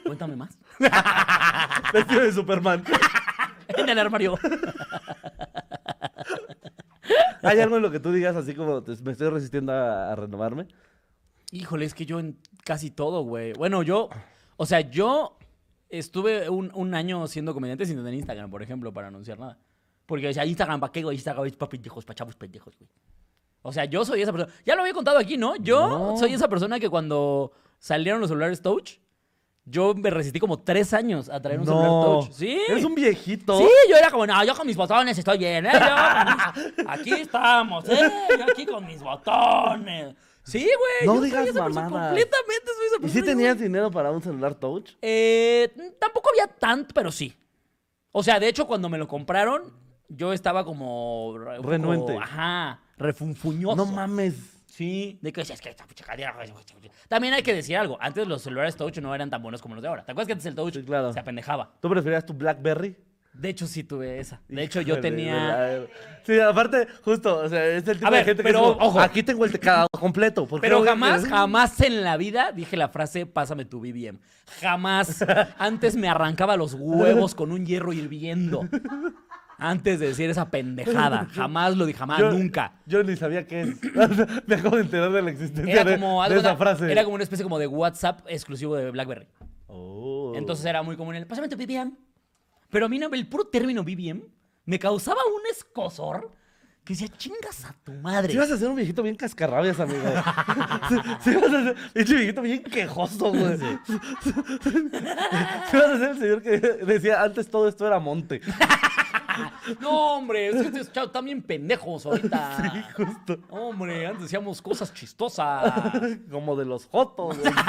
[SPEAKER 3] cuéntame más. [LAUGHS]
[SPEAKER 2] Vestido de Superman.
[SPEAKER 3] En el armario.
[SPEAKER 2] ¿Hay algo en lo que tú digas así como "Te- me estoy resistiendo a, a renovarme?
[SPEAKER 3] Híjole, es que yo en casi todo, güey. Bueno, yo, o sea, yo estuve un, un año siendo comediante sin tener Instagram, por ejemplo, para anunciar nada. Porque, o sea, Instagram, ¿para qué, güey? Instagram es para pendejos, para chavos pendejos, güey. O sea, yo soy esa persona. Ya lo había contado aquí, ¿no? Yo
[SPEAKER 2] No.
[SPEAKER 3] soy esa persona que cuando salieron los celulares touch, yo me resistí como tres años a traer un celular touch. Sí.
[SPEAKER 2] Es un viejito.
[SPEAKER 3] Sí, yo era como, no, yo con mis botones estoy bien, ¿eh? Yo [LAUGHS] con mis- aquí estamos, ¿eh? Yo aquí con mis botones. Sí, güey.
[SPEAKER 2] No
[SPEAKER 3] yo
[SPEAKER 2] digas
[SPEAKER 3] soy esa persona,
[SPEAKER 2] mamadas.
[SPEAKER 3] Completamente soy esa
[SPEAKER 2] ¿Y
[SPEAKER 3] persona.
[SPEAKER 2] si
[SPEAKER 3] güey.
[SPEAKER 2] tenías dinero para un celular touch?
[SPEAKER 3] Eh, tampoco había tanto, pero sí. O sea, de hecho, cuando me lo compraron, yo estaba como... re- un poco-
[SPEAKER 2] Renuente.
[SPEAKER 3] ajá, refunfuñoso.
[SPEAKER 2] No mames.
[SPEAKER 3] Sí, de que es que esta pinche cadera, güey, güey, güey". También hay que decir algo. Antes los celulares touch no eran tan buenos como los de ahora. ¿Te acuerdas que antes el touch
[SPEAKER 2] Sí, claro.
[SPEAKER 3] se apendejaba?
[SPEAKER 2] ¿Tú preferías tu Blackberry?
[SPEAKER 3] De hecho, sí tuve esa. De hecho, yo
[SPEAKER 2] Híjole,
[SPEAKER 3] tenía...
[SPEAKER 2] verdad. Sí, aparte, justo, o sea, es el tipo
[SPEAKER 3] A
[SPEAKER 2] de
[SPEAKER 3] ver,
[SPEAKER 2] gente
[SPEAKER 3] pero,
[SPEAKER 2] que es como,
[SPEAKER 3] ojo.
[SPEAKER 2] aquí tengo el teclado completo. ¿por qué
[SPEAKER 3] Pero
[SPEAKER 2] voy a
[SPEAKER 3] jamás,
[SPEAKER 2] querer?"
[SPEAKER 3] jamás en la vida dije la frase, pásame tu BBM.
[SPEAKER 2] [LAUGHS]
[SPEAKER 3] Jamás. Antes me arrancaba los huevos con un hierro hirviendo. Antes de decir esa pendejada. Jamás lo dije, jamás,
[SPEAKER 2] Yo-
[SPEAKER 3] nunca.
[SPEAKER 2] Yo ni sabía qué es. [CLEARS THROAT] Me acabo de enterar de la existencia [LAUGHS]
[SPEAKER 3] Era
[SPEAKER 2] de,
[SPEAKER 3] como,
[SPEAKER 2] de
[SPEAKER 3] algo
[SPEAKER 2] esa
[SPEAKER 3] una-
[SPEAKER 2] frase.
[SPEAKER 3] era como una especie como de WhatsApp exclusivo de BlackBerry.
[SPEAKER 2] Oh.
[SPEAKER 3] Entonces era muy común el, pásame tu BBM. Pero a mí no, el puro término BBM me causaba un escosor que decía, chingas a tu madre.
[SPEAKER 2] Si vas a ser un viejito bien cascarrabias,
[SPEAKER 3] [LAUGHS]
[SPEAKER 2] amigo. Si vas a ser pinche viejito bien quejoso, güey. Si vas a ser el señor que decía antes todo esto era
[SPEAKER 3] [LAUGHS]
[SPEAKER 2] monte.
[SPEAKER 3] [LAUGHS] No, hombre, es que ustedes chavos están bien pendejos ahorita. [LAUGHS]
[SPEAKER 2] Sí, justo.
[SPEAKER 3] Hombre, antes decíamos cosas chistosas.
[SPEAKER 2] [LAUGHS] Como de los jotos, güey. [LAUGHS]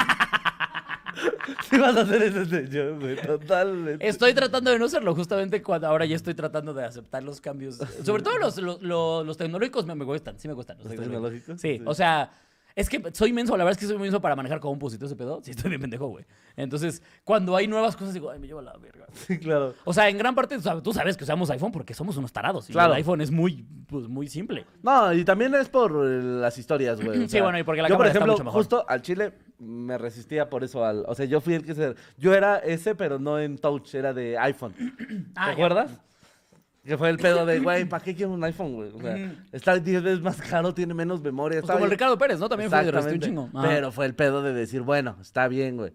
[SPEAKER 2] Si vas a ser ese señor, güey, totalmente.
[SPEAKER 3] Estoy tratando de no serlo, justamente cuando ahora ya estoy tratando de aceptar los cambios. Sobre todo los, los, los- los tecnológicos me, me gustan, sí me gustan. ¿Los,
[SPEAKER 2] ¿Los tecnológicos?
[SPEAKER 3] Sí,
[SPEAKER 2] Sí.
[SPEAKER 3] o sea, es que soy menso, la verdad es que soy menso para manejar compus y todo ese pedo. Sí, estoy bien pendejo, güey. Entonces, cuando hay nuevas cosas, digo, ay, me llevo a la verga.
[SPEAKER 2] Sí, [LAUGHS] claro.
[SPEAKER 3] O sea, en gran parte tú sabes- tú sabes que usamos iPhone porque somos unos tarados. Y
[SPEAKER 2] Claro.
[SPEAKER 3] el iPhone es muy, pues, muy simple.
[SPEAKER 2] No, y también es por eh, las historias, güey. o
[SPEAKER 3] Sí,
[SPEAKER 2] sea,
[SPEAKER 3] bueno, y porque la
[SPEAKER 2] yo, por
[SPEAKER 3] cámara está
[SPEAKER 2] ejemplo,
[SPEAKER 3] mucho mejor.
[SPEAKER 2] justo al Chile me resistía por eso al... O sea, yo fui el que se... Yo era ese, pero no en Touch, era de iPhone.
[SPEAKER 3] Ah,
[SPEAKER 2] ¿Te
[SPEAKER 3] ya.
[SPEAKER 2] acuerdas? Que fue el pedo de, güey, ¿para qué quiero un iPhone, güey? O sea, está 10 veces más caro, tiene menos memoria.
[SPEAKER 3] Mm. Pues
[SPEAKER 2] está
[SPEAKER 3] como el
[SPEAKER 2] bien.
[SPEAKER 3] Ricardo Pérez, ¿no? También fue de resiste un
[SPEAKER 2] Exactamente.
[SPEAKER 3] chingo. Ajá.
[SPEAKER 2] Pero fue el pedo de decir, bueno, está bien, güey.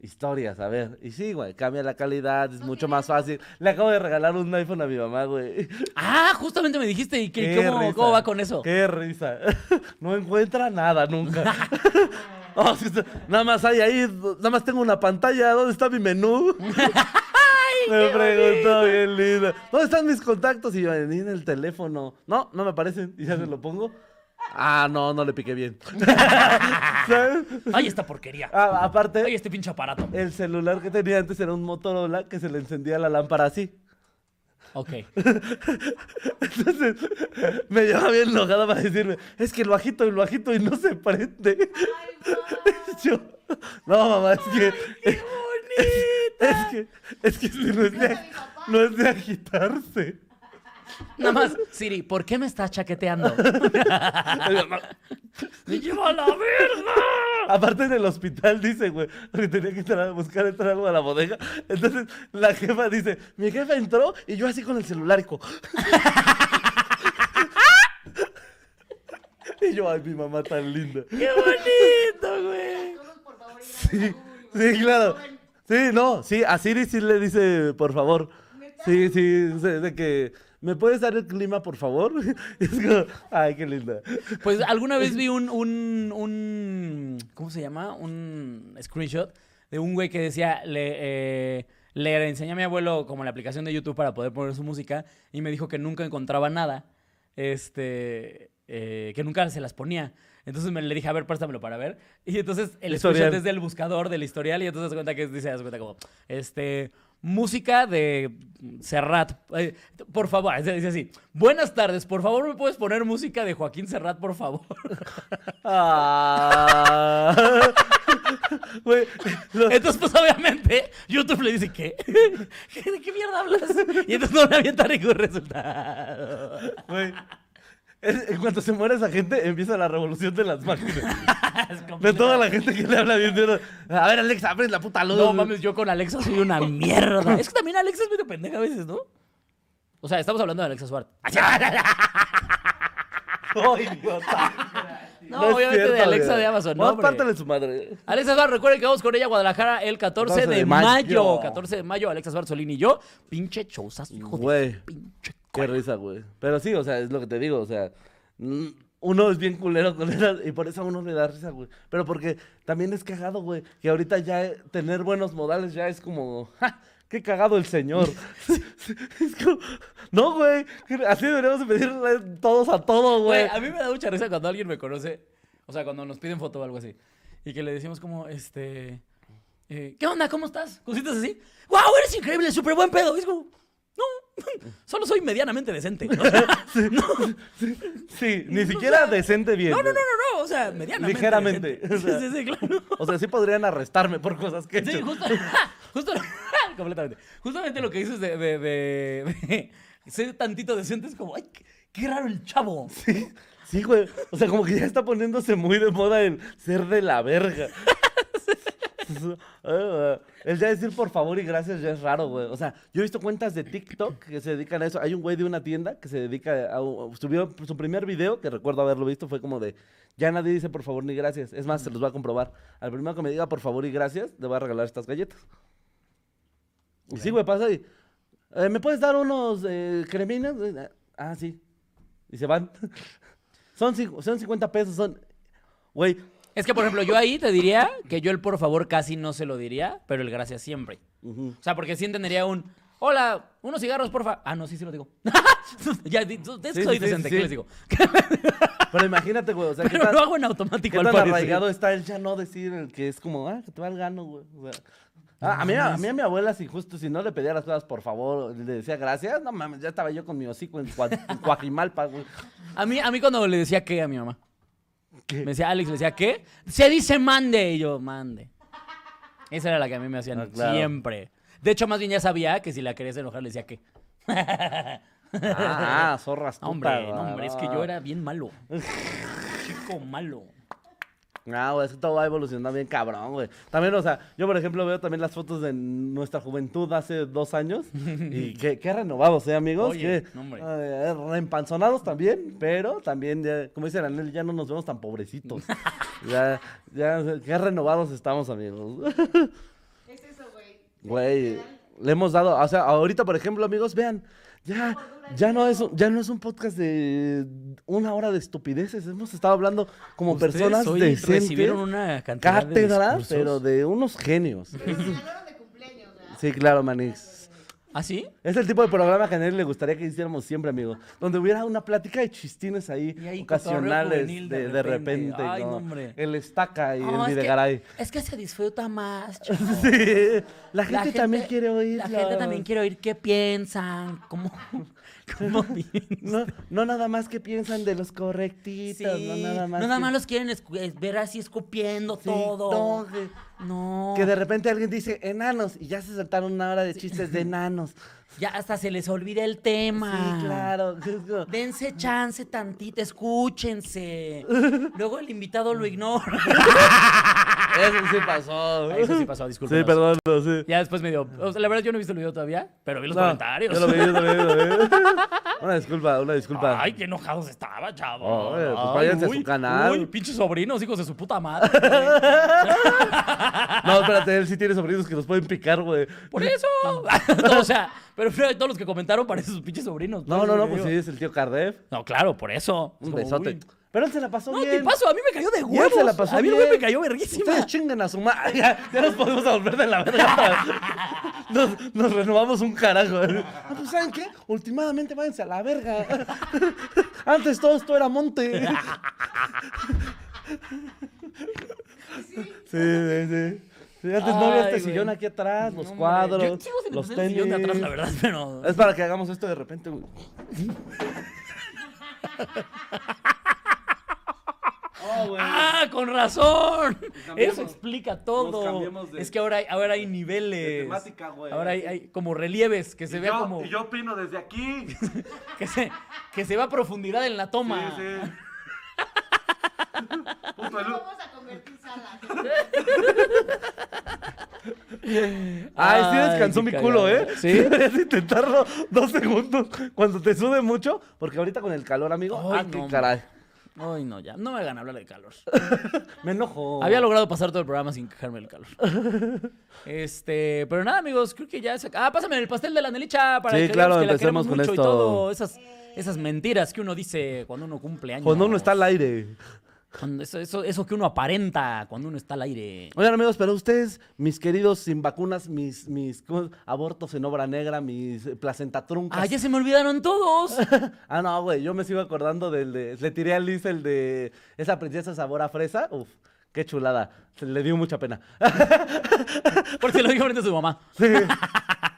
[SPEAKER 2] Historias, a ver. Y sí, güey, cambia la calidad, es mucho más fácil. Le acabo de regalar un iPhone a mi mamá, güey.
[SPEAKER 3] Ah, justamente me dijiste, ¿y [LAUGHS] qué,
[SPEAKER 2] Qué
[SPEAKER 3] cómo,
[SPEAKER 2] risa.
[SPEAKER 3] cómo va con eso?
[SPEAKER 2] Qué risa. [LAUGHS] No encuentra nada
[SPEAKER 3] [LAUGHS]
[SPEAKER 2] nunca. [LAUGHS] Oh, sí, sí. nada más hay ahí, nada más tengo una pantalla. ¿Dónde está mi
[SPEAKER 3] [LAUGHS]
[SPEAKER 2] menú? [LAUGHS] me preguntó bien lindo. ¿Dónde están mis contactos? Y yo, en el teléfono. No, no me aparecen. Y ya se lo pongo. Ah, no, no le piqué
[SPEAKER 3] [LAUGHS]
[SPEAKER 2] bien. [LAUGHS] ¿Sabes?
[SPEAKER 3] Ay, esta porquería.
[SPEAKER 2] Ah,
[SPEAKER 3] Ay,
[SPEAKER 2] aparte,
[SPEAKER 3] este pinche aparato.
[SPEAKER 2] el celular que tenía antes era un Motorola que se le encendía la lámpara así. [LAUGHS]
[SPEAKER 3] Ok.
[SPEAKER 2] Entonces me llevaba bien enojada para decirme, es que el bajito, el bajito y no se prende.
[SPEAKER 5] Ay, guau.
[SPEAKER 2] [LAUGHS] Yo, No, mamá, es que.
[SPEAKER 1] ¡Qué bonito!
[SPEAKER 2] [LAUGHS] Es que. Es que este no es de, ag- no es de agitarse.
[SPEAKER 1] Nada más, Siri, ¿por qué me estás chaqueteando? ¡Me lleva a la verga!
[SPEAKER 2] Aparte en el hospital dice, güey, porque tenía que entrar a buscar entrar algo a la bodega. Entonces la jefa dice, mi jefa entró y yo así con el celular. co- [LAUGHS] y yo, ay, mi mamá tan linda.
[SPEAKER 1] ¡Qué bonito, güey!
[SPEAKER 3] Todos, por favor, ir a
[SPEAKER 2] Sí,
[SPEAKER 3] Google, güey.
[SPEAKER 2] sí, claro.
[SPEAKER 3] Joven,
[SPEAKER 2] Sí, no, sí, a Siri sí le dice, por favor. Sí, sí, de de que, ¿me puedes dar el clima, por favor? [LAUGHS] Y es como, ay, qué linda.
[SPEAKER 1] Pues alguna vez vi un, un, un- ¿cómo se llama? Un screenshot de un güey que decía, le, eh, le enseñé a mi abuelo como la aplicación de YouTube para poder poner su música y me dijo que nunca encontraba nada, este, eh, que nunca se las ponía. Entonces me le dije, a ver, préstamelo para ver. Y entonces el
[SPEAKER 2] Historial.
[SPEAKER 1] screenshot es del buscador, del historial, y entonces das cuenta que dice, das cuenta como, este, música de Serrat. Eh, por favor, dice dice así, buenas tardes, por favor me puedes poner música de Joaquín Serrat, por favor. [LAUGHS]
[SPEAKER 2] Ah. Güey, lo-
[SPEAKER 1] Entonces, pues obviamente, YouTube le dice, ¿qué? [LAUGHS] ¿Qué- ¿De qué mierda hablas? Y entonces no le avienta ningún resultado. [LAUGHS]
[SPEAKER 2] Güey. Es- en cuanto se muere esa gente, empieza la revolución de las
[SPEAKER 1] [LAUGHS]
[SPEAKER 2] máquinas.
[SPEAKER 1] Es
[SPEAKER 2] De
[SPEAKER 1] completo.
[SPEAKER 2] toda la gente que le habla bien duro. A ver, Alexa, abre la puta luz.
[SPEAKER 1] No mames, yo con Alexa soy una mierda. Es que también Alexa es medio pendeja a veces, ¿no? O sea, estamos hablando de Alexa Suárez.
[SPEAKER 2] [LAUGHS] Ay, idiota.
[SPEAKER 1] [LAUGHS] No,
[SPEAKER 2] es
[SPEAKER 1] obviamente de
[SPEAKER 2] cierto,
[SPEAKER 1] Alexa
[SPEAKER 2] güey.
[SPEAKER 1] de Amazon, ¿no?
[SPEAKER 2] Vamos,
[SPEAKER 1] hombre?
[SPEAKER 2] pártale su madre.
[SPEAKER 1] Alexa Suárez, recuerden que vamos con ella a Guadalajara el 14, de,
[SPEAKER 2] 14 de
[SPEAKER 1] mayo.
[SPEAKER 2] mayo.
[SPEAKER 1] 14 de mayo, Alexa Suárez Solín y yo. Pinche chousazo, hijo de
[SPEAKER 2] Güey.
[SPEAKER 1] pinche.
[SPEAKER 2] Qué risa, güey. Pero sí, o sea, es lo que te digo, o sea, mm, uno es bien culero con él y por eso a uno le da risa, güey. Pero porque también es cagado, güey, que ahorita ya eh, tener buenos modales ya es como, ¡ja! ¡Qué cagado el
[SPEAKER 1] [LAUGHS]
[SPEAKER 2] señor! [LAUGHS] es como, no, güey, así deberíamos pedirle todos a todo,
[SPEAKER 1] Güey,
[SPEAKER 2] güey.
[SPEAKER 1] a mí me da mucha risa cuando alguien me conoce. O sea, cuando nos piden foto o algo así. Y que le decimos como, este... eh, ¿Qué onda? ¿Cómo estás? Cositas así. ¡Wow! Eres increíble, súper buen pedo. Y Es como... No, [LAUGHS] solo soy medianamente decente. [LAUGHS] O sea,
[SPEAKER 2] [LAUGHS] Sí, ni siquiera decente bien.
[SPEAKER 1] no, no, no,
[SPEAKER 2] güey.
[SPEAKER 1] no, no. O sea, medianamente
[SPEAKER 2] Ligeramente,
[SPEAKER 1] decente.
[SPEAKER 2] o sea.
[SPEAKER 1] [LAUGHS] Sí, sí, sí, claro.
[SPEAKER 2] O sea, sí podrían arrestarme por cosas que he
[SPEAKER 1] Sí,
[SPEAKER 2] hecho.
[SPEAKER 1] justo, justo, [LAUGHS] completamente. Justamente lo que dices de, de, de- de [LAUGHS] ser tantito decente es como, ay, qué, qué raro el chavo.
[SPEAKER 2] Sí, sí, güey. O sea, como que ya está poniéndose muy de moda el ser de la verga. Ah, El ya decir por favor y gracias ya es raro, güey. O sea, yo he visto cuentas de TikTok que se dedican a eso. Hay un güey de una tienda que se dedica a. Subió su primer video, que recuerdo haberlo visto, fue como de. Ya nadie dice por favor ni gracias. Es más, se los va a comprobar. Al primero que me diga por favor y gracias, le voy a regalar estas galletas. Y sí, güey, pasa y. "Eh, ¿Me puedes dar unos eh, creminas? Eh, Ah, sí. Y se van. Son, cincu- son 50 pesos, son... Güey,
[SPEAKER 1] Es que, por ejemplo, yo ahí te diría que yo el por favor casi no se lo diría, pero el gracias siempre.
[SPEAKER 2] ujú.
[SPEAKER 1] O sea, porque sí entendería un, hola, unos cigarros, porfa. Ah, no, sí, sí lo digo. ya, di- tú- es que
[SPEAKER 2] Sí,
[SPEAKER 1] soy
[SPEAKER 2] sí, sí,
[SPEAKER 1] decente,
[SPEAKER 2] sí.
[SPEAKER 1] ¿qué les digo?
[SPEAKER 2] pero imagínate, güey, o
[SPEAKER 1] [LAUGHS]
[SPEAKER 2] sea, ¿qué
[SPEAKER 1] Pero
[SPEAKER 2] tan,
[SPEAKER 1] lo hago en
[SPEAKER 2] qué
[SPEAKER 1] automático,
[SPEAKER 2] tan
[SPEAKER 1] al parecer.
[SPEAKER 2] arraigado está el ya no decir el que es como, ah, que te va el gano, güey? O sea, ah, a, mí, a mí a mi abuela, si justo, si no le pedía las cosas, por favor, le decía gracias, no mames, ya estaba yo con mi hocico en, Cua- en Coajimalpa,
[SPEAKER 1] [LAUGHS]
[SPEAKER 2] güey.
[SPEAKER 1] A mí, a mí cuando le decía qué a mi mamá.
[SPEAKER 2] ¿Qué?
[SPEAKER 1] Me decía, Alex, le decía, ¿qué? Se dice mande. Y yo, mande. Esa era la que a mí me hacían
[SPEAKER 2] Ah, claro.
[SPEAKER 1] siempre. De hecho, más bien ya sabía que si la querías enojar, le decía, ¿qué?
[SPEAKER 2] Ah, zorras.
[SPEAKER 1] No, hombre, no, hombre, es que yo era bien malo. Chico malo.
[SPEAKER 2] No, Ah, güey, es que todo va evolucionando bien cabrón, güey. También, o sea, yo por ejemplo veo también las fotos de nuestra juventud hace dos
[SPEAKER 1] [LAUGHS]
[SPEAKER 2] años. y qué, qué renovados, ¿eh, amigos?
[SPEAKER 1] Oye,
[SPEAKER 2] Qué,
[SPEAKER 1] no, hombre.
[SPEAKER 2] eh, reempanzonados también, pero también, ya, como dice el Anel, ya no nos vemos tan
[SPEAKER 1] [LAUGHS]
[SPEAKER 2] pobrecitos. ya, ya, qué renovados estamos, amigos. [LAUGHS]
[SPEAKER 3] Es eso, güey.
[SPEAKER 2] Güey, le hemos dado, o sea, ahorita, por ejemplo, amigos, vean, ya, ya no es, un- ya no es un podcast de una hora de estupideces, hemos estado hablando como
[SPEAKER 1] Ustedes
[SPEAKER 2] personas
[SPEAKER 1] hoy
[SPEAKER 2] decentes,
[SPEAKER 1] recibieron una cantidad de
[SPEAKER 2] cátedra,
[SPEAKER 1] discursos.
[SPEAKER 2] pero de unos genios.
[SPEAKER 3] Pero me regalaron de cumpleaños, ¿verdad?
[SPEAKER 2] Sí, claro, Manix.
[SPEAKER 1] ¿Ah, sí?
[SPEAKER 2] Es el tipo de programa que a él le gustaría que hiciéramos siempre, amigo. Donde hubiera una plática de chistines ahí,
[SPEAKER 1] Y ahí cotorreo
[SPEAKER 2] ocasionales, de,
[SPEAKER 1] juvenil de
[SPEAKER 2] de
[SPEAKER 1] repente.
[SPEAKER 2] repente.
[SPEAKER 1] Ay,
[SPEAKER 2] ¿no?
[SPEAKER 1] no, hombre.
[SPEAKER 2] El estaca y
[SPEAKER 1] No,
[SPEAKER 2] el
[SPEAKER 1] es que- [LAUGHS]
[SPEAKER 2] videgaray.
[SPEAKER 1] Es que se
[SPEAKER 2] [LAUGHS]
[SPEAKER 1] disfruta más, chico.
[SPEAKER 2] Sí, la gente, también quiere oír.
[SPEAKER 1] La gente también quiere oír qué piensan, cómo, [LAUGHS]
[SPEAKER 2] [LAUGHS]
[SPEAKER 1] cómo piensan.
[SPEAKER 2] No, no nada más que piensan de los correctitos, no nada más. que-
[SPEAKER 1] los quieren escu- eh, ver así escupiendo
[SPEAKER 2] Sí,
[SPEAKER 1] todo.
[SPEAKER 2] no, que-
[SPEAKER 1] No.
[SPEAKER 2] Que de repente alguien dice enanos y ya se saltaron una hora de chistes de enanos.
[SPEAKER 1] Ya hasta se les olvida el tema.
[SPEAKER 2] Sí, claro. [LAUGHS] es como-
[SPEAKER 1] Dense chance
[SPEAKER 2] [LAUGHS]
[SPEAKER 1] tantito, escúchense. Luego el invitado lo ignora.
[SPEAKER 2] Eso sí pasó.
[SPEAKER 1] Eso sí pasó, disculpen.
[SPEAKER 2] Sí, perdón, sí.
[SPEAKER 1] Ya después me dio. o sea, la verdad, yo no he visto el video todavía, pero vi los
[SPEAKER 2] No,
[SPEAKER 1] comentarios.
[SPEAKER 2] yo lo vi,
[SPEAKER 1] [LAUGHS]
[SPEAKER 2] yo lo vi, yo lo vi. [LAUGHS] Una disculpa, una disculpa.
[SPEAKER 1] Ay, qué enojados estaba, chavo.
[SPEAKER 2] Oye, pues
[SPEAKER 1] Ay,
[SPEAKER 2] váyanse a su canal.
[SPEAKER 1] Uy, pinches sobrinos, hijos de su puta madre.
[SPEAKER 2] No, espérate, él sí tiene sobrinos que los pueden picar, güey.
[SPEAKER 1] Por eso. [LAUGHS] No, o sea, pero [LAUGHS] fíjate, todos los que comentaron parecen sus pinches sobrinos.
[SPEAKER 2] No,
[SPEAKER 1] por
[SPEAKER 2] no,
[SPEAKER 1] eso
[SPEAKER 2] no,
[SPEAKER 1] te
[SPEAKER 2] pues sí,
[SPEAKER 1] digo.
[SPEAKER 2] es el tío Cardev.
[SPEAKER 1] No, claro, por eso. Es
[SPEAKER 2] Un
[SPEAKER 1] como,
[SPEAKER 2] besote.
[SPEAKER 1] uy.
[SPEAKER 2] Pero él se la pasó
[SPEAKER 1] No,
[SPEAKER 2] bien.
[SPEAKER 1] te paso, a mí me cayó de
[SPEAKER 2] Y él
[SPEAKER 1] huevos.
[SPEAKER 2] se la pasó
[SPEAKER 1] a mí el
[SPEAKER 2] bien.
[SPEAKER 1] güey me cayó verguísima.
[SPEAKER 2] [LAUGHS] Ustedes chingan a su madre. [LAUGHS] Ya, ya nos podemos volver de la verga. otra vez. [LAUGHS] Nos, nos renovamos un carajo. [LAUGHS] Ah, pues, ¿saben qué? Últimamente váyanse a la verga. [LAUGHS] Antes todo esto era monte. [LAUGHS] Sí, sí, sí. Sí, antes no había
[SPEAKER 1] Ay,
[SPEAKER 2] este
[SPEAKER 1] güey.
[SPEAKER 2] sillón aquí atrás, los
[SPEAKER 1] No, hombre,
[SPEAKER 2] cuadros,
[SPEAKER 1] Yo sigo sin
[SPEAKER 2] los
[SPEAKER 1] entender
[SPEAKER 2] tenis.
[SPEAKER 1] el sillón de atrás, la verdad, pero.
[SPEAKER 2] Es para que hagamos esto de repente, güey.
[SPEAKER 1] ¡Ah, con razón!
[SPEAKER 6] cambiamos-
[SPEAKER 1] Eso explica
[SPEAKER 6] nos
[SPEAKER 1] todo.
[SPEAKER 6] cambiamos de-
[SPEAKER 1] es que ahora hay, ahora hay niveles.
[SPEAKER 6] de temática, güey.
[SPEAKER 1] Ahora hay, hay como relieves que se
[SPEAKER 6] Y
[SPEAKER 1] vea
[SPEAKER 6] yo,
[SPEAKER 1] como.
[SPEAKER 6] y yo opino desde aquí. Sí,
[SPEAKER 1] [LAUGHS] Que se, que se vea a profundidad en la toma.
[SPEAKER 6] sí. Puto, el,
[SPEAKER 3] No
[SPEAKER 6] u-
[SPEAKER 3] vamos a convertir
[SPEAKER 2] [LAUGHS]
[SPEAKER 3] salas.
[SPEAKER 2] Ay, sí descansó
[SPEAKER 1] qué
[SPEAKER 2] mi
[SPEAKER 1] cagado.
[SPEAKER 2] culo, ¿eh? [LAUGHS]
[SPEAKER 1] Sí.
[SPEAKER 2] Deberías intentarlo dos segundos cuando te sude mucho, porque ahorita con el calor, amigo,
[SPEAKER 1] Ay,
[SPEAKER 2] ah, qué
[SPEAKER 1] no,
[SPEAKER 2] caray.
[SPEAKER 1] Ay, no, ya. No me hagan hablar de calor.
[SPEAKER 2] Me enojo.
[SPEAKER 1] Había logrado pasar todo el programa sin quejarme
[SPEAKER 2] [LAUGHS]
[SPEAKER 1] del calor. Este, pero nada, amigos, creo que ya se ac- Ah, pásame el pastel de la Nelicha para
[SPEAKER 2] Sí,
[SPEAKER 1] que
[SPEAKER 2] claro,
[SPEAKER 1] veamos que la
[SPEAKER 2] empecemos
[SPEAKER 1] queremos
[SPEAKER 2] con
[SPEAKER 1] mucho y
[SPEAKER 2] esto.
[SPEAKER 1] todo. Esas, esas mentiras que uno dice cuando uno cumple años.
[SPEAKER 2] Cuando uno está al aire.
[SPEAKER 1] Cuando eso, eso, eso que uno aparenta cuando uno está al aire.
[SPEAKER 2] Oigan, amigos, pero ustedes, mis queridos sin vacunas, mis, mis ¿cómo? abortos en obra negra, mis eh, placentatrunca.
[SPEAKER 1] Ah, ya se me
[SPEAKER 2] [LAUGHS]
[SPEAKER 1] olvidaron todos.
[SPEAKER 2] Ah, no, güey, yo me sigo acordando del de. Le tiré a Liz el de. Esa princesa sabor a fresa. Uf, qué chulada. Se le dio mucha pena.
[SPEAKER 1] Porque lo dijo frente a su mamá.
[SPEAKER 2] Sí. [LAUGHS]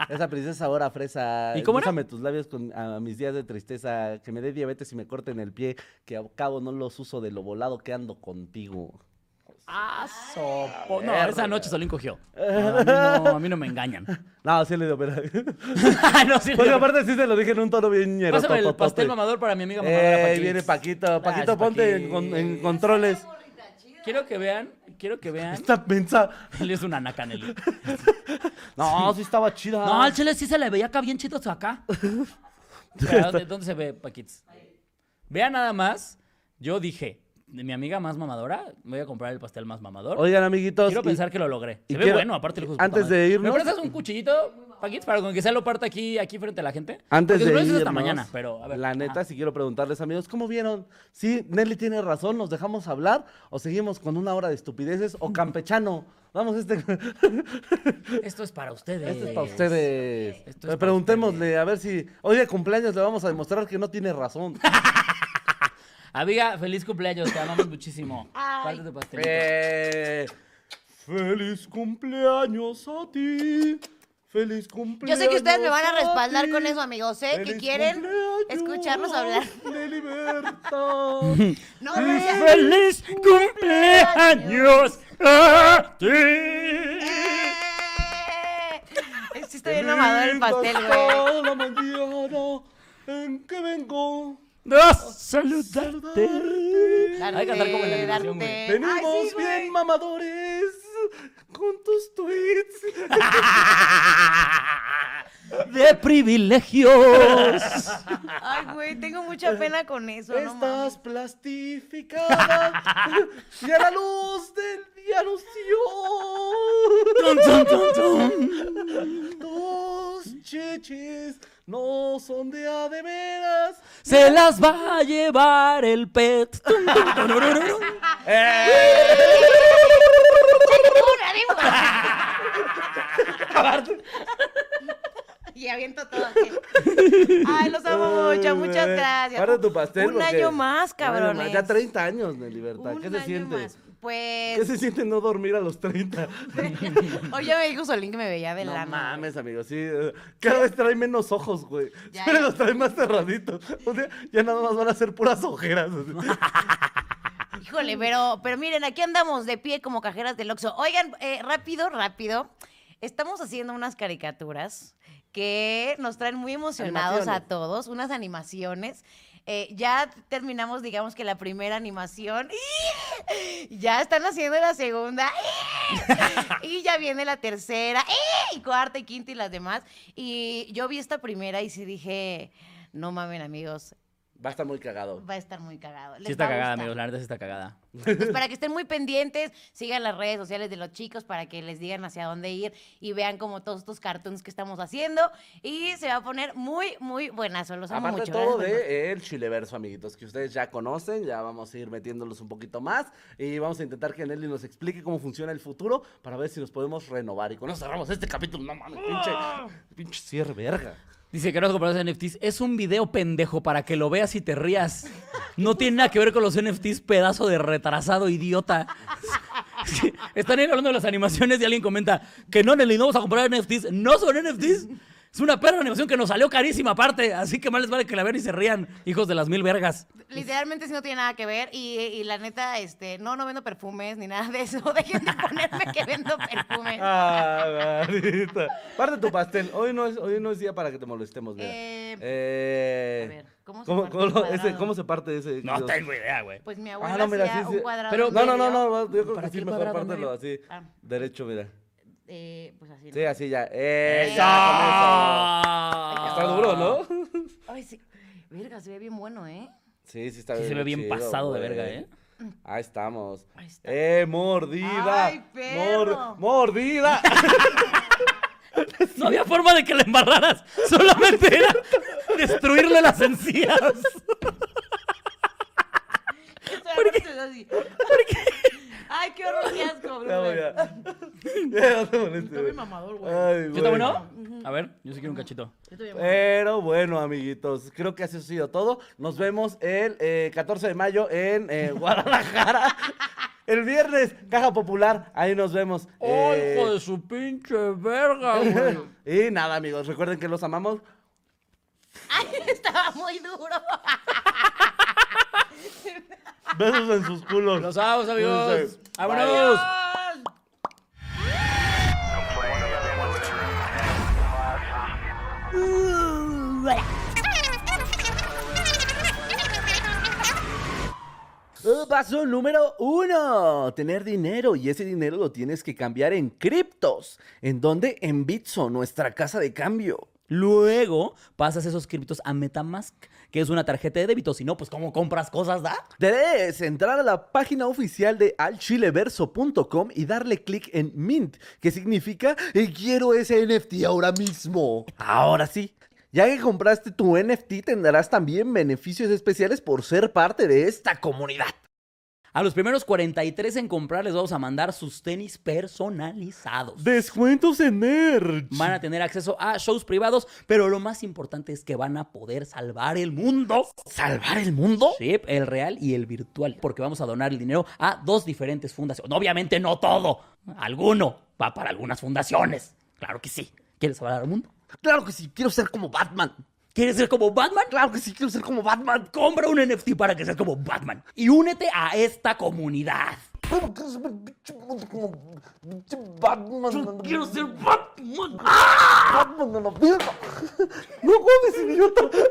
[SPEAKER 2] Esa princesa sabor a fresa.
[SPEAKER 1] ¿Y cómo era?
[SPEAKER 2] Úsame tus labios con, a mis días de tristeza. Que me dé diabetes y me corten el pie. Que a cabo no los uso de lo volado que ando contigo.
[SPEAKER 1] Ah, sopo. No,
[SPEAKER 2] verga.
[SPEAKER 1] esa noche
[SPEAKER 2] [LAUGHS]
[SPEAKER 1] Solín cogió. No, a, mí no, a mí no me engañan. [LAUGHS]
[SPEAKER 2] No, sí le dio [LAUGHS] pena.
[SPEAKER 1] no, sí,
[SPEAKER 2] Porque
[SPEAKER 1] no.
[SPEAKER 2] Pues, aparte sí se lo dije en un tono bien ñero.
[SPEAKER 1] Pásame el
[SPEAKER 2] tototote.
[SPEAKER 1] pastel mamador para mi amiga mamadora
[SPEAKER 2] Eh,
[SPEAKER 1] Paquis.
[SPEAKER 2] viene Paquito. Paquito,
[SPEAKER 1] Gracias,
[SPEAKER 2] ponte en,
[SPEAKER 1] Paquis.
[SPEAKER 2] con- en controles.
[SPEAKER 3] Morrita chida.
[SPEAKER 1] Quiero que vean, quiero que vean.
[SPEAKER 2] Esta mensa.
[SPEAKER 1] Él es una naca, Nelly.
[SPEAKER 2] No, sí estaba chida.
[SPEAKER 1] No, al chile sí se le veía acá bien chido
[SPEAKER 2] [LAUGHS]
[SPEAKER 1] su acá. Pero, ¿dónde, dónde se ve, Paquits? Vean nada más. Yo dije, de mi amiga más mamadora, voy a comprar el pastel más mamador.
[SPEAKER 2] Oigan, amiguitos.
[SPEAKER 1] quiero
[SPEAKER 2] y-
[SPEAKER 1] pensar que lo logré. Se
[SPEAKER 2] y
[SPEAKER 1] ve
[SPEAKER 2] quiero-
[SPEAKER 1] bueno, aparte el hijo de su puta
[SPEAKER 2] antes
[SPEAKER 1] madre.
[SPEAKER 2] de
[SPEAKER 1] ¿Me
[SPEAKER 2] irnos-
[SPEAKER 1] prestas un cuchillito, Paquits, para que sea lo parte aquí, aquí frente a la gente?
[SPEAKER 2] Antes de
[SPEAKER 1] Porque seguro es
[SPEAKER 2] irnos,
[SPEAKER 1] hasta mañana, pero a ver.
[SPEAKER 2] la
[SPEAKER 1] ajá.
[SPEAKER 2] neta, si quiero preguntarles, amigos, ¿cómo vieron? Sí, Nelly tiene razón, ¿nos dejamos hablar o seguimos con una hora de estupideces o campechano? Vamos, este... [LAUGHS]
[SPEAKER 1] Esto es para ustedes.
[SPEAKER 2] Esto es para ustedes.
[SPEAKER 1] Pues, Esto es
[SPEAKER 2] Pero
[SPEAKER 1] para
[SPEAKER 2] preguntémosle, a ver si hoy de cumpleaños le vamos a demostrar que no tiene
[SPEAKER 1] [LAUGHS]
[SPEAKER 2] razón.
[SPEAKER 1] Amiga, feliz cumpleaños, te amamos muchísimo.
[SPEAKER 3] Ay.
[SPEAKER 1] Parte tu pastelito.
[SPEAKER 2] Eh, feliz cumpleaños a ti. Feliz
[SPEAKER 3] Yo
[SPEAKER 2] cumpleaños.
[SPEAKER 3] sé que ustedes me van a
[SPEAKER 2] ti.
[SPEAKER 3] respaldar con eso, amigos, ¿eh? Que
[SPEAKER 2] Feliz
[SPEAKER 3] quieren
[SPEAKER 2] cumpleaños,
[SPEAKER 3] escucharnos hablar.
[SPEAKER 2] Nelly
[SPEAKER 1] [LAUGHS]
[SPEAKER 2] Berta.
[SPEAKER 3] No, no, no.
[SPEAKER 1] ¡Feliz cumpleaños a ti!
[SPEAKER 3] Eh, Sí está bien mamador el pastel, güey.
[SPEAKER 2] Hasta la mañana en que vengo.
[SPEAKER 1] ¡Dos
[SPEAKER 2] saludarte.
[SPEAKER 1] Hay que cantar como en la
[SPEAKER 3] Darte,
[SPEAKER 1] animación, güey.
[SPEAKER 3] darte.
[SPEAKER 2] Venimos
[SPEAKER 3] Ay, sí, güey.
[SPEAKER 2] bien mamadores con tus
[SPEAKER 4] [LAUGHS]
[SPEAKER 2] tweets.
[SPEAKER 1] [LAUGHS] De privilegios.
[SPEAKER 3] Ay, güey, tengo
[SPEAKER 2] Eh,
[SPEAKER 3] mucha pena con eso. no mames.
[SPEAKER 2] [LAUGHS] Estás plastificada [LAUGHS] y a la luz del día nos dio.
[SPEAKER 1] Tum, tum, tum, tum.
[SPEAKER 2] Tus chichis no son de a de veras.
[SPEAKER 1] Se las va a llevar el pet. Tum, tum, turururu.
[SPEAKER 4] Eh,
[SPEAKER 2] [LAUGHS]
[SPEAKER 3] Tengo una lengua.
[SPEAKER 4] y aviento todo. ¿qué? Ay, los amo mucho, muchas gracias.
[SPEAKER 2] Guarda tu pastel.
[SPEAKER 4] Un
[SPEAKER 2] porque-
[SPEAKER 4] año
[SPEAKER 2] Un
[SPEAKER 4] más,
[SPEAKER 2] año más,
[SPEAKER 4] cabrones.
[SPEAKER 2] Ya 30 años de libertad. ¿Qué
[SPEAKER 4] Un
[SPEAKER 2] se
[SPEAKER 4] año
[SPEAKER 2] siente?
[SPEAKER 4] más. Pues,
[SPEAKER 2] ¿Qué se siente no dormir a los 30?
[SPEAKER 4] hoy ya me dijo Solín que me veía de
[SPEAKER 2] No
[SPEAKER 4] lana,
[SPEAKER 2] mames, amigo, sí. eh, Cada vez trae menos ojos, güey.
[SPEAKER 4] Ya,
[SPEAKER 2] Siempre
[SPEAKER 4] ya.
[SPEAKER 2] los trae más cerraditos. Un día ya nada más van a ser puras ojeras. así.
[SPEAKER 4] Híjole, pero, pero miren, aquí andamos de pie como cajeras del Oxxo. Oigan, eh, rápido, rápido. Estamos haciendo unas caricaturas que nos traen muy emocionados a
[SPEAKER 2] Animaciones.
[SPEAKER 4] todos, unas animaciones. Eh, ya terminamos, digamos que la primera animación. Ya están haciendo la segunda. Y ya viene la tercera. Y cuarta y quinta y las demás. Y yo vi esta primera y sí dije, no mamen amigos,
[SPEAKER 2] Va a estar muy cagado.
[SPEAKER 4] va a estar muy cagado. Les
[SPEAKER 1] Sí está
[SPEAKER 4] va a
[SPEAKER 1] cagada,
[SPEAKER 4] gustar.
[SPEAKER 1] amigos. La neta sí está cagada.
[SPEAKER 4] Pues para que estén muy pendientes, sigan las redes sociales de los chicos para que les digan hacia dónde ir y vean como todos estos cartoons que estamos haciendo. Y se va a poner muy, muy buenazo. Los amo
[SPEAKER 2] Aparte
[SPEAKER 4] mucho. ¿eh?
[SPEAKER 2] todo
[SPEAKER 4] gracias por-
[SPEAKER 2] de el chileverso, amiguitos, que ustedes ya conocen, ya vamos a ir metiéndolos un poquito más y vamos a intentar que Nelly nos explique cómo funciona el futuro para ver si nos podemos renovar. Y con eso cerramos este capítulo, no mames, pinche, pinche cierre verga.
[SPEAKER 1] Dice que no comprar NFTs. Es un video pendejo para que lo veas y te rías. No tiene nada que ver con los NFTs, pedazo de retrasado idiota. [LAUGHS] Sí, Están ahí hablando de las animaciones y alguien comenta que no, Nelly, no vamos a comprar NFTs. No son NFTs. Es una perra animación que nos salió carísima aparte. Así que más les vale que la vean y se rían, hijos de las mil vergas.
[SPEAKER 4] Literalmente sí no tiene nada que ver. Y, y la neta, este, no, no vendo perfumes ni nada de eso. [LAUGHS] Dejen de ponerme que vendo perfumes. [LAUGHS]
[SPEAKER 2] Ah, Marita. Parte tu pastel. Hoy no es, hoy no es día para que te molestemos, mira.
[SPEAKER 4] Eh,
[SPEAKER 2] Eh,
[SPEAKER 4] a ver, ¿cómo se parte
[SPEAKER 2] cómo
[SPEAKER 4] un
[SPEAKER 2] lo- ese-
[SPEAKER 4] cuadrado?
[SPEAKER 2] ¿cómo se parte ese?
[SPEAKER 1] No
[SPEAKER 2] Dios?
[SPEAKER 1] tengo idea, güey.
[SPEAKER 4] Pues mi abuela
[SPEAKER 2] Ah, no, mira,
[SPEAKER 4] hacía
[SPEAKER 2] sí, sí.
[SPEAKER 4] un cuadrado.
[SPEAKER 1] Pero-
[SPEAKER 4] y
[SPEAKER 2] no, no, no,
[SPEAKER 4] medio.
[SPEAKER 2] no, yo creo
[SPEAKER 1] ¿Para
[SPEAKER 2] que
[SPEAKER 1] qué
[SPEAKER 2] sí,
[SPEAKER 1] el
[SPEAKER 2] mejor
[SPEAKER 1] cuadrado
[SPEAKER 2] pártelo
[SPEAKER 1] medio?
[SPEAKER 2] así,
[SPEAKER 4] Ah.
[SPEAKER 2] derecho, mira.
[SPEAKER 4] Eh, pues así. ¿no?
[SPEAKER 2] Sí, así ya. ¡Eso!
[SPEAKER 4] ¡Eso!
[SPEAKER 2] Con eso. Está duro, ¿no?
[SPEAKER 4] Ay, sí. Verga, se ve bien bueno, ¿eh?
[SPEAKER 2] Sí, sí está
[SPEAKER 1] Sí, se ve bien
[SPEAKER 2] chido,
[SPEAKER 1] pasado de
[SPEAKER 2] güey.
[SPEAKER 1] verga, ¿eh?
[SPEAKER 2] Ahí estamos.
[SPEAKER 4] Ahí está.
[SPEAKER 2] ¡Eh, mordida!
[SPEAKER 4] Ay, perro. [LAUGHS]
[SPEAKER 2] ¡Mordida!
[SPEAKER 1] No había forma de que la embarraras. Solamente era destruirle las encías.
[SPEAKER 4] [LAUGHS] Solamente se ve así. Ay, qué horror, qué asco,
[SPEAKER 2] Ya,
[SPEAKER 4] bro.
[SPEAKER 2] güey, ya. Ya, no te molestes, güey.
[SPEAKER 4] mamador,
[SPEAKER 2] Ay,
[SPEAKER 1] ¿Sí
[SPEAKER 2] güey.
[SPEAKER 1] está bueno? A ver, yo sí quiero un cachito.
[SPEAKER 4] Yo te voy a mamador.
[SPEAKER 2] Pero bueno, amiguitos, creo que así ha sido todo. Nos vemos el eh, 14 de mayo en [LAUGHS] eh, Guadalajara. El viernes, Caja Popular, ahí nos vemos.
[SPEAKER 1] ¡Oh,
[SPEAKER 2] Eh,
[SPEAKER 1] hijo de su pinche verga,
[SPEAKER 2] [LAUGHS]
[SPEAKER 1] güey!
[SPEAKER 2] Y nada, amigos, recuerden que los amamos.
[SPEAKER 4] Ay, [LAUGHS] estaba muy duro.
[SPEAKER 2] Besos en sus culos.
[SPEAKER 1] Los amos, amigos.
[SPEAKER 2] Sí.
[SPEAKER 1] ¡Vámonos!
[SPEAKER 2] Eh, Paso número uno, tener dinero y ese dinero lo tienes que cambiar en criptos. ¿En donde En Bitso, nuestra casa de cambio.
[SPEAKER 1] Luego pasas esos criptos a Metamask, que es una tarjeta de débito. Si no, pues ¿cómo compras cosas, da?
[SPEAKER 2] Debes entrar a la página oficial de alchileverso.com y darle clic en Mint, que significa eh, quiero ese NFT ahora mismo. Ahora sí. Ya que compraste tu NFT tendrás también beneficios especiales por ser parte de esta comunidad.
[SPEAKER 1] A los primeros 43 en comprar les vamos a mandar sus tenis personalizados.
[SPEAKER 2] Descuentos en merch.
[SPEAKER 1] Van a tener acceso a shows privados, pero lo más importante es que van a poder salvar el mundo.
[SPEAKER 2] ¿Salvar el mundo?
[SPEAKER 1] Sí, el real y el virtual, porque vamos a donar el dinero a dos diferentes fundaciones. Obviamente no todo, alguno va para algunas fundaciones. Claro que sí. ¿Quieres salvar al mundo?
[SPEAKER 2] Claro que sí, quiero ser como Batman.
[SPEAKER 1] ¿Quieres ser como Batman?
[SPEAKER 2] Claro que sí, quiero ser como Batman.
[SPEAKER 1] Compra un NFT para que seas como Batman y únete a esta comunidad.
[SPEAKER 2] ¿Cómo que ser pinche mundo como pinche Batman?
[SPEAKER 1] Quiero ser Batman.
[SPEAKER 2] Batman a la verga. No mames, idiota.